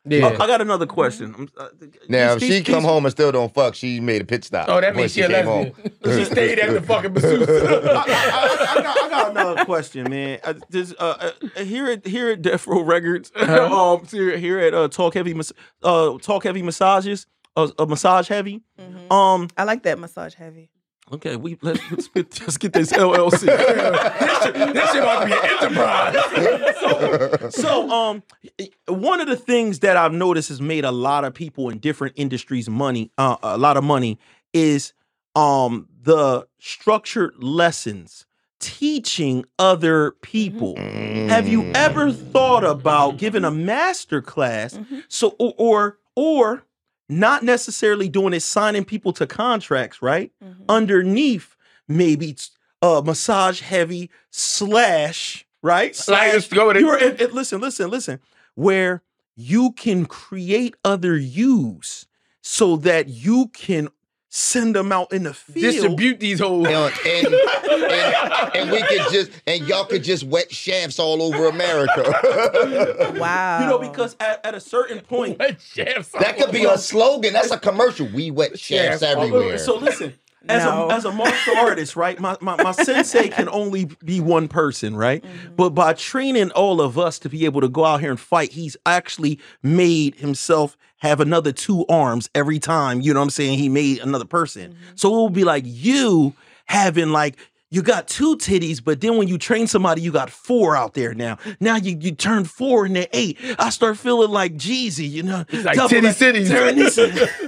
Speaker 4: Yeah.
Speaker 2: I, I got another question. I'm- uh,
Speaker 1: Now, if
Speaker 2: these-
Speaker 1: she
Speaker 2: these-
Speaker 1: come home and still don't fuck, she made a pit stop.
Speaker 4: oh, that
Speaker 1: when
Speaker 4: means she a
Speaker 1: came
Speaker 4: lesbian.
Speaker 1: home.
Speaker 4: she stayed at the fucking masseuse.
Speaker 2: I, I- I got, I got another question, man. I, this, uh, uh, here at here at Death Row Records,
Speaker 5: Uh-huh.
Speaker 2: um, here, here at uh, Talk Heavy, Mas- uh, Talk Heavy Massages, uh, uh, Massage Heavy.
Speaker 3: Mhm.
Speaker 2: Um,
Speaker 3: I like that massage heavy.
Speaker 2: okay, we let's, let's, get, let's get this LLC.
Speaker 5: That shit about to be an enterprise.
Speaker 2: so, um, one of the things that I've noticed has made a lot of people in different industries money, uh, a lot of money, is um the structured lessons teaching other people.
Speaker 1: Mm.
Speaker 2: Have you ever thought about giving a master class?
Speaker 4: Mm-hmm.
Speaker 3: Mhm.
Speaker 2: So or, or or not necessarily doing it, signing people to contracts, right?
Speaker 3: Mhm.
Speaker 4: Mm-hmm.
Speaker 2: Underneath maybe it's, uh massage heavy slash, right?
Speaker 4: Like, let's go with it.
Speaker 2: You're it, it- listen, listen, listen. Where you can create other yous so that you can send them out in the field.
Speaker 4: Distribute these hoes.
Speaker 1: and, and, and, and we could just and y'all could just wet shafts all over America.
Speaker 3: Wow.
Speaker 2: You know, because at, at a certain point,
Speaker 1: that could be a slogan. That's a commercial. We wet shafts everywhere.
Speaker 2: Oh, So listen, as
Speaker 3: No.
Speaker 2: a as a martial artist, right? My, my my sensei can only be one person, right? But by training all of us to be able to go out here and fight, he's actually made himself have another two arms every time. You know what I'm saying? He made another person. So it will be like you having like you got two titties, but then when you train somebody, you got four out there now. Now you, you turn four into eight. I start feeling like Jeezy, you know.
Speaker 4: like
Speaker 2: double
Speaker 4: titty
Speaker 2: that-
Speaker 4: cities.
Speaker 2: turn this,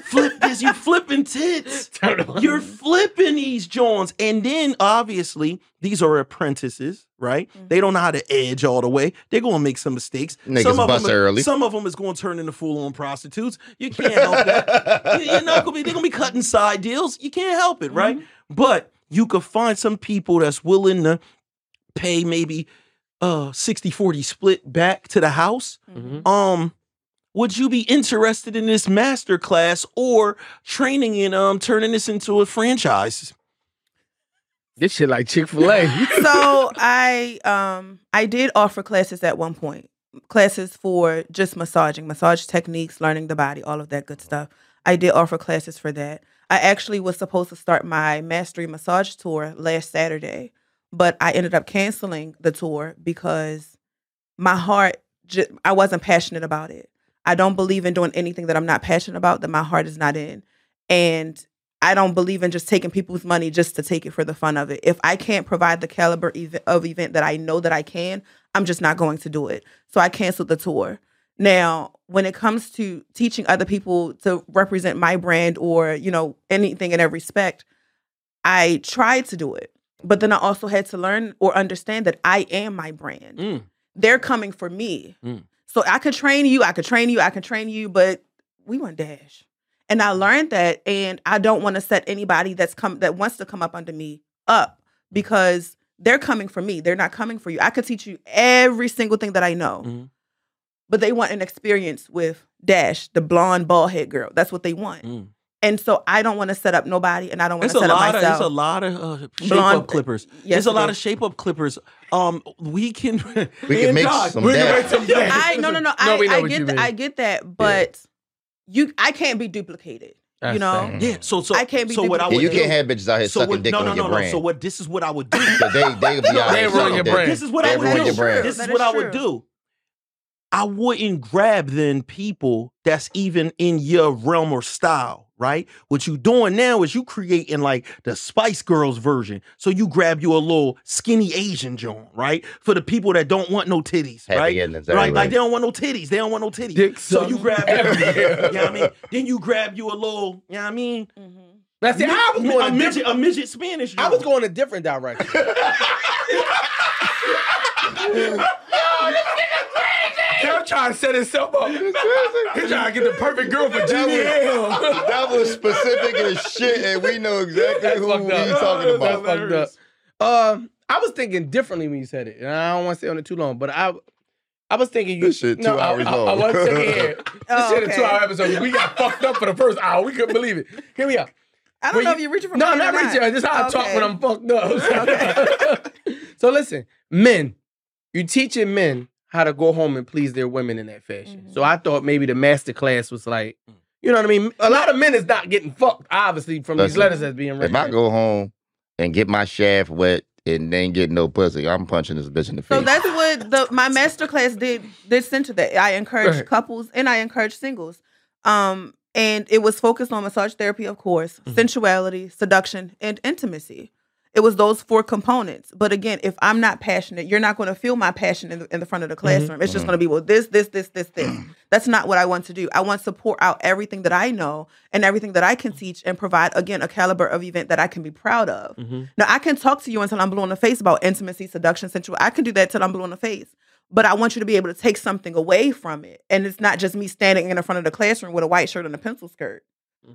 Speaker 2: flip this, you flipping tits. You're flipping these Jones. And then obviously, these are apprentices, right? They don't know how to edge all the way. They're gonna make some mistakes.
Speaker 1: Niggas
Speaker 2: some of
Speaker 1: bust
Speaker 2: them,
Speaker 1: early.
Speaker 2: Some of them is gonna turn into full-on prostitutes. You can't help that. you, are not gonna be, they're gonna be cutting side deals. You can't help it, right?
Speaker 4: Mm-hmm.
Speaker 2: But you could find some people that's willing to pay maybe uh 60-40 split back to the house.
Speaker 4: Mm-hmm.
Speaker 1: Mm-hmm.
Speaker 2: Um would you be interested in this master class or training in um turning this into a franchise?
Speaker 4: This shit like Chick Fil A.
Speaker 3: so I um I did offer classes at one point. Classes for just massaging, massage techniques, learning the body, all of that good stuff. I did offer classes for that. I actually was supposed to start my mastery massage tour last Saturday, but I ended up canceling the tour because my heart ju- I wasn't passionate about it. I don't believe in doing anything that I'm not passionate about that my heart is not in. And I don't believe in just taking people's money just to take it for the fun of it. If I can't provide the caliber ev- of event that I know that I can, I'm just not going to do it. So I canceled the tour. Now, when it comes to teaching other people to represent my brand or, you know, anything in that respect, I tried to do it. But then I also had to learn or understand that I am my brand.
Speaker 2: Mm.
Speaker 3: they're coming for me.
Speaker 2: Mm.
Speaker 3: So I could train you, I could train you, I could train you, but we want dash. And I learned that and I don't want to set anybody that's come that wants to come up under me up because they're coming for me. They're not coming for you. I could teach you every single thing that I know.
Speaker 1: Mm-hmm.
Speaker 2: Mhm.
Speaker 3: But they want an experience with Dash, the blonde bald head girl. That's what they want.
Speaker 2: Mm.
Speaker 3: And so I don't want to set up nobody and I don't want
Speaker 2: It's
Speaker 3: to
Speaker 2: a
Speaker 3: set up
Speaker 2: lot of it's
Speaker 3: myself.
Speaker 2: a lot of uh, shape
Speaker 3: Blonde-
Speaker 2: up clippers.
Speaker 3: Yes,
Speaker 2: There's a
Speaker 3: it
Speaker 2: lot
Speaker 3: is.
Speaker 2: of shape up clippers. Um, we can.
Speaker 1: We can make some
Speaker 8: We can
Speaker 1: dash.
Speaker 8: make some dash.
Speaker 3: I no no no. I,
Speaker 4: we know
Speaker 3: I
Speaker 4: what
Speaker 3: get
Speaker 4: you
Speaker 3: that.
Speaker 4: mean.
Speaker 3: I get that, but you I can't be duplicated.
Speaker 4: That's
Speaker 3: you know,
Speaker 1: Mm.
Speaker 4: sad.
Speaker 2: yeah. So so
Speaker 3: I can't be
Speaker 2: So what I
Speaker 1: Yeah,
Speaker 2: would
Speaker 1: you
Speaker 2: do,
Speaker 1: can't have bitches out here
Speaker 2: so
Speaker 1: sucking
Speaker 2: what,
Speaker 1: dick
Speaker 2: no,
Speaker 1: on
Speaker 2: no,
Speaker 1: your
Speaker 2: no,
Speaker 1: brand.
Speaker 2: No. So what? This is what I would do.
Speaker 1: 'Cause they they be out
Speaker 4: They
Speaker 1: here
Speaker 4: ruin
Speaker 1: sucking
Speaker 4: your
Speaker 1: dick.
Speaker 4: brand.
Speaker 2: This is what I
Speaker 1: Everyone
Speaker 2: would
Speaker 1: your
Speaker 2: do.
Speaker 1: brand.
Speaker 2: This is
Speaker 3: That
Speaker 2: what
Speaker 3: is
Speaker 2: I would
Speaker 3: true.
Speaker 2: do. I wouldn't grab then people that's even in your realm or style, right? What you doing now is you creating like the Spice Girls version. So you grab you a little skinny Asian John, right? For the people that don't want no titties,
Speaker 1: Happy
Speaker 2: right?
Speaker 1: endings,
Speaker 2: Right,
Speaker 1: anyway.
Speaker 2: like they don't want no titties. They don't want no titties.
Speaker 4: Dick
Speaker 2: so
Speaker 4: sucks
Speaker 2: you grab,
Speaker 4: everywhere.
Speaker 2: you know what I mean? Then you grab you a little, you know what I mean?
Speaker 3: Mm-hmm.
Speaker 4: Now, see, I was
Speaker 2: a
Speaker 4: going. A
Speaker 2: midget, a midget Spanish.
Speaker 4: I was
Speaker 2: John.
Speaker 4: going a different direction.
Speaker 8: They're trying to set himself up. He's trying to get the perfect girl for GDM.
Speaker 1: That was specific as shit, and we know exactly
Speaker 4: That's
Speaker 1: who
Speaker 4: fucked
Speaker 1: we
Speaker 4: up.
Speaker 1: talking
Speaker 4: That's
Speaker 1: about.
Speaker 4: fucked up. Um, I was thinking differently when you said it, and I don't want to stay on it too long. But I, I was thinking you
Speaker 1: This shit two
Speaker 8: I-
Speaker 1: hours
Speaker 8: I,
Speaker 1: long.
Speaker 8: I was checking in. This
Speaker 3: Oh,
Speaker 8: shit a
Speaker 3: okay.
Speaker 8: two-hour episode. We got fucked up for the first hour. We couldn't believe it. Here we are.
Speaker 3: I don't
Speaker 8: When
Speaker 3: know
Speaker 8: you-
Speaker 3: if you're reaching for
Speaker 8: No,
Speaker 3: mine
Speaker 8: I'm
Speaker 3: or
Speaker 8: not reaching. This is how I talk
Speaker 3: Okay.
Speaker 8: when I'm fucked up.
Speaker 4: so listen, men, you teaching men how to go home and please their women in that fashion.
Speaker 3: Mhm.
Speaker 4: So I thought maybe the master class was like,
Speaker 1: Mm.
Speaker 4: you know what I mean? A lot of men is not getting fucked, obviously, from these
Speaker 1: Listen,
Speaker 4: letters that's being
Speaker 1: If
Speaker 4: written.
Speaker 1: I go home and get my shaft wet and then get no pussy, I'm punching this bitch in the face.
Speaker 3: So that's what the my master class did did center that. I encouraged
Speaker 4: Right.
Speaker 3: couples and I encouraged singles. Um and it was focused on massage therapy, of course,
Speaker 2: Mm-hmm.
Speaker 3: sensuality, seduction, and intimacy. It was those four components. But again, if I'm not passionate, you're not going to feel my passion in the, in the front of the classroom. It's just going to be, well, this, this, this, this, this. That's not what I want to do. I want to pour out everything that I know and everything that I can teach and provide, again, a caliber of event that I can be proud of. Now I can talk to you until I'm blue in the face about intimacy, seduction, sensual. I can do that till I'm blue in the face. But I want you to be able to take something away from it. And it's not just me standing in the front of the classroom with a white shirt and a pencil skirt.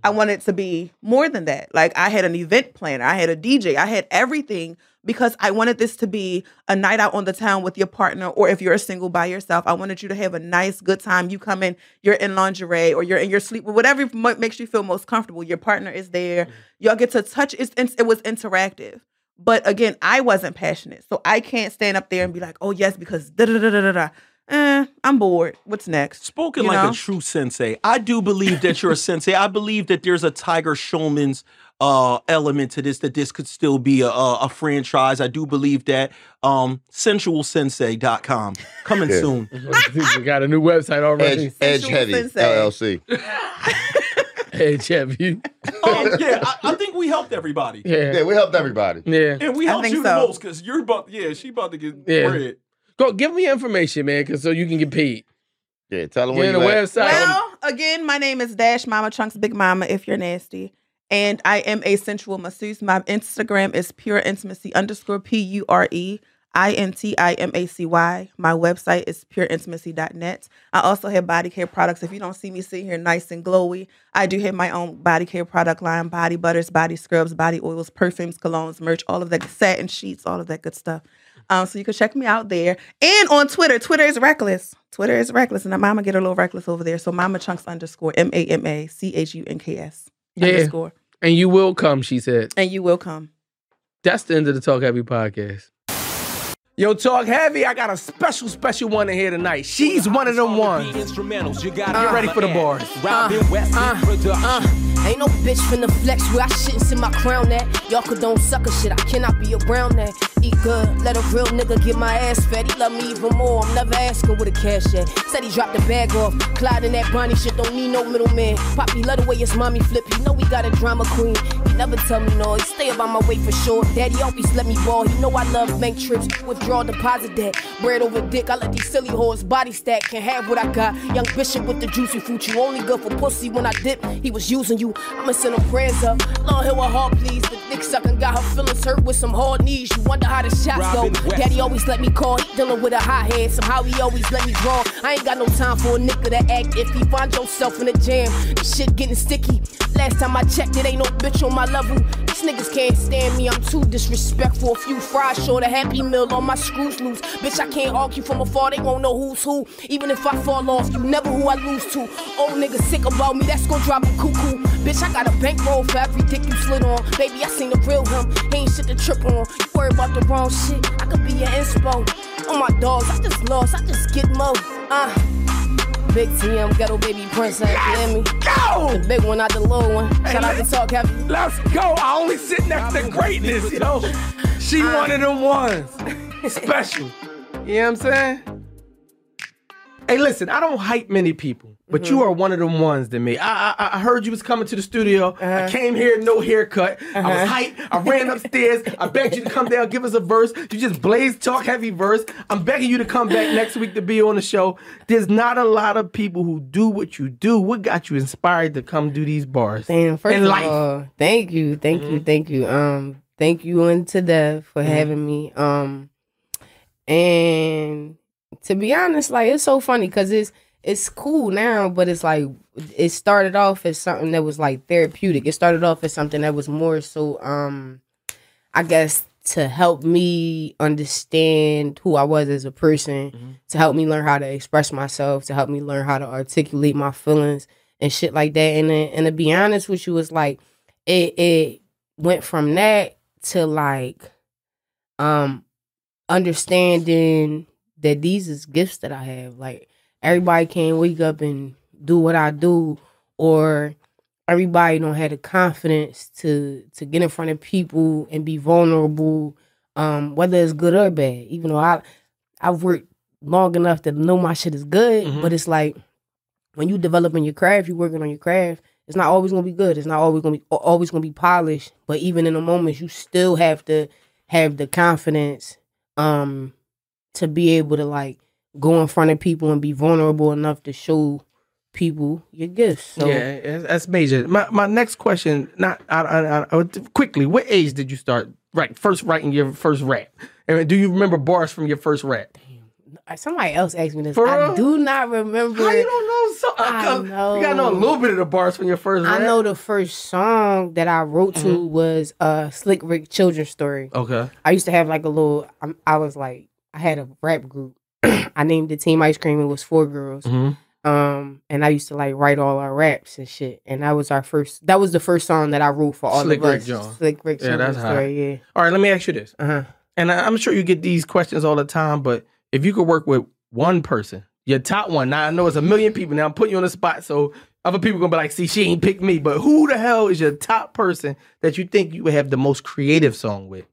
Speaker 3: I want it to be more than that. Like I had an event planner, I had a DJ, I had everything because I wanted this to be a night out on the town with your partner, or if you're single by yourself, I wanted you to have a nice, good time. You come in, you're in lingerie, or you're in your sleep, whatever mo- makes you feel most comfortable. Your partner is there. Y'all get to touch. It's, it's it was interactive. But again, I wasn't passionate, so I can't stand up there and be like, "Oh yes," because da da da da da da. Eh, I'm bored. What's next?
Speaker 2: Spoken
Speaker 3: You
Speaker 2: like
Speaker 3: know?
Speaker 2: a true sensei. I do believe that you're a sensei. I believe that there's a Tiger Showman's uh, element to this, that this could still be a, a, a franchise. I do believe that. Um, sensualsensei.com coming
Speaker 1: Yeah.
Speaker 2: soon.
Speaker 8: we got a new website
Speaker 1: Edge,
Speaker 8: already.
Speaker 1: Edge
Speaker 3: Sensual
Speaker 1: Heavy
Speaker 3: Sensei.
Speaker 1: LLC.
Speaker 8: Hey, Jeff, you.
Speaker 2: Um, yeah, I, I think we helped everybody.
Speaker 1: Yeah,
Speaker 8: Yeah.
Speaker 1: we helped everybody.
Speaker 4: Mm.
Speaker 8: Yeah.
Speaker 5: And we
Speaker 3: I
Speaker 5: helped
Speaker 3: think
Speaker 5: you the
Speaker 3: so.
Speaker 5: most because you're about, yeah, she about to get
Speaker 8: Yeah.
Speaker 5: bread.
Speaker 8: Go give me information, man, cause so you can get paid.
Speaker 1: Yeah, tell them
Speaker 8: Get
Speaker 1: where
Speaker 8: in the
Speaker 1: you at.
Speaker 8: website.
Speaker 3: Well, again, my name is Dash Mama Chunks Big Mama. If you're nasty, and I am a sensual masseuse. My Instagram is pure intimacy underscore p u r e i n t i m a c y. My website is pureintimacy.net. I also have body care products. If you don't see me sitting here nice and glowy, I do have my own body care product line: body butters, body scrubs, body oils, perfumes, colognes, merch, all of that, satin sheets, all of that good stuff. Um, so you can check me out there and on Twitter. Twitter is reckless. Twitter is reckless, and Mama get a little reckless over there. So Mama Chunks underscore M A M A C H U N K S
Speaker 4: Yeah.
Speaker 3: underscore,
Speaker 4: and you will come, she said.
Speaker 3: and you will come.
Speaker 4: That's the end of the Talk Heavy podcast. Yo, Talk Heavy, I got a special, special one in here tonight. She's one of them ones.
Speaker 11: Instrumentals, you got
Speaker 4: Get ready for the bars.
Speaker 11: Robin West production.
Speaker 12: Uh, ain't no bitch finna flex where I shouldn't sit my crown at. Y'all could don't sucker shit, I cannot be around that. Eat good, let a real nigga get my ass fed. He love me even more, I'm never asking where the cash at. Said he dropped the bag off. Clyde and that Bonnie shit don't need no middleman. Poppy love the way his mommy flip, he know we got a drama queen. He never tell me no, he stay about my way for sure. Daddy always let me ball, he know I love bank trips. Withdraw deposit that, bread over dick, I let these silly hoes body stack. Can't have what I got. Young bishop with the juicy fruit, you only good for pussy when I dip. He was using you, I'ma send hend them prayers up. Lord, heal her heart, please. The dick sucking got her feelings hurt with some hard knees. You wonder how far the shots go.
Speaker 11: Robin West.
Speaker 12: Daddy always let me call, he dealing with a hot head. Somehow he always let me draw. I ain't got no time for a nigga to act if he find yourself in a jam. This shit getting sticky. Last time I checked, it ain't no bitch on my level. These niggas can't stand me, I'm too disrespectful. A few fries short, a happy meal on my screws loose. Bitch, I can't argue from afar, they won't know who's who. Even if I fall off, you never who I lose to. Old niggas sick about me, that's gonna drive him cuckoo. Bitch, I got a bankroll for every dick you slid on. Baby, I seen the real him, he ain't shit to trip on. You worry about the wrong shit, I could be your inspo. On my dogs, I just lost, I just get mo. Uh, big TM, ghetto baby prince, I hear me.
Speaker 8: Go!
Speaker 12: The big one, not the little one. Shout out to Talk Heavy.
Speaker 8: Let's go. I only sit next to greatness, yo. She one of them ones. Special.
Speaker 4: Ah. You know what I'm saying? Hey, listen, I don't hype many people, but you are one of them ones to me. I I, I heard you was coming to the studio. I came here, no haircut. I was hyped. I ran upstairs. I begged you to come down, give us a verse. You just blazed talk heavy verse. I'm begging you to come back next week to be on the show. There's not a lot of people who do what you do. What got you inspired to come do these bars?
Speaker 13: Damn, first
Speaker 4: In
Speaker 13: of
Speaker 4: life. Mm-hmm.
Speaker 13: all, thank you, thank you, thank you. Um, thank you and to Dev for having me. Um, and to be honest, like it's so funny because it's it's cool now, but it's like it started off as something that was like therapeutic. It started off as something that was more so um, I guess to help me understand who I was as a person,
Speaker 4: Mm-hmm.
Speaker 13: to help me learn how to express myself, to help me learn how to articulate my feelings and shit like that. And then, and to be honest with you, it's like it it went from that to like um understanding that these is gifts that I have. Like everybody can't wake up and do what I do or everybody don't have the confidence to to get in front of people and be vulnerable, um, whether it's good or bad. Even though I I've worked long enough to know my shit is good,
Speaker 4: Mhm.
Speaker 13: but it's like when you developing your craft, you working on your craft. It's not always gonna be good. It's not always gonna be al- always gonna be polished. But even in the moments, you still have to have the confidence um to be able to like go in front of people and be vulnerable enough to show people your gifts. So
Speaker 4: yeah, that's- that's major. My my next question, not I, I, I- I- quickly. What age did you start right first writing your first rap? And do you remember bars from your first rap?
Speaker 13: somebody else asked me this.
Speaker 4: For
Speaker 13: I
Speaker 4: real?
Speaker 13: do not remember.
Speaker 4: How you don't know? So,
Speaker 13: I
Speaker 4: uh, You gotta know
Speaker 13: know.
Speaker 4: a little bit of the bars from your first rap.
Speaker 13: I know the first song that I wrote to
Speaker 4: Mm-hmm.
Speaker 13: was uh Slick Rick Children's Story.
Speaker 4: Okay.
Speaker 13: I used to have like a little. I'm, I was like, I had a rap group. I named it Team Ice Cream. It was four girls.
Speaker 4: Mhm.
Speaker 13: Um, and I used to like write all our raps and shit. And that was our first. That was the first song that I wrote for all
Speaker 4: Slick
Speaker 13: of
Speaker 4: Rick
Speaker 13: us.
Speaker 4: John.
Speaker 13: Slick Rick.
Speaker 4: Yeah, that's
Speaker 13: Children's
Speaker 4: hot.
Speaker 13: Story, Yeah.
Speaker 4: All right. Let me ask you this. Uh-huh. And I, I'm sure you get these questions all the time, but if you could work with one person, your top one. Now I know it's a million people. Now I'm putting you on the spot, so other people gonna be like, "See, she ain't picked me." But who the hell is your top person that you think you would have the most creative song with?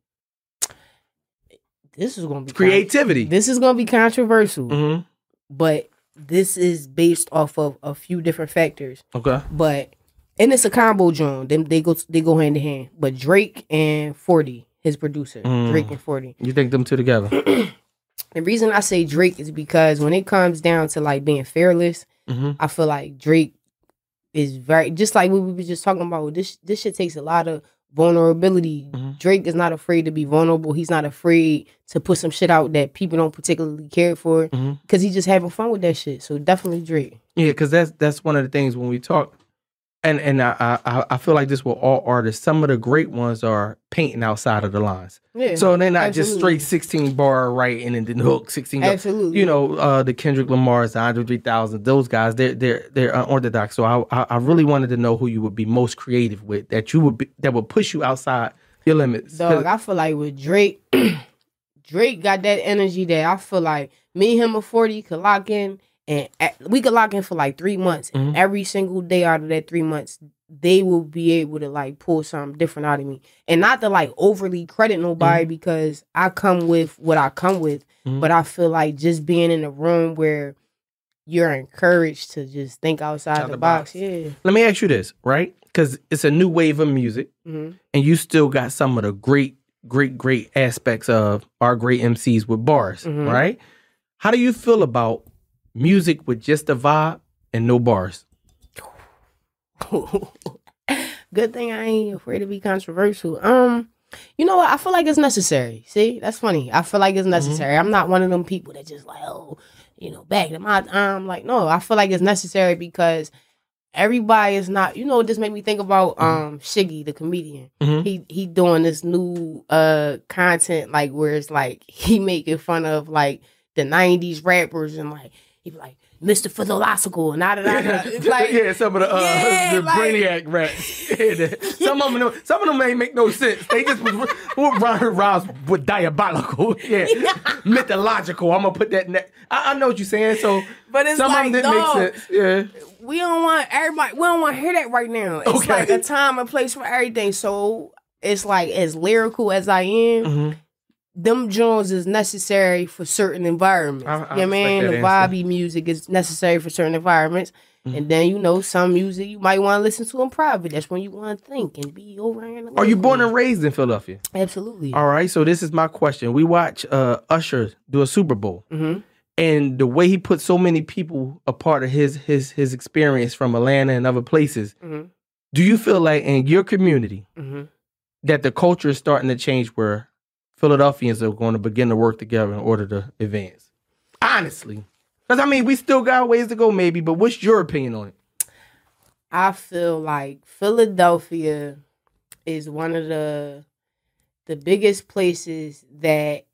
Speaker 13: This is gonna be con-
Speaker 4: Creativity.
Speaker 13: This is gonna be controversial,
Speaker 4: hmm
Speaker 13: but this is based off of a few different factors.
Speaker 4: Okay.
Speaker 13: but and it's a combo joint. Them they go they go hand in hand. But Drake and Forty, his producer,
Speaker 4: Mm.
Speaker 13: Drake and Forty.
Speaker 4: You think them two together?
Speaker 13: The reason I say Drake is because when it comes down to like being fearless,
Speaker 4: Mhm.
Speaker 13: I feel like Drake is very just like what we were just talking about. This this shit takes a lot of vulnerability.
Speaker 4: Mhm.
Speaker 13: Drake is not afraid to be vulnerable. He's not afraid to put some shit out that people don't particularly care for because
Speaker 4: Mhm.
Speaker 13: he's just having fun with that shit. So definitely Drake.
Speaker 4: Yeah, because that's that's one of the things when we talk, and and I, I- I I feel like this with all artists. Some of the great ones are painting outside of the lines,
Speaker 13: Yeah.
Speaker 4: so they're not just
Speaker 13: absolutely.
Speaker 4: straight sixteen bar writing and then the hook sixteen. go-
Speaker 13: absolutely.
Speaker 4: You know, uh, the Kendrick Lamar's, the Andre three thousand, those guys. They're they're they're unorthodox. So I, I I really wanted to know who you would be most creative with that you would be that would push you outside your limits. 'Cause-
Speaker 13: Dog, I feel like with Drake, Drake got that energy that I feel like me, him, and 40 could lock in and at, we could lock in for like three months.
Speaker 4: Mhm.
Speaker 13: Every single day out of that three months, they will be able to like pull something different out of me. And not to like overly credit nobody because I come with what I come with,
Speaker 4: Mhm.
Speaker 13: but I feel like just being in a room where you're encouraged to just think outside
Speaker 4: Out
Speaker 13: the,
Speaker 4: the
Speaker 13: box.
Speaker 4: box.
Speaker 13: Yeah.
Speaker 4: Let me ask you this, right? Because it's a new wave of music.
Speaker 13: hmm
Speaker 4: and you still got some of the great, great, great aspects of our great MCs with bars,
Speaker 13: Mhm.
Speaker 4: right? How do you feel about music with just a vibe and no bars?
Speaker 13: Good thing I ain't afraid to be controversial. Um, You know what? I feel like it's necessary. See, that's funny. I feel
Speaker 4: Mm-hmm.
Speaker 13: like it's necessary. I'm not one of them people that just like, oh, you know, back them. I, I'm like, no, I feel like it's necessary because everybody is not. You know, this made me think about
Speaker 4: Mm-hmm.
Speaker 13: um Shiggy, the comedian.
Speaker 2: Mhm.
Speaker 13: He he doing this new uh content like where it's like he making fun of like the '90s rappers and like he be like Mr. Philosophical and da da da. da. It's like
Speaker 4: yeah, some of the uh,
Speaker 13: Yeah,
Speaker 4: the
Speaker 13: like-
Speaker 4: brainiac rats. Yeah, the- some of them, know- some of them ain't make no sense. They just was what Ron Ross was diabolical, yeah, mythological. I'm gonna put that. Ne- I, I know what you're saying. So,
Speaker 13: But it's
Speaker 4: some
Speaker 13: like,
Speaker 4: of them didn't
Speaker 13: dog.
Speaker 4: make sense. Yeah,
Speaker 13: we don't want everybody. We don't want to hear that right now. It's
Speaker 4: Okay.
Speaker 13: like a time and place for everything. So it's like as lyrical as I am,
Speaker 4: Mm-hmm.
Speaker 13: them Jones is necessary for certain environments.
Speaker 4: I- I
Speaker 13: you know what I mean?
Speaker 4: respect
Speaker 13: The
Speaker 4: that
Speaker 13: vibey music is necessary for certain environments.
Speaker 4: Mm-hmm.
Speaker 13: And then you know some music you might want to listen to in private. That's when you want to think and be over in the
Speaker 4: are you born and raised in Philadelphia?
Speaker 13: Absolutely.
Speaker 4: All right. So this is my question. We watch uh, Usher do a Super Bowl,
Speaker 13: Mhm.
Speaker 4: and the way he put so many people a part of his his his experience from Atlanta and other places.
Speaker 13: Mhm.
Speaker 4: Do you feel like in your community?
Speaker 13: Mhm.
Speaker 4: that the culture is starting to change where Philadelphians are going to begin to work together in order to advance. Honestly. Because I mean, we still got ways to go, maybe, but what's your opinion on it?
Speaker 13: I feel like Philadelphia is one of the the biggest places that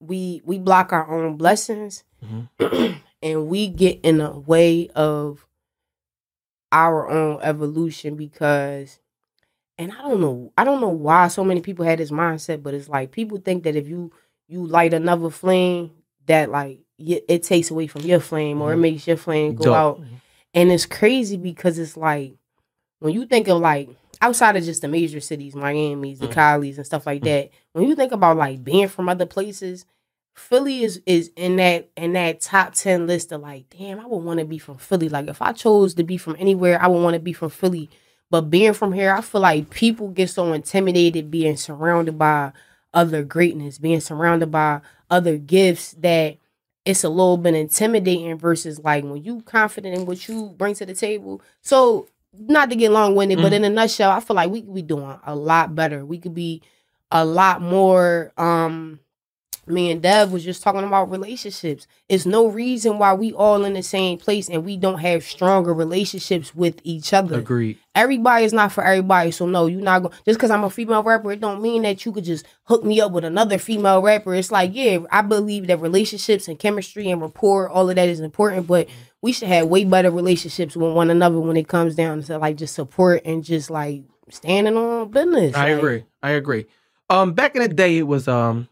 Speaker 13: we we block our own blessings and we get in the way of our own evolution because and I don't know I don't know why so many people had this mindset but it's like people think that if you you light another flame that like y- it takes away from your flame or it makes your flame go
Speaker 4: Duh.
Speaker 13: out and it's crazy because it's like when you think of like outside of just the major cities, Miami's, the Collies and stuff like that, when you think about like being from other places, Philly is is in that in that top ten list of like, damn, I would want to be from Philly. Like if I chose to be from anywhere, I would want to be from Philly. But being from here, I feel like people get so intimidated being surrounded by other greatness, being surrounded by other gifts that it's a little bit intimidating versus like when you confident in what you bring to the table. So not to get long winded, but in a nutshell, I feel like we could be doing a lot better. We could be a lot more um me and Dev was just talking about relationships. It's no reason why we all in the same place and we don't have stronger relationships with each other.
Speaker 4: Agreed.
Speaker 13: Everybody is not for everybody, so no, you're not going. Just because I'm a female rapper, it don't mean that you could just hook me up with another female rapper. It's like, yeah, I believe that relationships and chemistry and rapport, all of that is important, but we should have way better relationships with one another when it comes down to like just support and just like standing on business.
Speaker 4: I
Speaker 13: Like,
Speaker 4: agree. I agree. Um, back in the day, it was um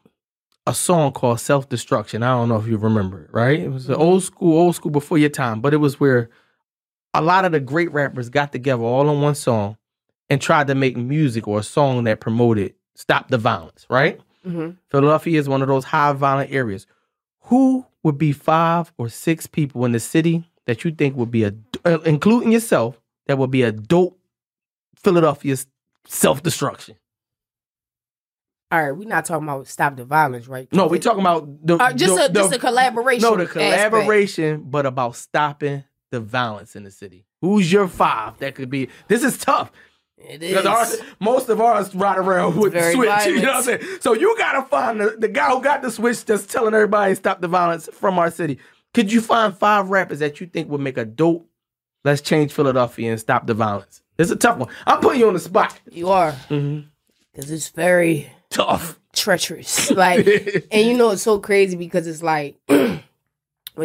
Speaker 4: a song called "Self Destruction." I don't know if you remember it, right? It was an old school, old school before your time, but it was where a lot of the great rappers got together all on one song and tried to make music or a song that promoted "Stop the Violence." Right?
Speaker 13: Mhm.
Speaker 4: Philadelphia is one of those high violent areas. Who would be five or six people in the city that you think would be a, uh, including yourself, that would be a dope Philadelphia self destruction?
Speaker 13: All right, we're not talking about stop the violence, right?
Speaker 4: No, we're talking about the
Speaker 13: Uh, just
Speaker 4: the-
Speaker 13: a just
Speaker 4: the-
Speaker 13: a collaboration.
Speaker 4: No, the
Speaker 13: aspect.
Speaker 4: collaboration, but about stopping the violence in the city. Who's your five that could be? This is tough
Speaker 13: It
Speaker 4: because ours,
Speaker 13: is.
Speaker 4: most of ours ride around with the
Speaker 13: Very
Speaker 4: switch. You
Speaker 13: violent.
Speaker 4: know what I'm saying? So you gotta find the, the guy who got the switch that's telling everybody to stop the violence from our city. Could you find five rappers that you think would make a dope? Let's change Philadelphia and stop the violence. It's a tough one. I'm putting you on the spot.
Speaker 13: You are Mm-hmm. because it's very
Speaker 4: Tough.
Speaker 13: treacherous. Like, and you know, it's so crazy because it's like when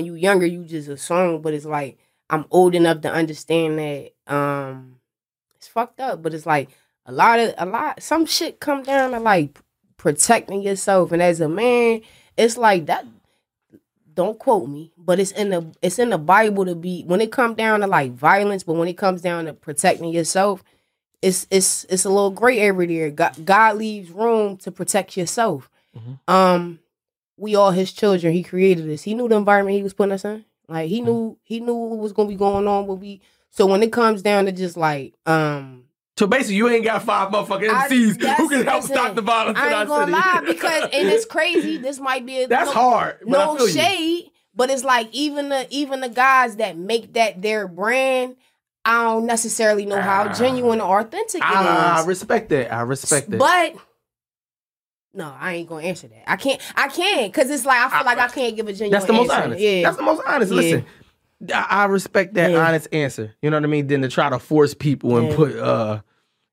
Speaker 13: you younger, you just a song, but it's like I'm old enough to understand that um it's fucked up. But it's like a lot of a lot some shit come down to like protecting yourself, and as a man, it's like that. Don't quote me, but it's in the it's in the Bible to be when it comes down to like violence, but when it comes down to protecting yourself, it's it's it's a little gray area there. God, God leaves room to protect yourself. Um, we all His children. He created us. He knew the environment He was putting us in. Like
Speaker 4: Hmm.
Speaker 13: He knew He knew what was gonna be going on when we. So when it comes down to just like um,
Speaker 4: So basically, you ain't got five motherfucking
Speaker 13: I-
Speaker 4: MCs
Speaker 13: that's-
Speaker 4: who can help
Speaker 13: listen,
Speaker 4: stop the violence in
Speaker 13: I
Speaker 4: our
Speaker 13: ain't gonna
Speaker 4: city.
Speaker 13: lie because and it's crazy. This might be a,
Speaker 4: That's
Speaker 13: no-
Speaker 4: hard. but I
Speaker 13: no
Speaker 4: feel you.
Speaker 13: shade, but it's like even the even the guys that make that their brand, I don't necessarily know how genuine or authentic
Speaker 4: Ah,
Speaker 13: it
Speaker 4: I
Speaker 13: is.
Speaker 4: respect that. I respect that.
Speaker 13: But no, I ain't gonna answer that. I can't. I can't because it's like I feel like I can't give a genuine.
Speaker 4: That's the most
Speaker 13: answer.
Speaker 4: honest.
Speaker 13: Yeah.
Speaker 4: That's the most honest.
Speaker 13: Yeah.
Speaker 4: Listen, I I respect that
Speaker 13: Yeah.
Speaker 4: honest answer. You know what I mean? Than to try to force people and
Speaker 13: Yeah.
Speaker 4: put uh,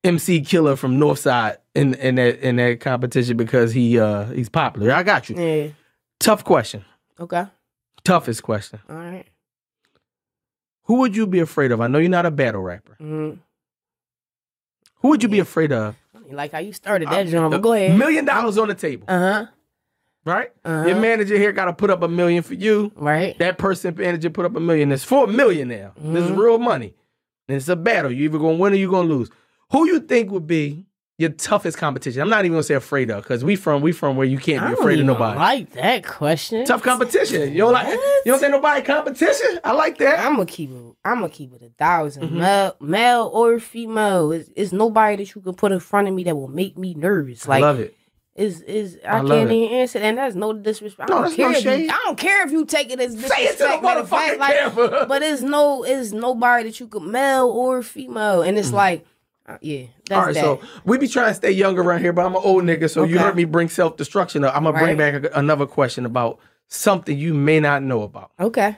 Speaker 4: MC Killer from Northside in in that in that competition because he uh, he's popular. I got you.
Speaker 13: yeah.
Speaker 4: Tough question.
Speaker 13: Okay.
Speaker 4: Toughest question.
Speaker 13: All right.
Speaker 4: Who would you be afraid of? I know you're not a battle rapper.
Speaker 13: Mm.
Speaker 4: Who would you be afraid of?
Speaker 13: Like how you started that drama. Go ahead.
Speaker 4: Million dollars on the table,
Speaker 13: Uh huh.
Speaker 4: right?
Speaker 13: Uh-huh.
Speaker 4: Your manager here got to put up a million for you.
Speaker 13: Right.
Speaker 4: that person manager put up a million. It's four million now. This is
Speaker 13: Mhm.
Speaker 4: real money. And it's a battle. You either gonna win or you gonna lose. Who you think would be your toughest competition? I'm not even gonna say afraid of, because we from we from where you can't
Speaker 13: I
Speaker 4: be
Speaker 13: don't
Speaker 4: afraid of
Speaker 13: even
Speaker 4: nobody.
Speaker 13: Like that question.
Speaker 4: Tough competition. You don't like
Speaker 13: What?
Speaker 4: you don't say nobody competition? I like that.
Speaker 13: I'm gonna keep it. I'm gonna keep it a 1000
Speaker 4: Mm-hmm.
Speaker 13: Male, male or female, it's, it's nobody that you can put in front of me that will make me nervous.
Speaker 4: I
Speaker 13: Like
Speaker 4: love it.
Speaker 13: is is
Speaker 4: I
Speaker 13: I,
Speaker 4: love
Speaker 13: can't
Speaker 4: it.
Speaker 13: even answer. that. And that's no disrespect.
Speaker 4: No,
Speaker 13: I don't
Speaker 4: that's
Speaker 13: care
Speaker 4: no
Speaker 13: if you,
Speaker 4: shade.
Speaker 13: I don't care if you take it as
Speaker 4: Say it to the
Speaker 13: disrespect. matter of fact,
Speaker 4: motherfucking
Speaker 13: like,
Speaker 4: camera.
Speaker 13: but it's no, it's nobody that you could male or female, and it's like, uh, yeah, that's
Speaker 4: Mm. All right,
Speaker 13: that.
Speaker 4: so we be trying to stay young around here, but I'm an old nigga, so you
Speaker 13: Okay.
Speaker 4: heard me bring self destruction up. I'm gonna bring
Speaker 13: Right.
Speaker 4: back a, another question about something you may not know about.
Speaker 13: okay,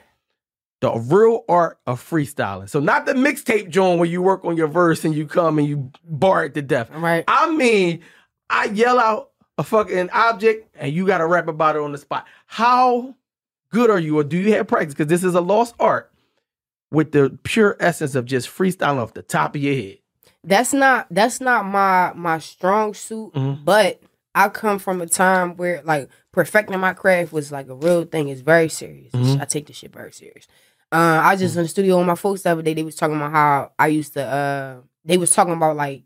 Speaker 4: the real art of freestyling. So not the mixtape joint where you work on your verse and you come and you bar it to death.
Speaker 13: all right,
Speaker 4: I mean, I yell out a fucking object and you got to rap about it on the spot. How good are you, or do you have practice? Because this is a lost art with the pure essence of just freestyling off the top of your head.
Speaker 13: that's not that's not my my strong suit,
Speaker 4: Mhm.
Speaker 13: but I come from a time where like perfecting my craft was like a real thing. It's very serious.
Speaker 4: Mhm.
Speaker 13: I take this shit very serious. Uh, I was just in the studio with my folks the other day. They was talking about how I used to. Uh, they was talking about like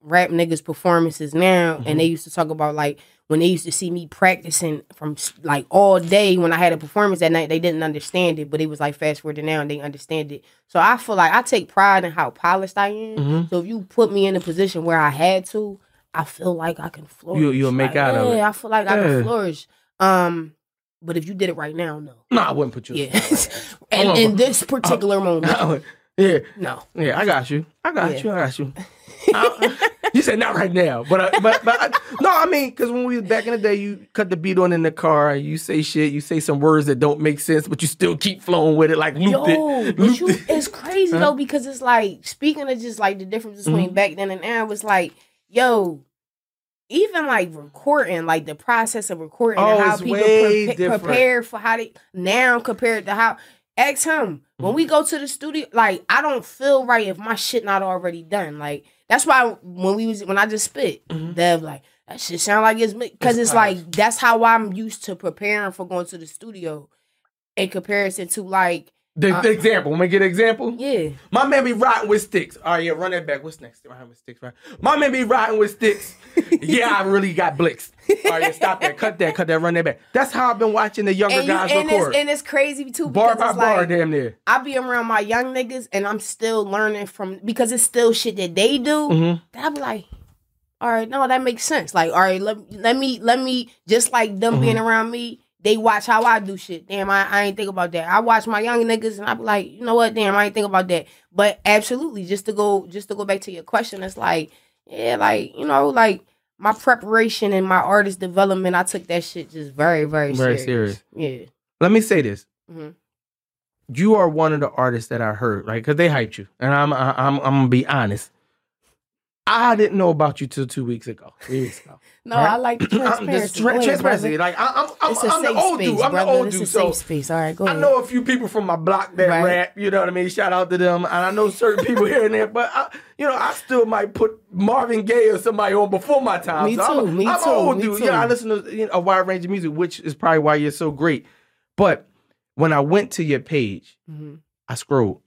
Speaker 13: rap niggas performances now, and they used to talk about like when they used to see me practicing from like all day when I had a performance that night. They didn't understand it, but it was like fast forward to now, and they understand it. So I feel like I take pride in how polished I am.
Speaker 4: Mhm.
Speaker 13: So if you put me in a position where I had to, I feel like I can flourish.
Speaker 4: you'll make
Speaker 13: Like,
Speaker 4: out of it.
Speaker 13: Yeah, I feel like I
Speaker 4: Yeah.
Speaker 13: can flourish. Um, but if you did it right now, no.
Speaker 4: No, I wouldn't put you.
Speaker 13: Yeah. and in this particular moment,
Speaker 4: I would- yeah,
Speaker 13: no.
Speaker 4: yeah, I got you. I got
Speaker 13: Yeah.
Speaker 4: you. I got you. I- you said not right now, but I, but but I, no, I mean, because when we was back in the day, you cut the beat on in the car, you say shit, you say some words that don't make sense, but you still keep flowing with it, like looped
Speaker 13: Yo,
Speaker 4: it.
Speaker 13: but
Speaker 4: Looped
Speaker 13: you,
Speaker 4: it.
Speaker 13: it's crazy though because it's like speaking of just like the difference between
Speaker 4: Mm-hmm.
Speaker 13: back then and now it's like, yo, even like recording, like the process of recording, and
Speaker 4: Oh,
Speaker 13: how
Speaker 4: it's
Speaker 13: people
Speaker 4: way
Speaker 13: prepa-
Speaker 4: different.
Speaker 13: prepare for how they now compared to how. Ask him when
Speaker 4: Mm-hmm.
Speaker 13: we go to the studio. Like I don't feel right if my shit not already done. Like that's why when we was when I just spit,
Speaker 4: Mm-hmm.
Speaker 13: Dev like that shit sound like it's because it's, like that's how I'm used to preparing for going to the studio in comparison to like
Speaker 4: The, the example. Let me get an example.
Speaker 13: yeah.
Speaker 4: My man be rotting with sticks. All right, yeah, run that back. What's next? Rotting with sticks, right? My man be rotting with sticks. yeah, I really got blitzed. All right, yeah, stop that. Cut that. Cut that. Run that back. That's how I've been watching the younger
Speaker 13: And, you,
Speaker 4: guys
Speaker 13: and,
Speaker 4: record.
Speaker 13: it's, and it's crazy too
Speaker 4: bar
Speaker 13: because
Speaker 4: by
Speaker 13: it's
Speaker 4: bar,
Speaker 13: like
Speaker 4: damn near.
Speaker 13: I be around my young niggas and I'm still learning from because it's still shit that they
Speaker 4: Mm-hmm.
Speaker 13: do. That I be like, all right, no, that makes sense. Like, all right, let, let me let me just like them being
Speaker 4: Mm-hmm.
Speaker 13: around me, they watch how I do shit. Damn, I, I ain't think about that. I watch my young niggas and I be like, you know what? Damn, I ain't think about that. But absolutely, just to go just to go back to your question, it's like, yeah, like you know, like my preparation and my artist development, I took that shit just very very
Speaker 4: Very serious.
Speaker 13: serious. Yeah.
Speaker 4: Let me say this.
Speaker 13: Mhm.
Speaker 4: You are one of the artists that I heard, like, cause they hyped you, and I'm, I- I'm, I'm gonna be honest. I didn't know about you till two weeks ago. Three weeks ago.
Speaker 13: No,
Speaker 4: Right?
Speaker 13: I like the
Speaker 4: I'm-
Speaker 13: transparency.
Speaker 4: this is tra-
Speaker 13: Go ahead,
Speaker 4: transparency.
Speaker 13: brother.
Speaker 4: Like, I, I'm, I'm,
Speaker 13: It's a
Speaker 4: I'm the
Speaker 13: safe
Speaker 4: old
Speaker 13: space,
Speaker 4: dude. I'm the
Speaker 13: brother.
Speaker 4: old
Speaker 13: It's
Speaker 4: dude.
Speaker 13: a
Speaker 4: So
Speaker 13: safe space. All right, go
Speaker 4: I
Speaker 13: ahead.
Speaker 4: know a few people from my block that
Speaker 13: Right.
Speaker 4: rap. You know what I mean? Shout out to them. And I know certain people here and there, but I, you know, I still might put Marvin Gaye or somebody on before my time.
Speaker 13: Me
Speaker 4: so I'm,
Speaker 13: too, me
Speaker 4: I'm
Speaker 13: too,
Speaker 4: old
Speaker 13: me
Speaker 4: dude.
Speaker 13: too.
Speaker 4: Yeah, I listen to you know, a wide range of music, which is probably why you're so great. But when I went to your page,
Speaker 13: Mhm.
Speaker 4: I scrolled,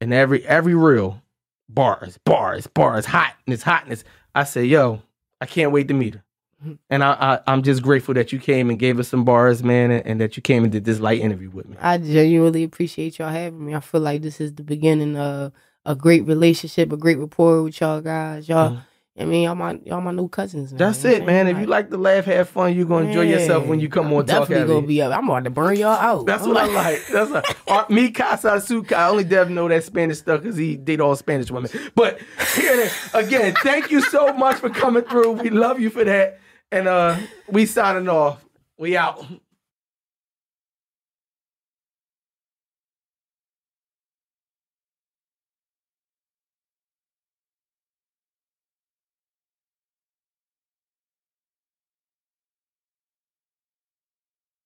Speaker 4: and every every reel, bars, bars, bars, hotness, hotness. I said, yo, I can't wait to meet her.
Speaker 13: Mm-hmm.
Speaker 4: And I, I, I'm just grateful that you came and gave us some bars, man, and, and that you came and did this light interview with me.
Speaker 13: I genuinely appreciate y'all having me. I feel like this is the beginning of a great relationship, a great rapport with y'all guys. Y'all, I mean, y'all my y'all my new cousins. Now,
Speaker 4: Mm-hmm. That's
Speaker 13: you know
Speaker 4: it,
Speaker 13: what I'm
Speaker 4: man.
Speaker 13: saying?
Speaker 4: If you like to laugh, have fun, you're gonna enjoy yourself when you come
Speaker 13: I'm
Speaker 4: on talk
Speaker 13: definitely
Speaker 4: at
Speaker 13: gonna
Speaker 4: me.
Speaker 13: be up. I'm about to burn y'all out.
Speaker 4: That's
Speaker 13: I'm
Speaker 4: what I like. That's like or, me casa su casa. Only Dev know that Spanish stuff because he date all Spanish women. But here it is. again, thank you so much for coming through. We love you for that. And uh, we signing off. We out.